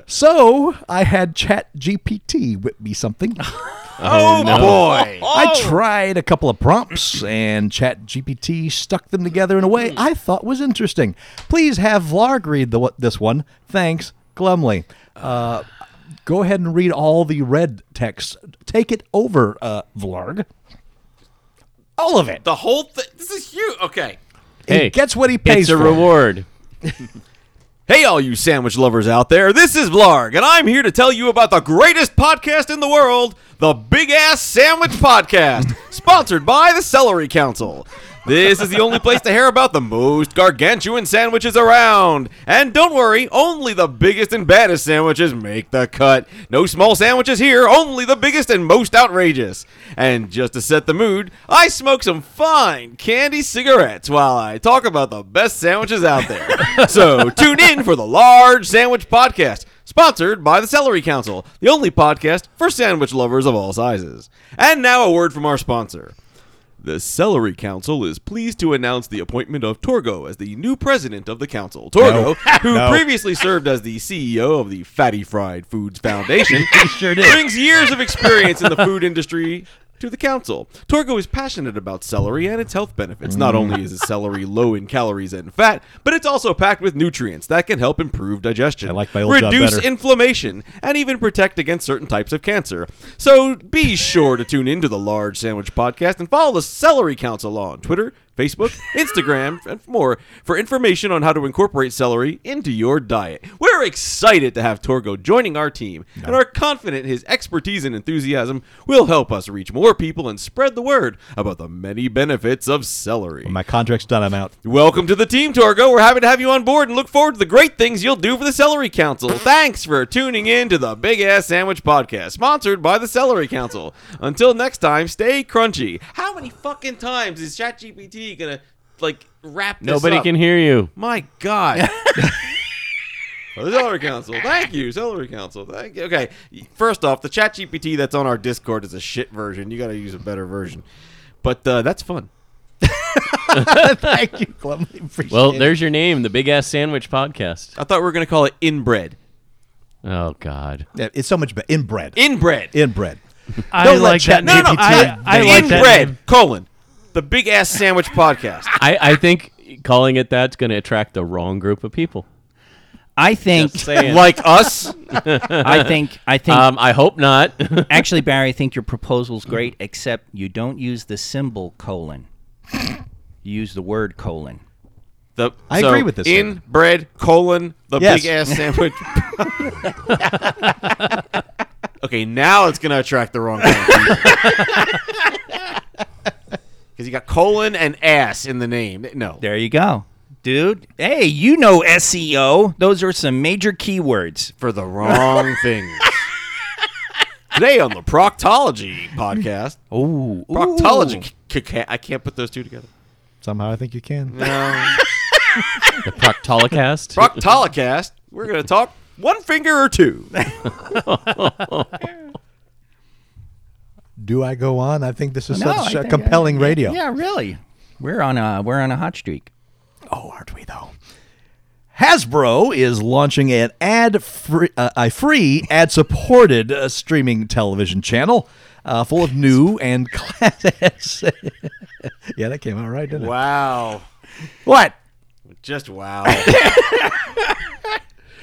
S5: so I had Chat GPT whip me something.
S6: Oh, boy.
S5: I tried a couple of prompts and ChatGPT stuck them together in a way I thought was interesting. Please have Vlog read the, what- this one. Thanks, Glumley. Uh, go ahead and read all the red text. Take it over, uh, Vlog. All of it.
S6: The whole thing. This is huge. Okay.
S2: hey,
S5: he gets what he
S2: It's
S5: pays
S2: a
S5: for.
S2: reward.
S6: Hey, all you sandwich lovers out there, this is Vlog, and I'm here to tell you about the greatest podcast in the world, the Big Ass Sandwich Podcast, sponsored by the Celery Council. This is the only place to hear about the most gargantuan sandwiches around. And don't worry, only the biggest and baddest sandwiches make the cut. No small sandwiches here, only the biggest and most outrageous. And just to set the mood, I smoke some fine candy cigarettes while I talk about the best sandwiches out there. so tune in for the Large Sandwich Podcast, Sponsored by the Celery Council, the only podcast for sandwich lovers of all sizes. And now a word from our sponsor. The Celery Council is pleased to announce the appointment of Torgo as the new president of the council. Torgo, who previously served as the CEO of the Fatty Fried Foods Foundation, brings years of experience in the food industry to the council. Torgo is passionate about celery and its health benefits. Not only is celery low in calories and fat, but it's also packed with nutrients that can help improve digestion, I
S7: like my old job
S6: reduce
S7: better.
S6: inflammation, and even protect against certain types of cancer. So be sure to tune into the Large Sandwich Podcast and follow the Celery Council on Twitter, Facebook, Instagram, and more for information on how to incorporate celery into your diet. We're excited to have Torgo joining our team and are confident his expertise and enthusiasm will help us reach more people and spread the word about the many benefits of celery.
S7: My contract's done. I'm out.
S6: Welcome to the team, Torgo. We're happy to have you on board and look forward to the great things you'll do for the Celery Council. Thanks for tuning in to the Big Ass Sandwich Podcast, sponsored by the Celery Council. Until next time, stay crunchy. How many fucking times is ChatGPT gonna like wrap this
S2: Nobody
S6: up?
S2: can hear you.
S6: My God. For the Celery Council. Thank you, Celery Council. Thank you. Okay. First off, the ChatGPT that's on our Discord is a shit version. You got to use a better version. But uh, that's fun.
S5: Thank you, Clem. Appreciate
S2: Well,
S5: it.
S2: there's your name, the Big Ass Sandwich Podcast.
S6: I thought we were going to call it Inbred.
S2: Oh God.
S5: Yeah, it's so much better. Inbred.
S6: Inbred.
S5: Inbred.
S3: I
S5: Don't let
S3: like that.
S5: ChatGPT
S3: name. I, I
S5: dictate
S3: like that.
S6: Inbred
S3: name.
S6: colon the big ass sandwich podcast.
S2: I, I think calling it that's going to attract the wrong group of people.
S4: I think.
S2: Saying.
S6: like us,
S4: I think. I think.
S2: um, I hope not.
S4: actually, Barry, I think your proposal's great, except you don't use the symbol colon. You use the word colon.
S6: the
S5: I
S6: so,
S5: agree with this one.
S6: Inbred colon the
S5: Yes.
S6: big ass sandwich. okay, now it's gonna attract the wrong kind of people. Because you got colon and ass in the name. No,
S4: There you go. Dude, hey, you know SEO. Those are some major keywords.
S6: for the wrong things. Today on the proctology podcast,
S4: Ooh.
S6: proctology. c- c- I can't put those two together.
S5: Somehow I think you can.
S2: the Proctolicast.
S6: Proctolicast. We're gonna talk one finger or two.
S5: Do I go on? I think this is
S4: No, I
S5: such uh,
S4: think-
S5: compelling radio.
S4: Yeah, really. We're on a we're on a hot streak.
S5: Oh, aren't we though? Hasbro is launching an ad free, uh, a free ad supported uh, streaming television channel uh, full of new and classics. yeah, that came out right, didn't it?
S6: Wow.
S5: What?
S6: Just wow.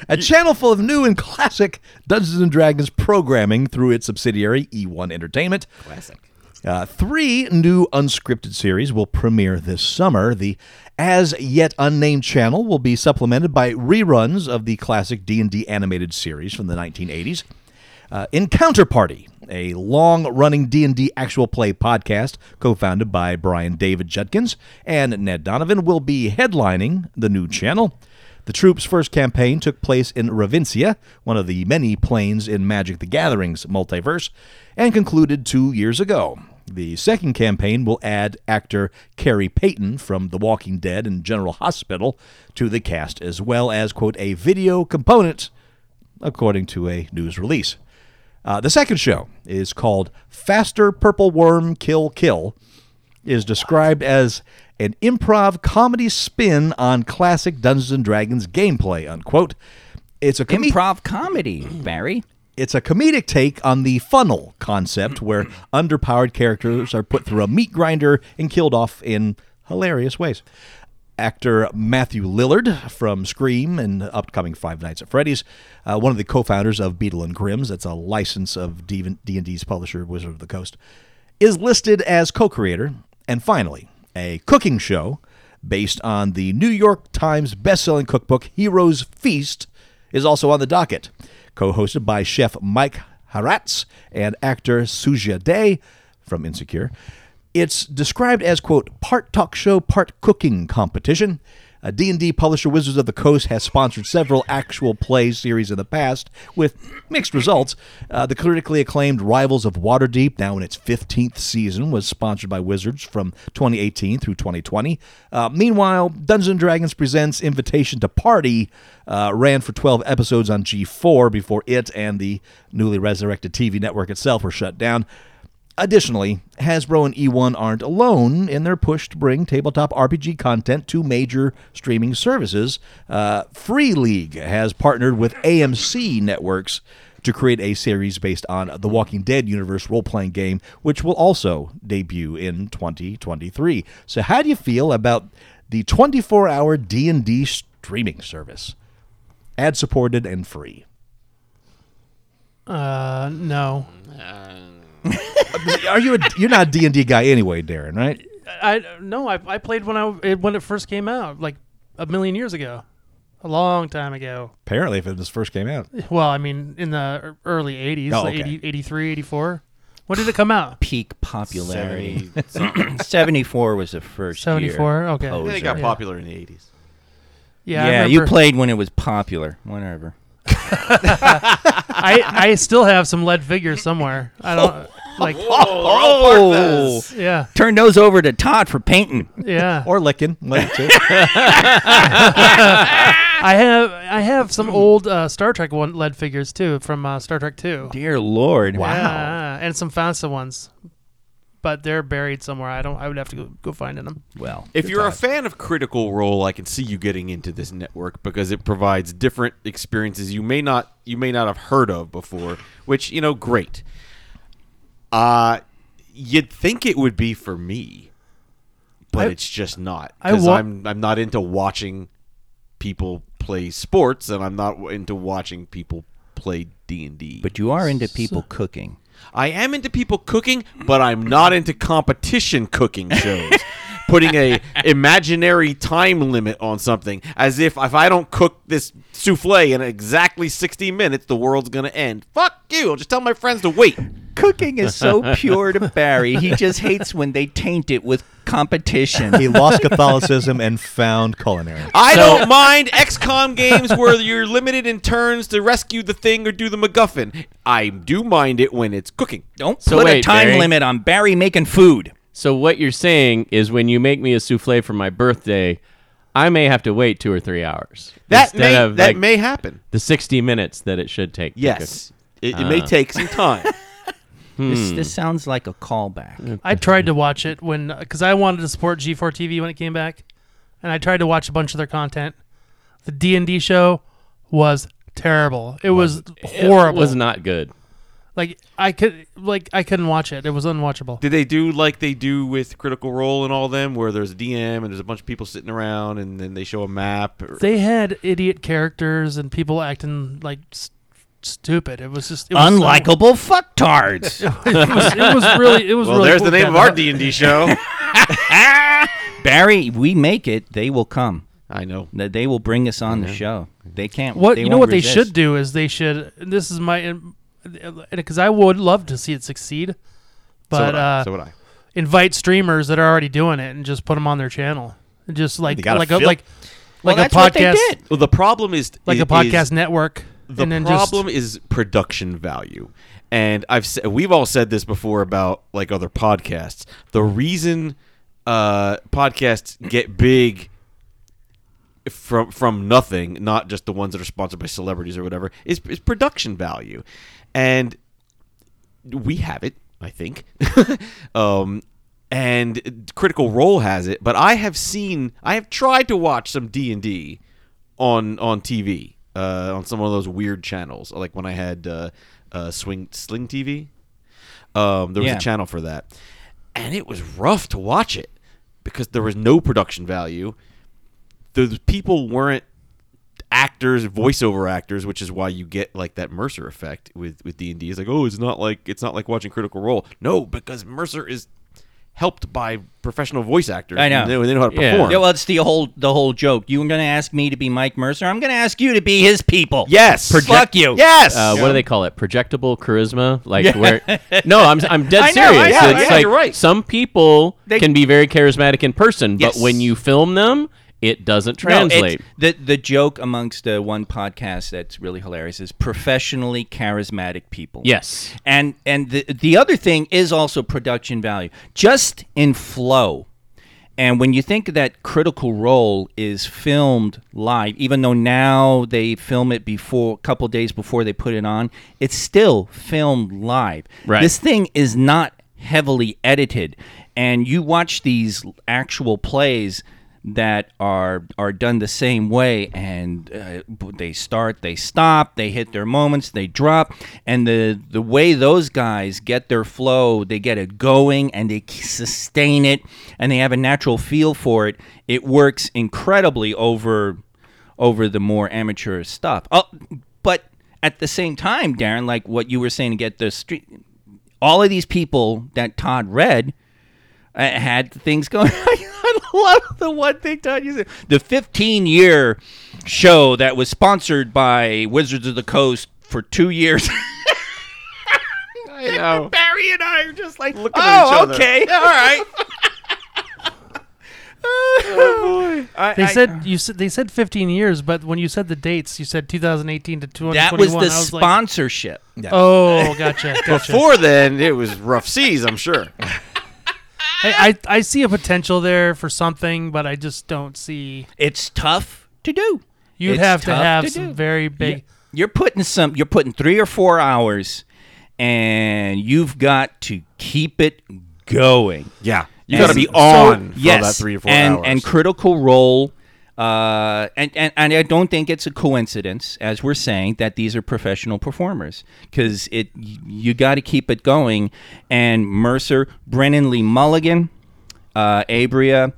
S5: A channel full of new and classic Dungeons and Dragons programming through its subsidiary E1 Entertainment. Classic. Uh, three new unscripted series will premiere this summer. The as yet unnamed channel will be supplemented by reruns of the classic D&D animated series from the 1980s. Uh, Encounter Party, a long-running D&D actual play podcast co-founded by Brian David Judkins and Ned Donovan, will be headlining the new channel. The troup's first campaign took place in Ravincia, one of the many planes in Magic the Gathering's multiverse, and concluded two years ago. The second campaign will add actor Carrie Payton from The Walking Dead and General Hospital to the cast, as well as, quote, a video component according to a news release. Uh, the second show is called Faster Purple Worm Kill Kill, is described as an improv comedy spin on classic Dungeons and Dragons gameplay, unquote. It's a comedic
S4: Improv comedy, Barry.
S5: it's a comedic take on the funnel concept where underpowered characters are put through a meat grinder and killed off in hilarious ways. Actor Matthew Lillard from Scream and upcoming Five Nights at Freddy's, uh, one of the co-founders of Beetle and Grimm's, that's a license of D- D&D's publisher Wizard of the Coast, is listed as co-creator. And finally, a cooking show based on the New York Times best-selling cookbook Heroes Feast is also on the docket, co-hosted by chef Mike Haratz and actor Suja Day from Insecure. It's described as quote part talk show, part cooking competition. Uh, D&D publisher Wizards of the Coast has sponsored several actual play series in the past with mixed results. Uh, the critically acclaimed Rivals of Waterdeep, now in its 15th season, was sponsored by Wizards from 2018 through 2020. Uh, meanwhile, Dungeons and Dragons presents Invitation to Party uh, ran for 12 episodes on G4 before it and the newly resurrected TV network itself were shut down. Additionally, Hasbro and E1 aren't alone in their push to bring tabletop RPG content to major streaming services. Uh, Free League has partnered with AMC Networks to create a series based on the Walking Dead universe role playing game, which will also debut in 2023. So, how do you feel about the 24 hour D&D streaming service? Ad supported and free.
S3: Uh, no.
S5: Are you a, you're not a D&D guy anyway, Darren, right?
S3: I no. I, I played when I it- when it first came out, like a million years ago, a long time ago.
S5: Apparently, if this first came out.
S3: Well, I mean, in the er- early '80s,
S5: Oh,
S3: like
S5: okay.
S3: 80, 83, 84. When did it come out?
S4: Peak popularity. 74 was the first year.
S3: 74? Okay.
S6: I think it got
S3: Yeah.
S6: popular in the 80s.
S3: Yeah,
S4: Oh, Yeah,
S3: I
S4: you
S3: remember-
S4: played when it was popular. Whatever.
S3: I I still have some lead figures somewhere. I don't like.
S4: Oh,
S3: Yeah,
S4: turn those over to Todd for painting.
S3: yeah.
S5: Or Lickin. one of the two.
S3: I have I have some
S4: Hmm.
S3: old uh, Star Trek one lead figures too from uh, Star Trek Two.
S4: Dear Lord. Wow.
S3: Yeah, and some FANSA ones, but they're buried somewhere. I don't. I would have to go, go find them.
S4: Well,
S6: If you're a fan of Critical Role, I can see you getting into this network because it provides different experiences you may not you may not have heard of before, which, you know, great. Uh you'd think it would be for me, but
S3: I-
S6: it's just not.
S3: I
S6: Cuz
S3: wa-
S6: I'm I'm not into watching people play sports and I'm not into watching people play D&D.
S4: but you are into people cooking.
S6: I am into people cooking, but I'm not into competition cooking shows. Putting a imaginary time limit on something, as if if I don't cook this souffle in exactly 60 minutes, the world's gonna end. Fuck you! I'll just tell my friends to wait.
S4: Cooking is so pure to Barry. He just hates when they taint it with competition.
S5: he lost Catholicism and found culinary.
S6: I don't mind XCOM games where you're limited in turns to rescue the thing or do the MacGuffin. I do mind it when it's cooking.
S4: Don't
S2: So
S4: put a
S2: wait,
S4: time
S2: Barry.
S4: limit on Barry making food.
S2: So what you're saying is when you make me a souffle for my birthday, I may have to wait two or three hours
S6: That
S2: instead
S6: may
S2: of
S6: that
S2: like,
S6: may happen.
S2: the 60 minutes that it should take. to
S6: Yes, it, it may
S2: Uh.
S6: take some time.
S4: This, this sounds like a callback.
S3: I tried to watch it when because I wanted to support G4 TV when it came back, and I tried to watch a bunch of their content. The D and D show was terrible. It was
S2: cook.
S3: horrible.
S2: It was not good.
S3: like I could like I couldn't watch it. It was unwatchable.
S6: Did they do like they do with Critical Role and all them, where there's a DM and there's a bunch of people sitting around, and then they show a map? Or...
S3: They had idiot characters and people acting like st- stupid. It was just it was so-
S4: Unlikable fucktards.
S3: it, was, it was really it was
S6: well,
S3: really
S6: there's
S3: cool
S6: the name of
S3: that-
S6: our D and D show.
S4: Barry, we make it, they will come.
S6: I know.
S4: They- They will bring us on the show. They can't.
S3: What
S4: they
S3: you know
S4: won't
S3: what
S4: resist.
S3: they should do is they should. and This is my because I would love to see it succeed,
S6: so
S3: but
S6: would I.
S3: uh,
S6: so would I.
S3: invite streamers that are already doing it and just put them on their channel. And just like
S5: gotta
S3: like a,
S5: fill-
S3: like
S4: Well,
S3: like a
S4: that's what they
S3: podcast
S4: did.
S6: Well, the problem is
S3: like a
S6: is-
S3: podcast network.
S6: The
S3: and then
S6: problem is production value, and I've s- we've all said this before about like other podcasts. The reason uh, podcasts get big from from nothing, not just the ones that are sponsored by celebrities or whatever, is is production value, and we have it, I think. um, and Critical Role has it, but I have seen, I have tried to watch some D and D on on TV, uh, on some of those weird channels, like when I had uh, uh, Swing Sling TV. Um, there was
S4: Yeah.
S6: a channel for that, and it was rough to watch it because there was no production value. The people weren't actors, voiceover actors, which is why you get like that Mercer effect with with D and D. It's like, oh, it's not like it's not like watching Critical Role. No, because Mercer is helped by professional voice actors.
S4: I know.
S6: They know, they know how to
S2: Yeah.
S6: perform.
S4: Yeah, well, it's the whole the whole joke. You were going to ask me to be Mike Mercer. I'm going to ask you to be his people.
S6: yes.
S4: Fuck you.
S6: Yes.
S2: Uh, What do they call it? Projectable charisma? Like where? No, I'm I'm dead
S4: I know,
S2: serious.
S4: I know,
S2: it's
S6: yeah,
S2: like
S6: you're right.
S2: some people
S4: They-
S2: can be very charismatic in person,
S6: Yes.
S2: but when you film them, it doesn't
S4: No, it's-
S2: translate.
S4: the the joke amongst uh, one podcast that's really hilarious is professionally charismatic people.
S2: Yes.
S4: and and the the other thing is also production value, just in flow. And when you think that Critical Role is filmed live, even though now they film it before a couple days before they put it on, it's still filmed live.
S2: Right.
S4: This thing is not heavily edited and you watch these actual plays that are are done the same way and uh, b- they start they stop they hit their moments they drop and the the way those guys get their flow they get it going and they k- sustain it and they have a natural feel for it it works incredibly over over the more amateur stuff oh, but at the same time Darren like what you were saying to get the street all of these people that Todd read uh, had things going. I love the one thing Todd used. The 15 year show that was sponsored by Wizards of the Coast for two years.
S6: I know.
S4: Barry and I are just like,
S6: Looking at each
S4: oh,
S6: other.
S4: okay, all right.
S3: They said you said they said 15 years, but when you said the dates, you said 2018 to 2021.
S4: That was the
S3: I was like,
S4: sponsorship.
S3: oh, gotcha. gotcha.
S6: Before then, it was rough seas, I'm sure.
S3: I, I I see a potential there for something, but I just don't see.
S4: It's tough to do.
S3: You'd
S4: It's
S3: have to
S4: tough
S3: have
S4: to
S3: some
S4: do.
S3: very big.
S4: You're putting some. You're putting three or four hours, and you've got to keep it going.
S6: Yeah. You
S4: And
S6: got to be
S4: so-
S6: on for
S4: yes,
S6: that three or four
S4: and,
S6: hours.
S4: And critical role. Uh, and, and, and I don't think it's a coincidence, as we're saying, that these are professional performers because it y- you got to keep it going. And Mercer, Brennan Lee Mulligan, uh, Abria,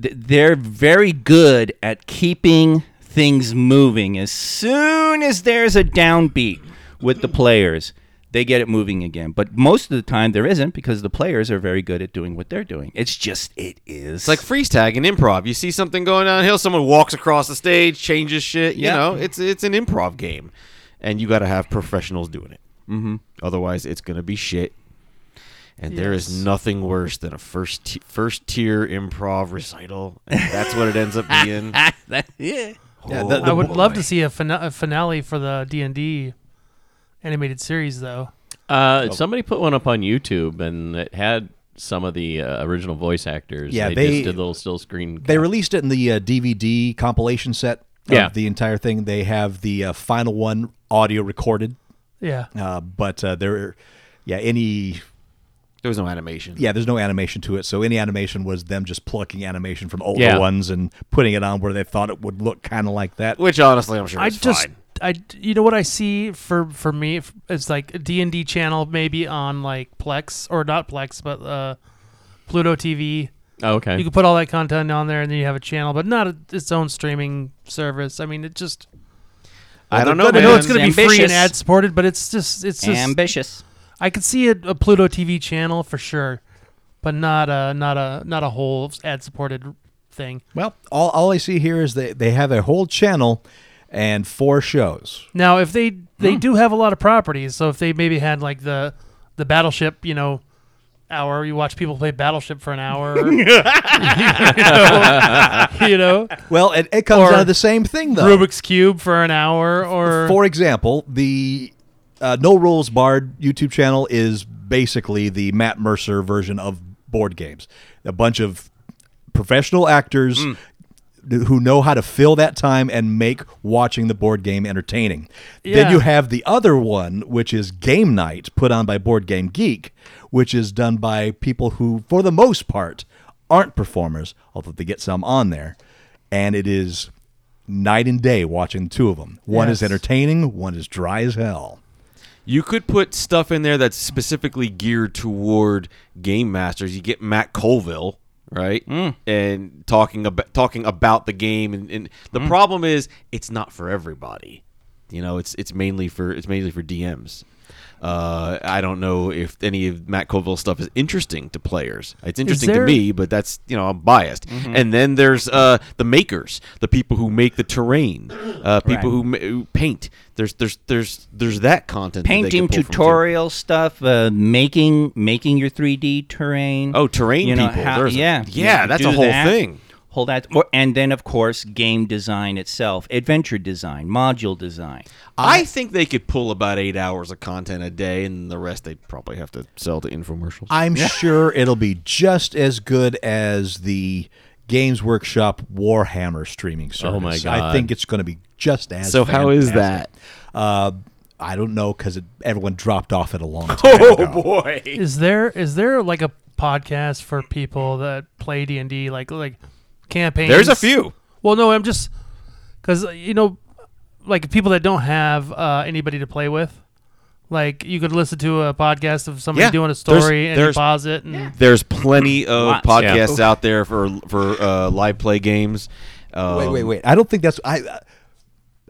S4: th- they're very good at keeping things moving. As soon as there's a downbeat with the players, they get it moving again. But most of the time, there isn't because the players are very good at doing what they're doing. It's just, it is.
S6: it's like freeze tag and improv. You see something going downhill, someone walks across the stage, changes shit. You
S4: Yeah.
S6: know, it's it's an improv game, and you got to have professionals doing it. Mm-hmm. Otherwise, it's gonna be shit. And there is nothing worse than a first t- first tier improv recital. And that's what it ends up being.
S4: that, yeah.
S5: Yeah, the-
S3: I
S5: the-
S3: would love to see a, fina- a finale for the D and D animated series, though.
S2: Uh, Somebody put one up on YouTube, and it had some of the uh, original voice actors.
S5: Yeah,
S2: they,
S5: they-
S2: just did little still screen.
S5: They released it in the uh, DVD compilation set. of
S2: Yeah.
S5: the entire thing. They have the uh, final one audio recorded,
S3: Yeah,
S5: uh, but uh, there, yeah, any
S6: There was no animation.
S5: yeah, there's no animation to it. So any animation was them just plucking animation from older
S2: Yeah.
S5: ones and putting it on where they thought it would look kind of like that.
S6: Which honestly, I'm sure
S3: I
S6: is
S3: just
S6: fine.
S3: I you know what I see for for me it's like D and D channel maybe on like Plex or not Plex but uh, Pluto TV.
S2: Oh, okay.
S3: You can put all that content on there, and then you have a channel, but not a, its own streaming service. I mean, it just
S6: I don't know.
S3: I know it's going to be free and
S4: ambitious.
S3: ad supported, but it's just it's just
S4: Ambitious.
S3: I could see a, a Pluto TV channel for sure, but not a not a not a whole ad supported thing.
S5: Well, all, all I see here is they, they have a whole channel and four shows.
S3: Now, if they they
S6: Hmm.
S3: do have a lot of properties, so if they maybe had like the the battleship, you know, hour you watch people play battleship for an hour, you know, you know,
S5: Well, it, it comes
S3: Or
S5: out of the same thing, though.
S3: Rubik's cube for an hour, or
S5: For example, the uh, No Rules Barred YouTube channel is basically the Matt Mercer version of board games. A bunch of professional actors
S3: Hmm.
S5: who know how to fill that time and make watching the board game entertaining.
S3: Yeah.
S5: Then you have the other one, which is Game Night, put on by Board Game Geek, which is done by people who, for the most part, aren't performers, although they get some on there. And it is night and day watching the two of them. One is
S3: Yes.
S5: entertaining, one is dry as hell.
S6: You could put stuff in there that's specifically geared toward game masters. You get Matt Colville, right, and talking about talking about the game. And, and the problem is, it's not for everybody. You know, it's it's mainly for it's mainly for DMs. Uh, I don't know if any of Matt Colville's stuff is interesting to players. It's interesting
S3: there-
S6: to me, but that's you know I'm biased. And then there's uh, the makers, the people who make the terrain, uh, people who, ma- who paint. There's there's there's there's that content that they
S4: Painting
S6: could pull from, too.
S4: tutorial stuff, uh, making making your 3D terrain.
S6: Oh, terrain
S4: you know,
S6: people.
S4: how-
S6: There's a-
S4: yeah,
S6: yeah,
S4: you
S6: that's
S4: do
S6: a whole
S4: that.
S6: thing.
S4: whole that, or, and then of course game design itself, adventure design, module design.
S6: I think they could pull about eight hours of content a day, and the rest they'd probably have to sell to infomercials.
S7: I'm sure it'll be just as good as the Games Workshop Warhammer streaming service.
S2: Oh, my
S7: I
S2: God.
S7: think it's going to be just as.
S6: So how is
S7: fantastic. Uh, I don't know because everyone dropped off it a long time ago.
S6: boy!
S3: Is there is there like a podcast for people that play D and D like like campaigns?
S6: There's a few.
S3: Well, no, I'm just because you know, like people that don't have uh, anybody to play with. Like you could listen to a podcast of somebody
S6: Yeah,
S3: doing a
S6: there's-
S3: story and you
S6: there's-
S3: pause it. And
S6: There's plenty of
S4: Lots.
S6: podcasts out there for for uh, live play games. Um,
S7: Wait, wait, wait! I don't think that's I.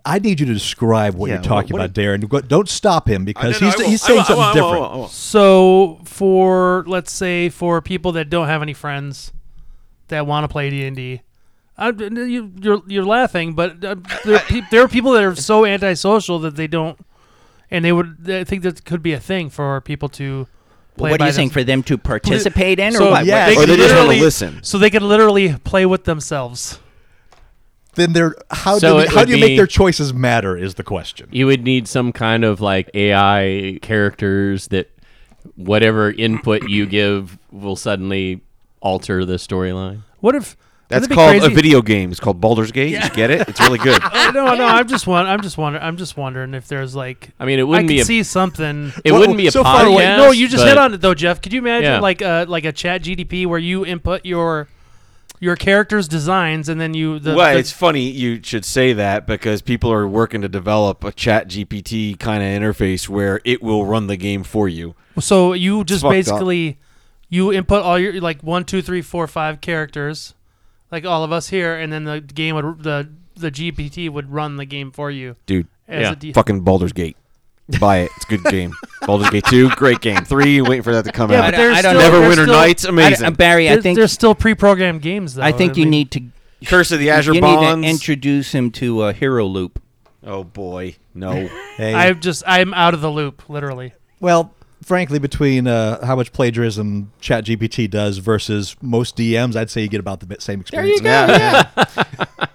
S7: I need you to describe what
S6: Yeah,
S7: you're talking
S6: what- what-
S7: about, Darren. Go- Don't stop him because he's, he's
S6: I
S7: saying
S6: won't, I
S7: something
S6: won't, I won't,
S7: different.
S6: I won't.
S3: So for let's say for people that don't have any friends that want to play D and D, you, you're you're laughing, but uh, there, are peop there are people that are so antisocial that they don't, and they would. I think that could be a thing for people to play.
S4: what are
S3: by
S4: you saying
S3: them-
S4: for them to participate in, or
S3: So,
S4: what?
S7: yeah,
S4: What-
S7: they
S6: Or they just want to
S3: literally-
S6: listen.
S3: So they could literally play with themselves.
S7: Then they're how
S2: So
S7: do
S2: it
S7: they, how
S2: would
S7: do you
S2: be-
S7: make their choices matter is the question.
S2: You would need some kind of like AI characters that whatever input you give will suddenly alter the storyline.
S3: What if
S6: That's
S3: wouldn't it be
S6: called a
S3: crazy-
S6: video game. It's called Baldur's Gate. You get it? It's really good.
S3: Uh, no, no. I'm just wondering. I'm just wondering. I'm just wondering if there's like.
S2: I mean, it
S3: I
S2: wouldn't
S3: could
S2: be a
S3: see something.
S2: it
S7: Well,
S2: wouldn't be a
S7: so
S2: podcast.
S7: far away-
S3: Oh, No, you just
S2: but-
S3: hit on it though, Jeff. Could you imagine
S2: Yeah.
S3: like a like a Chat GDP where you input your your character's designs and then you the,
S6: well,
S3: the-
S6: it's funny you should say that because people are working to develop a Chat GPT kind of interface where it will run the game for you.
S3: so you just
S6: fucked up.
S3: basically you input all your like one two three four five characters like all of us here and then the game would the the GPT would run the game for you
S6: Dude,
S3: as
S2: Yeah.
S3: a D-
S6: fucking Baldur's Gate. Buy it. It's a good game. Baldur's Gate 2, great game. 3, waiting for that to come
S3: Yeah,
S6: out.
S3: but there's
S4: I don't
S3: still,
S4: know.
S6: Never
S3: there's
S6: Winter
S3: still,
S6: Nights, amazing.
S4: I- Barry, I
S3: There's,
S4: think
S3: there's still pre-programmed games though.
S4: I think you
S3: mean,
S4: need to
S6: Curse of the Azure
S4: you
S6: Bonds.
S4: need to introduce him to a hero loop.
S6: oh boy, no.
S7: Hey,
S3: I'm just I'm out of the loop literally.
S7: well, frankly, between uh, how much plagiarism ChatGPT does versus most DMs, I'd say you get about the bit- same experience.
S6: Yeah, yeah.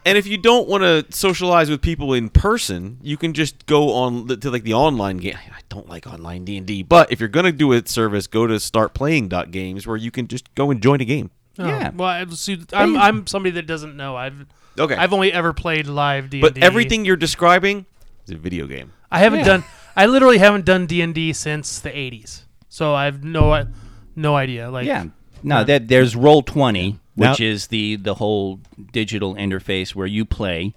S6: and if you don't want to socialize with people in person, you can just go on the- to like the online game. I don't like online D and D, but if you're gonna do a service, go to startplaying.games where you can just go and join a game.
S3: Oh,
S4: Yeah.
S3: Well, I- see, I'm I'm somebody that doesn't know. I've
S6: Okay,
S3: I've only ever played live D.
S6: but everything you're describing is a video game.
S3: I haven't done. I literally haven't done D and D since the '80s, so I've no no idea. Like,
S4: Yeah. No, that there's Roll Twenty,
S7: Now-
S4: which is the the whole digital interface where you play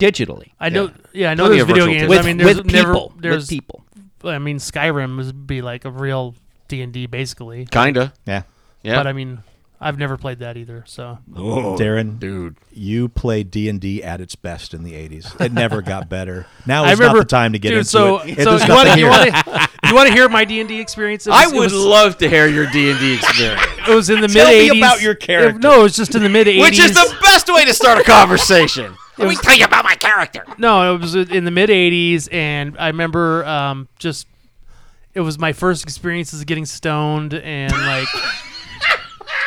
S4: digitally
S3: I know. Yeah, I know
S6: Plenty
S3: there's
S6: of
S3: video
S6: virtual
S3: games.
S6: tables.
S4: with,
S3: I mean, there's
S4: with
S3: never,
S4: people.
S3: There's,
S4: with people.
S3: I mean, Skyrim would be like a real D and D basically,
S6: Kinda.
S7: Yeah.
S6: Yeah.
S3: but I mean, I've never played that either. So
S6: Oh,
S7: Darren, dude, you played D and D at its best in the '80s. It never got better. Now
S3: I
S7: is
S3: remember
S7: not the time to get
S3: dude,
S7: into
S3: so,
S7: it. It-
S3: So
S7: there's
S3: you
S7: nothing
S3: want to
S7: here.
S3: you want to you want to hear my D and D experience? It
S6: I
S3: was- it
S6: would
S3: was-
S6: love to hear your D and D experience,
S3: It was in the mid
S7: Tell me
S3: '80s.
S7: about your character.
S3: no, it was just in the mid '80s.
S6: which is the best way to start a conversation. Let me tell you about my character.
S3: No, it was in the mid '80s, and I remember um, just it was my first experiences getting stoned, and like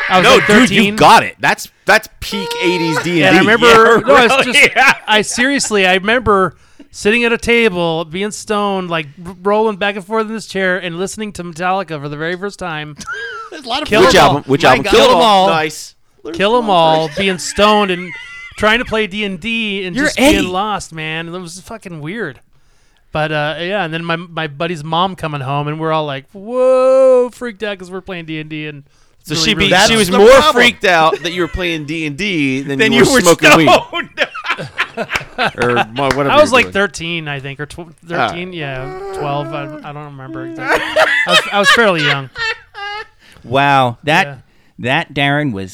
S3: I was
S6: No,
S3: like
S6: dude,
S3: 13.
S6: you got it. That's that's peak '80s D and D.
S3: and I remember, no, I was just, I seriously, I remember sitting at a table, being stoned, like r- rolling back and forth in this chair, and listening to Metallica for the very first time.
S7: There's a lot of
S3: Kill 'em
S6: Which
S3: all.
S6: album? Which album?
S3: Kill 'em all.
S6: Nice.
S3: Kill 'em all, being stoned and trying to play D and D and just
S4: Eddie.
S3: being lost, man. It was fucking weird. But uh, yeah, and then my my buddy's mom coming home, and we're all like, "Whoa!" Freaked out because we're playing D and D, and
S6: So she be,
S7: That's
S6: she was
S7: the
S6: more
S7: problem.
S6: freaked out that you were playing D and D than you, were, smoking weed or mo- whatever.
S3: I was
S6: you're
S3: like
S6: doing. Ah.
S3: 13, I think, or tw- 13, yeah, 12. I, I don't remember exactly. I was, I was fairly young.
S4: Wow, that
S3: Yeah.
S4: that Darren was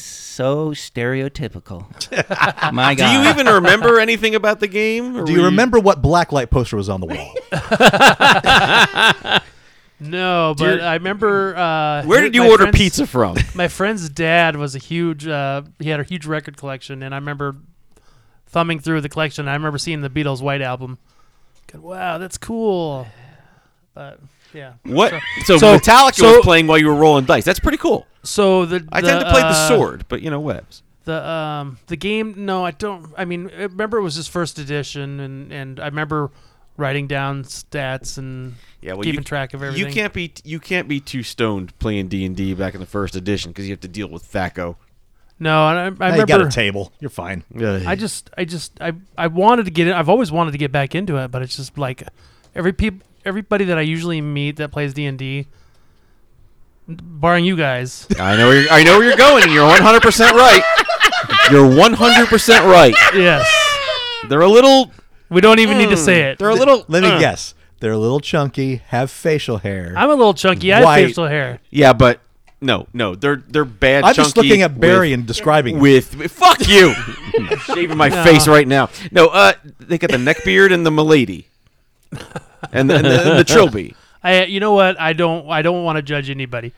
S4: so stereotypical. My God,
S6: Do you even remember anything about the game? or
S7: Do
S6: were
S7: you remember what black light poster was on the wall?
S3: No, but I remember. Uh,
S6: Where did you
S3: my
S6: order
S3: friend's-
S6: pizza from?
S3: My friend's dad was a huge. Uh, he had a huge record collection, and I remember thumbing through the collection. I remember seeing the Beatles' White Album. Going, wow, that's cool. But yeah,
S6: What? So,
S3: So-
S6: Metallica
S3: so-
S6: was playing while you were rolling dice. That's pretty cool.
S3: so the
S6: I tend to play the
S3: uh,
S6: sword, but you know whatevs.
S3: the um the game no i don't i mean i remember it was his first edition and and i remember writing down stats and
S6: Yeah, well,
S3: keeping
S6: you,
S3: track of everything
S6: You can't be you can't be too stoned playing D and D back in the first edition because you have to deal with Thaco.
S3: no and i, I
S5: Now
S3: remember
S5: you got a table. You're fine.
S3: I just, I just, I, I wanted to get it. I've always wanted to get back into it, but it's just like every peop, everybody that I usually meet that plays D and D, barring you guys,
S6: I know where you're, I know where you're going, and you're 100 percent right. You're 100 percent right.
S3: yes,
S6: They're a little
S3: we don't even need to say it.
S6: Hmm. they're a little. uh,
S5: Let me guess. They're a little chunky, have facial hair.
S3: uh, I'm a little chunky. I have
S5: White.
S3: facial hair.
S6: Yeah, but no, no, they're they're bad.
S5: I'm just
S6: chunky
S5: looking at Barry
S6: with-
S5: and describing.
S6: with fuck you I'm shaving my face right now no uh they got the neck beard and the milady and the, and the, and the trilby
S3: I, you know what? I don't, I don't want to judge anybody,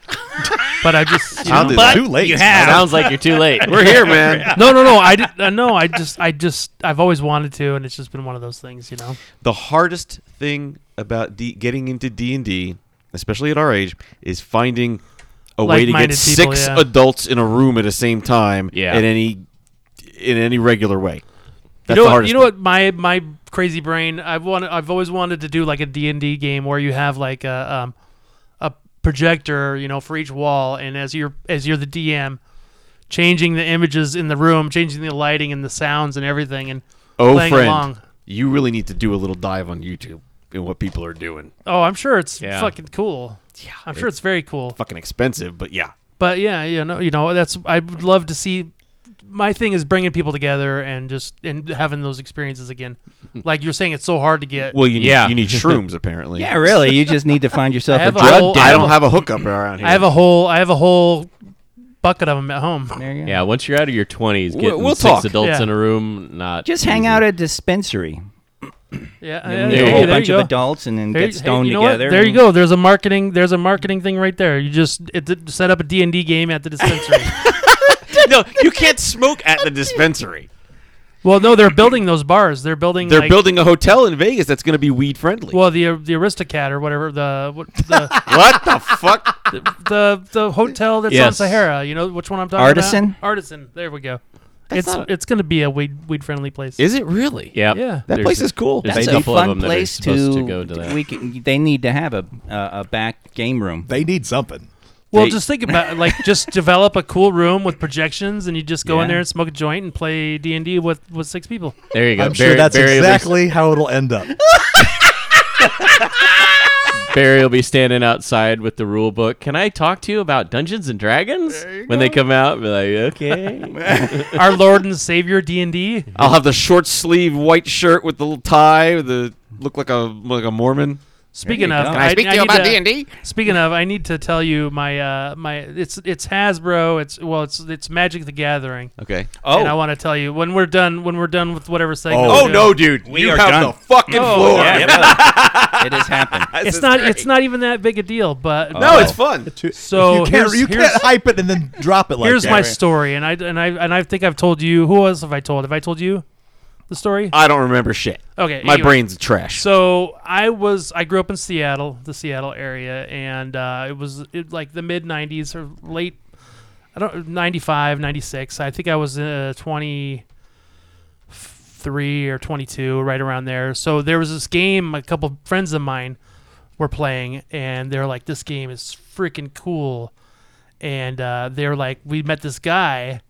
S3: but I just, you
S6: I'll
S3: know-
S6: do
S5: it.
S6: that.
S5: too late.
S3: you have-
S2: Sounds like you're too late.
S6: we're here man
S3: no, no, no. I did, uh, no. I just, I just, I've always wanted to, and it's just been one of those things, you know.
S6: the hardest thing about D- getting into d&d especially at our age is finding a way to get
S3: Like-minded people,
S6: six
S3: yeah.
S6: adults in a room at the same time
S2: Yeah.
S6: in any in any regular way
S3: you
S6: that's
S3: know,
S6: the
S3: what,
S6: hardest
S3: you know what? My my crazy brain. I've wanted. I've always wanted to do like a D and D game where you have like a um, a projector, you know, for each wall, and as you're as you're the DM, changing the images in the room, changing the lighting and the sounds and everything, and
S6: oh
S3: playing
S6: friend
S3: along.
S6: you really need to do a little dive on youtube and what people are doing
S3: Oh, I'm sure it's
S2: Yeah.
S3: fucking cool. Yeah, I'm sure it's very cool.
S6: fucking expensive but yeah
S3: But yeah, you know, you know, that's I would love to see. My thing is bringing people together and just and having those experiences again. Like you're saying, it's so hard to get.
S6: Well, you need,
S2: Yeah.
S6: you need shrooms apparently.
S4: Yeah, really. You just need to find yourself
S3: I
S4: a
S3: have a
S4: drug
S3: whole-
S4: dealer.
S6: I don't have a hookup around here.
S3: I have a whole I have a whole bucket of them at home.
S4: There you go.
S2: Yeah, once you're out of your 20s,
S6: We'll-
S2: getting
S6: we'll
S2: six
S6: talk.
S2: adults
S3: Yeah.
S2: in a room, not
S4: Just hang
S2: easy.
S4: out at a dispensary.
S3: Yeah,
S4: Meet
S2: there
S4: a
S2: you
S4: whole
S2: go.
S4: bunch
S3: you
S4: of
S3: go.
S4: adults and then
S3: There you-
S4: get stoned
S3: hey, you know what?
S4: together.
S3: There you
S4: and-
S3: go. There's a marketing. There's a marketing thing right there. You just it, it- set up a D and D game at the dispensary.
S6: no, you can't smoke at the dispensary.
S3: well, no, they're building those bars. They're building.
S6: They're
S3: like-
S6: building a hotel in Vegas that's going to be weed friendly.
S3: Well, the uh, the Aristocat or whatever the what- the
S6: what the fuck?
S3: the, the hotel that's on
S2: Yes.
S3: Sahara. You know which one I'm talking about?
S4: Artisan?
S3: Artisan. There we go. it's it's going to be a weed weed friendly place.
S6: Is it really?
S2: Yep.
S3: Yeah.
S6: That
S2: There's
S6: place
S2: a-
S6: is cool.
S2: there's
S4: That's
S2: a
S4: a
S2: couple of
S4: fun
S2: them that are
S4: place
S2: supposed to go to that.
S4: We can, they need to have a a a back game room.
S5: They need something.
S3: Well,
S6: They-
S3: just think about like just develop a cool room with projections, and you just go in
S4: Yeah.
S3: there and smoke a joint and play D and D with with six people.
S2: There you go.
S5: I'm sure
S2: Barry-
S5: that's
S2: Barry will be-
S5: exactly how it'll end up.
S2: Barry will be standing outside with the rule book. Can I talk to you about Dungeons and Dragons when they come out? Be like, okay.
S3: Our Lord and Savior D and D.
S6: I'll have the short sleeve white shirt with the little tie, with the look like a like a Mormon.
S3: Speaking
S4: you
S3: of,
S4: go.
S3: I, I need to-
S6: D?
S3: Speaking of, I need to tell you my uh my it's it's Hasbro. It's well it's it's Magic the Gathering.
S6: Okay.
S3: And I want to tell you when we're done when we're done with whatever segment.
S6: Oh
S3: we're
S6: no,
S3: doing-
S6: dude!
S4: We
S6: you
S4: are
S6: have
S4: done.
S6: the fucking floor.
S4: Yeah, really. it has happened. Oh,
S3: It's not it's not even that big a deal, but
S6: No, it's fun.
S3: So
S5: you can't,
S3: here's-
S5: you
S3: here's-
S5: can't hype it and then drop it like
S3: here's
S5: that.
S3: my story, and I and I and I think I've told you. Who else have I told? Have I told you the story?
S6: I don't remember shit.
S3: Okay,
S6: My
S3: anyway.
S6: brain's trash.
S3: So I was I grew up in Seattle, the Seattle area, and uh, it was it, like the mid '90s or late I don't 95, 96. I think I was uh, 23 or 22, right around there. So there was this game a couple friends of mine were playing, and they're like, "This game is freaking cool," and uh, they're like, "We met this guy."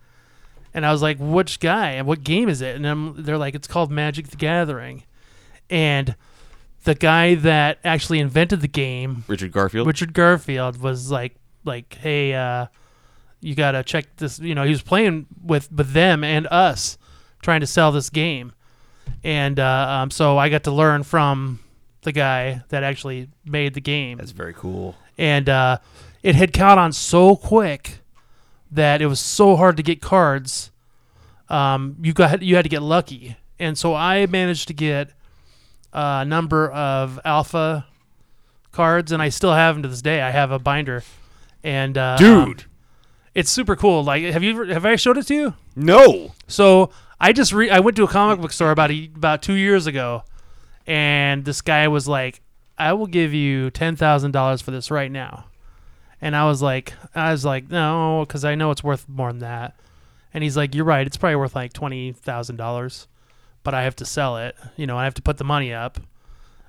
S3: And I was like, "Which guy? And what game is it?" And I'm, they're like, "It's called Magic: The Gathering." and the guy that actually invented the game,
S6: Richard Garfield.
S3: Richard Garfield, was like, like, hey, uh, you gotta check this. You know, he was playing with with them and us, trying to sell this game, and uh, um, so I got to learn from the guy that actually made the game
S6: That's very cool.
S3: and uh, it had caught on so quick that it was so hard to get cards. Um, you got you had to get lucky, and so I managed to get a number of alpha cards, and I still have them to this day. I have a binder, and uh, um, it's super cool. Like, have you ever- have I showed it to you?
S6: No.
S3: So I just re- I went to a comic book store about a, about two years ago, and this guy was like, "I will give you ten thousand dollars for this right now," and I was like, "I was like, no, because I know it's worth more than that." And he's like, "You're right. It's probably worth like twenty thousand dollars, but I have to sell it. You know, I have to put the money up."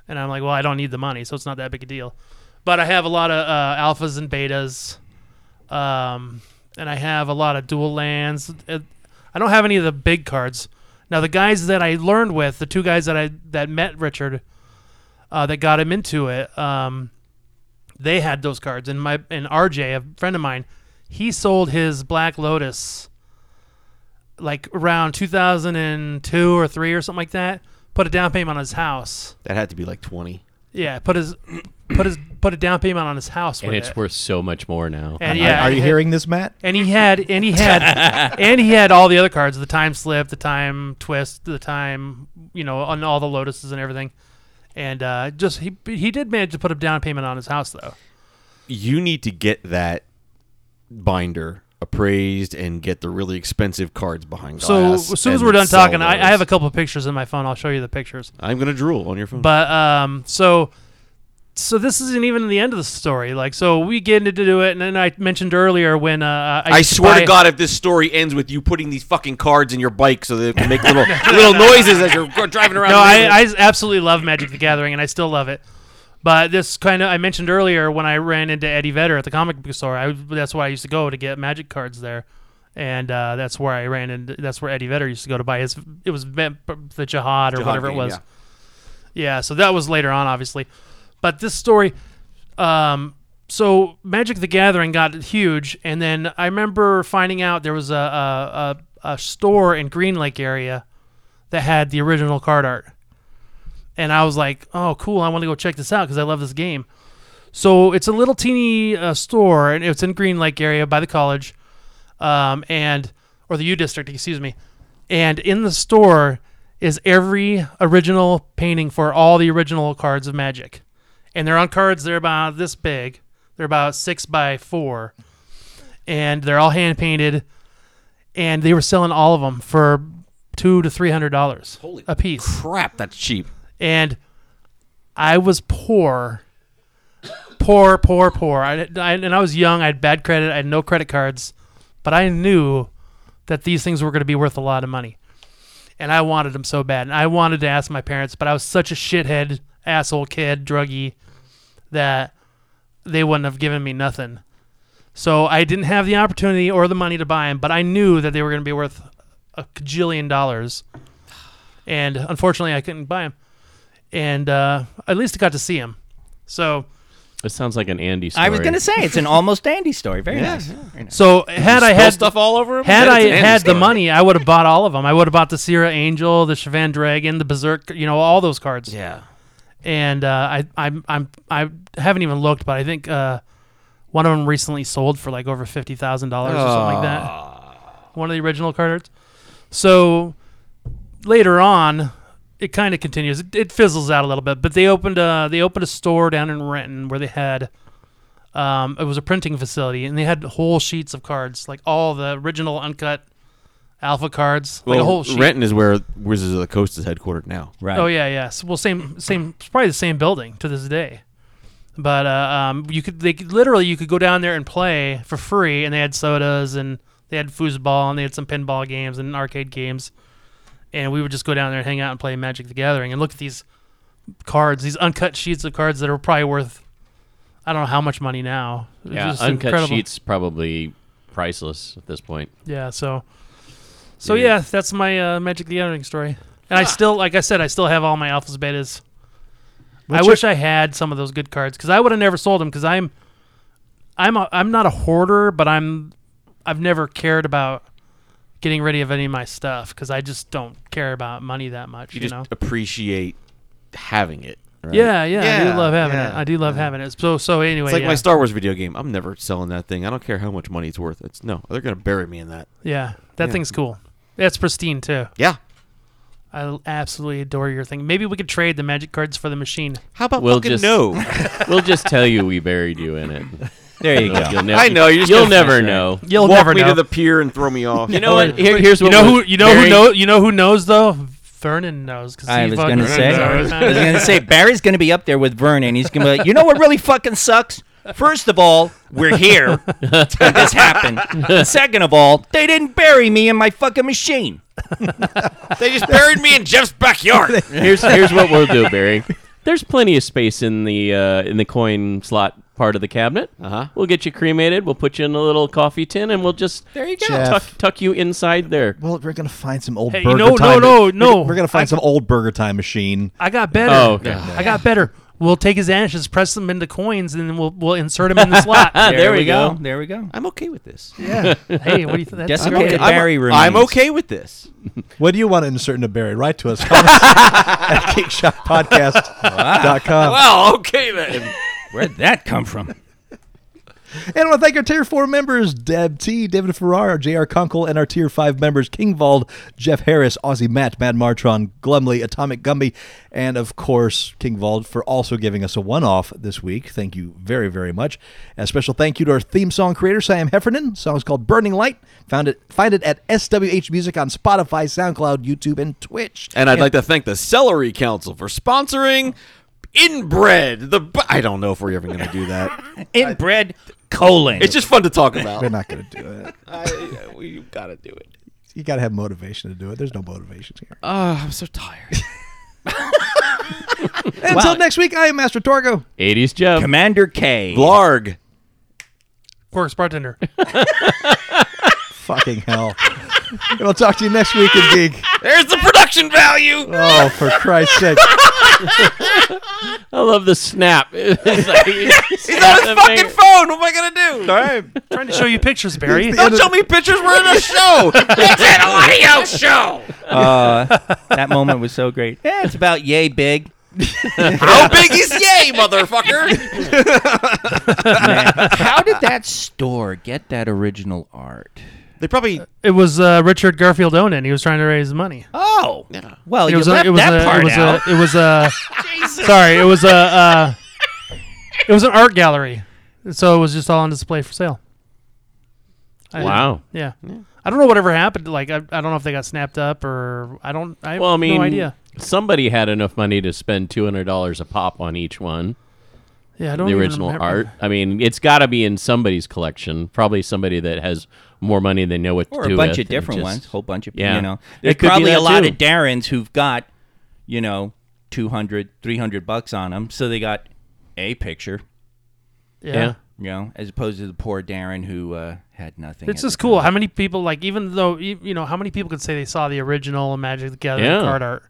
S3: And I'm like, "Well, I don't need the money, so it's not that big a deal." But I have a lot of uh, alphas and betas, um, and I have a lot of dual lands. Uh, I don't have any of the big cards. Now, the guys that I learned with, the two guys that I that met Richard, uh, that got him into it. Um, they had those cards. And my and RJ, a friend of mine, he sold his Black Lotus like around 2002 or three or something like that. Put a down payment on his house.
S6: That had to be like twenty.
S3: Yeah, put his put his put a down payment on his house.
S2: and
S3: with
S2: it's
S3: it.
S2: worth so much more now.
S3: And yeah,
S5: Are
S3: he
S5: you
S3: had-
S5: hearing this, Matt?
S3: And he had and he had and he had all the other cards: the time slip, the time twist, the time you know, on all the lotuses and everything. And uh, just he he did manage to put a down payment on his house
S6: Oh,
S3: though.
S6: You need to get that binder appraised and get the really expensive cards behind
S3: So
S6: glass.
S3: as soon as
S6: and
S3: we're done
S6: sell
S3: talking, I, I
S6: those.
S3: have a couple of pictures in my phone. I'll show you the pictures.
S6: I'm gonna drool on your phone.
S3: But um, so so this isn't even the end of the story. Like so we get into do it, and then I mentioned earlier when uh, I,
S6: I
S3: used
S6: swear
S3: buy-
S6: to God, if this story ends with you putting these fucking cards in your bike so they can make little little noises as you're go- driving around.
S3: No,
S6: the
S3: I,
S6: neighborhood.
S3: I absolutely love Magic the Gathering, and I still love it. But this kind of I mentioned earlier when I ran into Eddie Vedder at the comic book store. I, that's where I used to go to get Magic cards there, and uh, that's where I ran into. That's where Eddie Vedder used to go to buy his. It was meant- the Jihad or
S6: Jihad
S3: whatever
S6: game,
S3: it was.
S6: yeah.
S3: Yeah, so that was later on, obviously. But this story, um, so Magic the Gathering got huge, and then I remember finding out there was a a, a, a store in Green Lake area that had the original card art, and I was like, oh, cool, I want to go check this out because I love this game. So it's a little teeny uh, store, and it's in Green Lake area by the college, um, and or the U district, excuse me. And in the store is every original painting for all the original cards of Magic, and they're on cards. They're about this big. They're about six by four, and they're all hand painted. And they were selling all of them for two to three hundred dollars a piece
S6: crap. That's cheap.
S3: and I was poor, poor, poor, poor. I, I- and I was young. I had bad credit. I had no credit cards, but I knew that these things were going to be worth a lot of money, and I wanted them so bad. And I wanted to ask my parents, but I was such a shithead, asshole kid, druggie, that they wouldn't have given me nothing. So I didn't have the opportunity or the money to buy them, but I knew that they were going to be worth a cajillion dollars. And unfortunately, I couldn't buy them and uh, at least I got to see him. So,
S2: It sounds like an Andy story.
S4: I was going to say it's an almost Andy story. Very nice. Very nice.
S3: so had I
S6: Spill
S3: had
S6: stuff all over him.
S3: had
S6: Then
S3: I
S6: it's an Andy
S3: had the
S6: story.
S3: money, I would have bought all of them. I would have bought the Sierra Angel, the Chevan Dragon, the Berserk, you know, all those cards.
S6: Yeah.
S3: And uh, I I'm I'm I haven't even looked, but I think uh, one of them recently sold for like over fifty thousand dollars or something like that.
S6: Ah.
S3: One of the original cards. So later on, it kind of continues. It, it fizzles out a little bit, but they opened a they opened a store down in Renton where they had um, it was a printing facility and they had whole sheets of cards, like all the original uncut alpha cards, like a whole sheet.
S6: Renton is where Wizards of the Coast is headquartered now.
S4: Right.
S3: Oh yeah, yeah. So, well, same, same. It's probably the same building to this day. But uh, um, you could, they could, literally, you could go down there and play for free, and they had sodas and they had foosball and they had some pinball games and arcade games, and we would just go down there and hang out and play Magic the Gathering and look at these cards, these uncut sheets of cards that are probably worth, I don't know how much money now. It's
S2: Yeah,
S3: just
S2: uncut
S3: incredible.
S2: sheets probably priceless at this point.
S3: Yeah, so so yeah, that's my uh, Magic the Gathering story. And
S6: Ah.
S3: I still like I said I still have all my alphas betas. I wish I had some of those good cards cuz I would have never sold them cuz I'm I'm a, I'm not a hoarder, but I'm I've never cared about getting rid of any of my stuff cuz I just don't care about money that much,
S6: You
S3: you,
S6: just
S3: know.
S6: appreciate having it. Right?
S3: Yeah, yeah, I
S6: Yeah,
S3: do love having it.
S6: yeah,
S3: I do love having it. So so anyway,
S6: It's like
S3: yeah.
S6: my Star Wars video game. I'm never selling that thing. I don't care how much money it's worth. It's no, they're gonna bury me in that.
S3: yeah, that
S6: Yeah.
S3: thing's cool. That's pristine too.
S6: Yeah.
S3: I l- absolutely adore your thing. Maybe we could trade the magic cards for the machine.
S6: How about
S2: We'll
S6: fucking
S2: just-
S6: no?
S2: We'll just tell you we buried you in it.
S4: There you go.
S2: You'll nev-
S6: I know. You're just
S2: You'll
S6: gonna
S2: never
S6: finish it.
S2: know.
S3: You'll
S6: Walk
S3: never
S6: me
S3: know.
S6: to the pier and throw me off.
S2: You know what? Here- here's
S3: you
S2: what
S3: know who
S2: was
S3: you know who
S2: buried-
S3: knows you know who knows though. Vernon knows because
S4: I was going to say. I was
S3: Vernon
S4: going to say Barry's going to be up there with Vernon. He's going to be like, you know what really fucking sucks? First of all, we're here, and this happened. Second of all, they didn't bury me in my fucking machine.
S6: They just buried me in Jeff's backyard.
S2: Here's here's what we'll do, Barry. There's plenty of space in the uh, in the coin slot part of the cabinet.
S6: Uh-huh.
S2: We'll get you cremated. We'll put you in a little coffee tin, and we'll just there you
S5: go.
S2: tuck,
S5: Jeff.
S2: tuck you inside there.
S5: Well, we're gonna find some old
S3: Hey,
S5: burger
S3: no,
S5: time.
S3: no, no,
S5: we're, gonna-
S3: no.
S5: We're gonna find some old burger time machine.
S3: I got better.
S2: Oh, okay.
S3: I got better. We'll take his ashes, press them into coins, and then we'll we'll insert them in the slot.
S2: Ah, there, we, go.
S4: There we go.
S6: I'm okay with this.
S5: Yeah.
S3: Hey, what do you think? That's
S4: Desecrated
S3: great.
S6: I'm,
S4: Barry remains.
S6: I'm okay with this.
S5: what do you want to insert into Barry? Write to us. Comments at geekshotpodcast.com.
S6: Well, okay then.
S4: Where'd that come from?
S5: And I want to thank our Tier 4 members, Deb T, David Ferrar, J.R. Kunkel, and our Tier 5 members, King Vald, Jeff Harris, Aussie Matt, Mad Martron, Glumly, Atomic Gumby, and of course, King Vald for also giving us a one off this week. Thank you very, very much. A special thank you to our theme song creator, Sam Heffernan. The song is called Burning Light. Found it, find it at SWH Music on Spotify, SoundCloud, YouTube, and Twitch.
S6: And I'd like to thank the Celery Council for sponsoring Inbred. The bu- I don't know if we're ever going to do that.
S4: Inbred colon.
S6: It's just fun to talk about.
S5: We're not going to do it.
S6: I, well, you've got to do it.
S5: You got to have motivation to do it. There's no motivation here.
S6: Oh, I'm so tired.
S5: Until next week, I am Master Torgo.
S2: 80s Jeff.
S4: Commander K.
S6: Blarg.
S3: Corks bartender.
S5: Fucking hell. and we'll talk to you next week in Geek.
S6: There's the production value.
S5: Oh, for Christ's sake.
S2: I love the snap. It's like-
S6: He's on his fucking phone. What am I going to do?
S3: Trying to show you pictures, Barry.
S6: Don't show me pictures. We're in a show. it's an audio show.
S4: Uh, That moment was so great. Yeah, it's about yay big.
S6: How big is yay, motherfucker?
S4: How did that store get that original art?
S6: They probably.
S3: It was uh, Richard Garfield owned it. and He was trying to raise money.
S4: Oh,
S6: Yeah.
S4: well,
S3: it
S4: you
S3: was
S4: left
S3: a, it was
S4: that
S3: a,
S4: part
S3: it was
S4: out.
S3: A, it was a. sorry, it was a. Uh, it was an art gallery, so it was just all on display for sale. I-
S2: Wow.
S3: Yeah. I don't know whatever happened. Like I, I don't know if they got snapped up or I don't. I
S2: Well, I mean,
S3: no idea.
S2: somebody had enough money to spend $200 a pop on each one,
S3: Yeah, I don't.
S2: the
S3: even
S2: original
S3: remember.
S2: art. I mean, it's got to be in somebody's collection. Probably somebody that has more money than they know what
S4: or
S2: to do
S4: a bunch
S2: with,
S4: of
S2: and
S4: different
S2: just-
S4: ones, whole bunch of
S2: Yeah.
S4: you know.
S2: It
S4: There's
S2: could be
S4: probably a
S2: that
S4: lot
S2: too.
S4: of Darrens who've got, you know, 200, 300 bucks on them, so they got a picture,
S3: Yeah.
S2: Yeah.
S4: you know, as opposed to the poor Darren who uh, had nothing.
S3: It's
S4: at
S3: just
S4: the
S3: cool
S4: time.
S3: how many people like even though you you know how many people could say they saw the original Magic the Gathering
S2: Yeah.
S3: card art.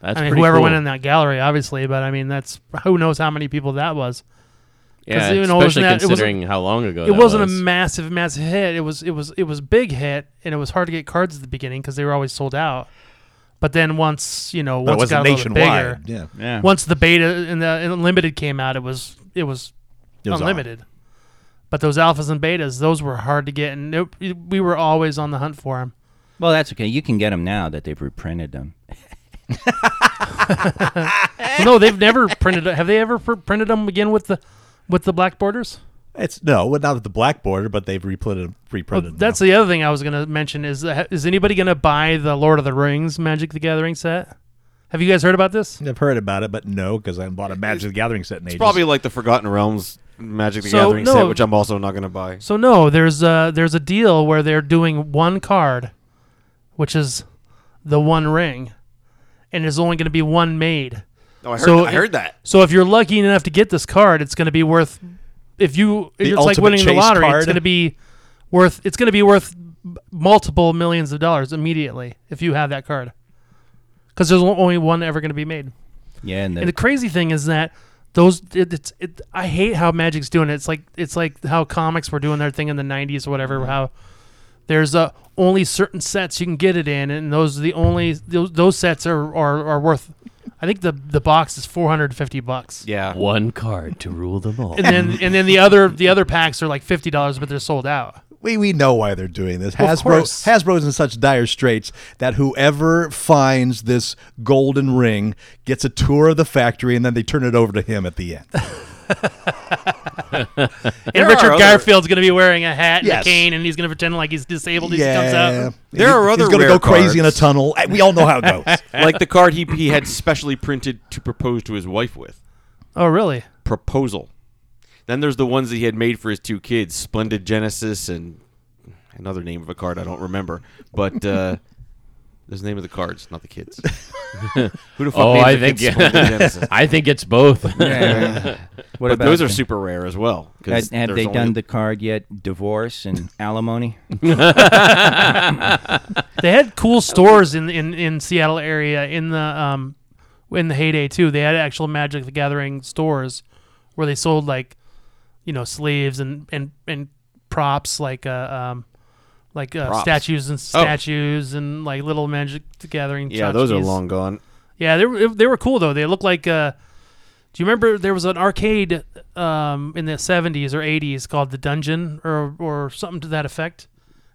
S2: That's
S3: I mean,
S2: pretty
S3: whoever
S2: cool.
S3: went in that gallery, obviously, but I mean, that's who knows how many people that was.
S2: Yeah,
S3: 'Cause, you know,
S2: especially
S3: it wasn't that- it wasn't-
S2: considering how long ago
S3: it
S2: that
S3: wasn't
S2: was.
S3: a massive, massive hit. It was, it was, it was big hit, and it was hard to get cards at the beginning because they were always sold out. But then once you know,
S5: That
S3: once it
S5: was
S3: got a little bit bigger,
S5: nationwide. Yeah.
S4: Yeah.
S3: once the beta and the and limited came out, it was it was,
S5: It was
S3: unlimited. But those alphas and betas, those were hard to get, and it, we were always on the hunt for them.
S4: Well, that's okay. You can get them now that they've reprinted them.
S3: no, they've never printed. Have they ever pr- printed them again with the with the black borders?
S5: It's no, well, not with the black border, but they've reprinted
S3: Well,
S5: reprinted.
S3: that's the other thing I was going to mention is uh, is anybody going to buy the Lord of the Rings Magic the Gathering set? Have you guys heard about this?
S5: I've heard about it, but no, because I haven't bought a Magic the Gathering set in ages.
S6: It's probably like the Forgotten Realms Magic the
S3: So,
S6: Gathering
S3: no.
S6: set, which I'm also not going to buy.
S3: So no, there's a there's a deal where they're doing one card, which is the One Ring, and there's only going to be one made.
S6: Oh, I heard,
S3: So
S6: I
S3: it-
S6: heard that.
S3: So if you're lucky enough to get this card, it's going to be worth. If you,
S5: The
S3: it's like
S5: ultimate
S3: winning the
S5: chase
S3: lottery.
S5: card.
S3: It's going to be worth. It's going to be worth b- multiple millions of dollars immediately if you have that card, because there's only one ever going to be made.
S4: Yeah, and, the,
S3: And the crazy thing is that those it, it's it, I hate how Magic's doing it. It's like it's like how comics were doing their thing in the '90s or
S5: Mm-hmm.
S3: whatever. How there's uh, only certain sets you can get it in, and those are the only those, those sets are, are are worth. I think the the box is 450 bucks.
S6: Yeah.
S2: one card to rule them all.
S3: And then and then the other the other packs are like fifty dollars, but they're sold out.
S5: we, we know why they're doing this.
S3: Of
S5: Hasbro
S3: course.
S5: Hasbro's in such dire straits that whoever finds this golden ring gets a tour of the factory, and then they turn it over to him at the end.
S3: And
S6: are
S3: Richard
S6: other-
S3: Garfield's gonna be wearing a hat and
S5: Yes.
S3: a cane, and he's gonna pretend like he's disabled. as He comes out.
S5: He-
S6: There are other
S5: He's gonna
S6: rare
S5: go crazy in a
S6: cards.
S5: tunnel. Eh, We all know how it goes.
S6: like the card he, he had specially printed to propose to his wife with.
S3: Oh, really?
S6: Proposal. Then there's the ones that he had made for his two kids, Splendid Genesis and another name of a card I don't remember. But uh, there's the name of the cards, not the kids. Who the fuck
S2: Oh,
S6: named
S2: I
S6: the
S2: think
S6: kids Splendid Genesis?
S2: I think it's both.
S4: What
S6: But those
S4: the-
S6: are super rare as well. 'cause
S4: Had- Have
S6: there's
S4: they
S6: only-
S4: done the card yet? Divorce and alimony.
S3: They had cool stores in in in Seattle area in the um in the heyday too. They had actual Magic the Gathering stores where they sold like you know sleeves and and and props like uh, um like uh,
S6: Props. Oh.
S3: statues and statues and like little Magic the Gathering.
S6: Yeah, those are
S3: tchotchkes.
S6: long gone.
S3: Yeah, they were they were cool though. They looked like. Uh, do you remember there was an arcade um, in the '70s or '80s called the Dungeon or or something to that effect?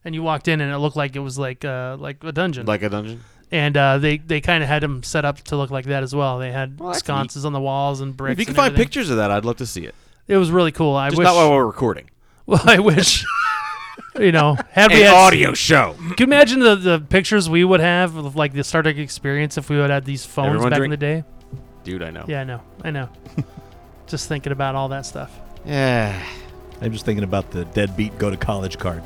S3: And you walked in and it looked like it was like uh, like a dungeon.
S6: Like a dungeon?
S3: and uh, they they kind of had them set up to look like that as well. They had
S6: Well, that's
S3: sconces on the walls and bricks.
S6: If you can
S3: and
S6: find
S3: everything.
S6: pictures of that, I'd love to see it.
S3: it was really cool. I
S6: Just
S3: wish.
S6: not while we're recording.
S3: well, I wish. You know, had we
S6: An
S3: had
S6: audio show.
S3: Can you imagine the, the pictures we would have of like the Star Trek experience if we would have these phones
S6: Everyone
S3: back in
S6: drink-
S3: the day?
S6: Dude, I know.
S3: Yeah, I know. I know. Just thinking about all that stuff.
S6: Yeah.
S7: I'm just thinking about the deadbeat go to college card.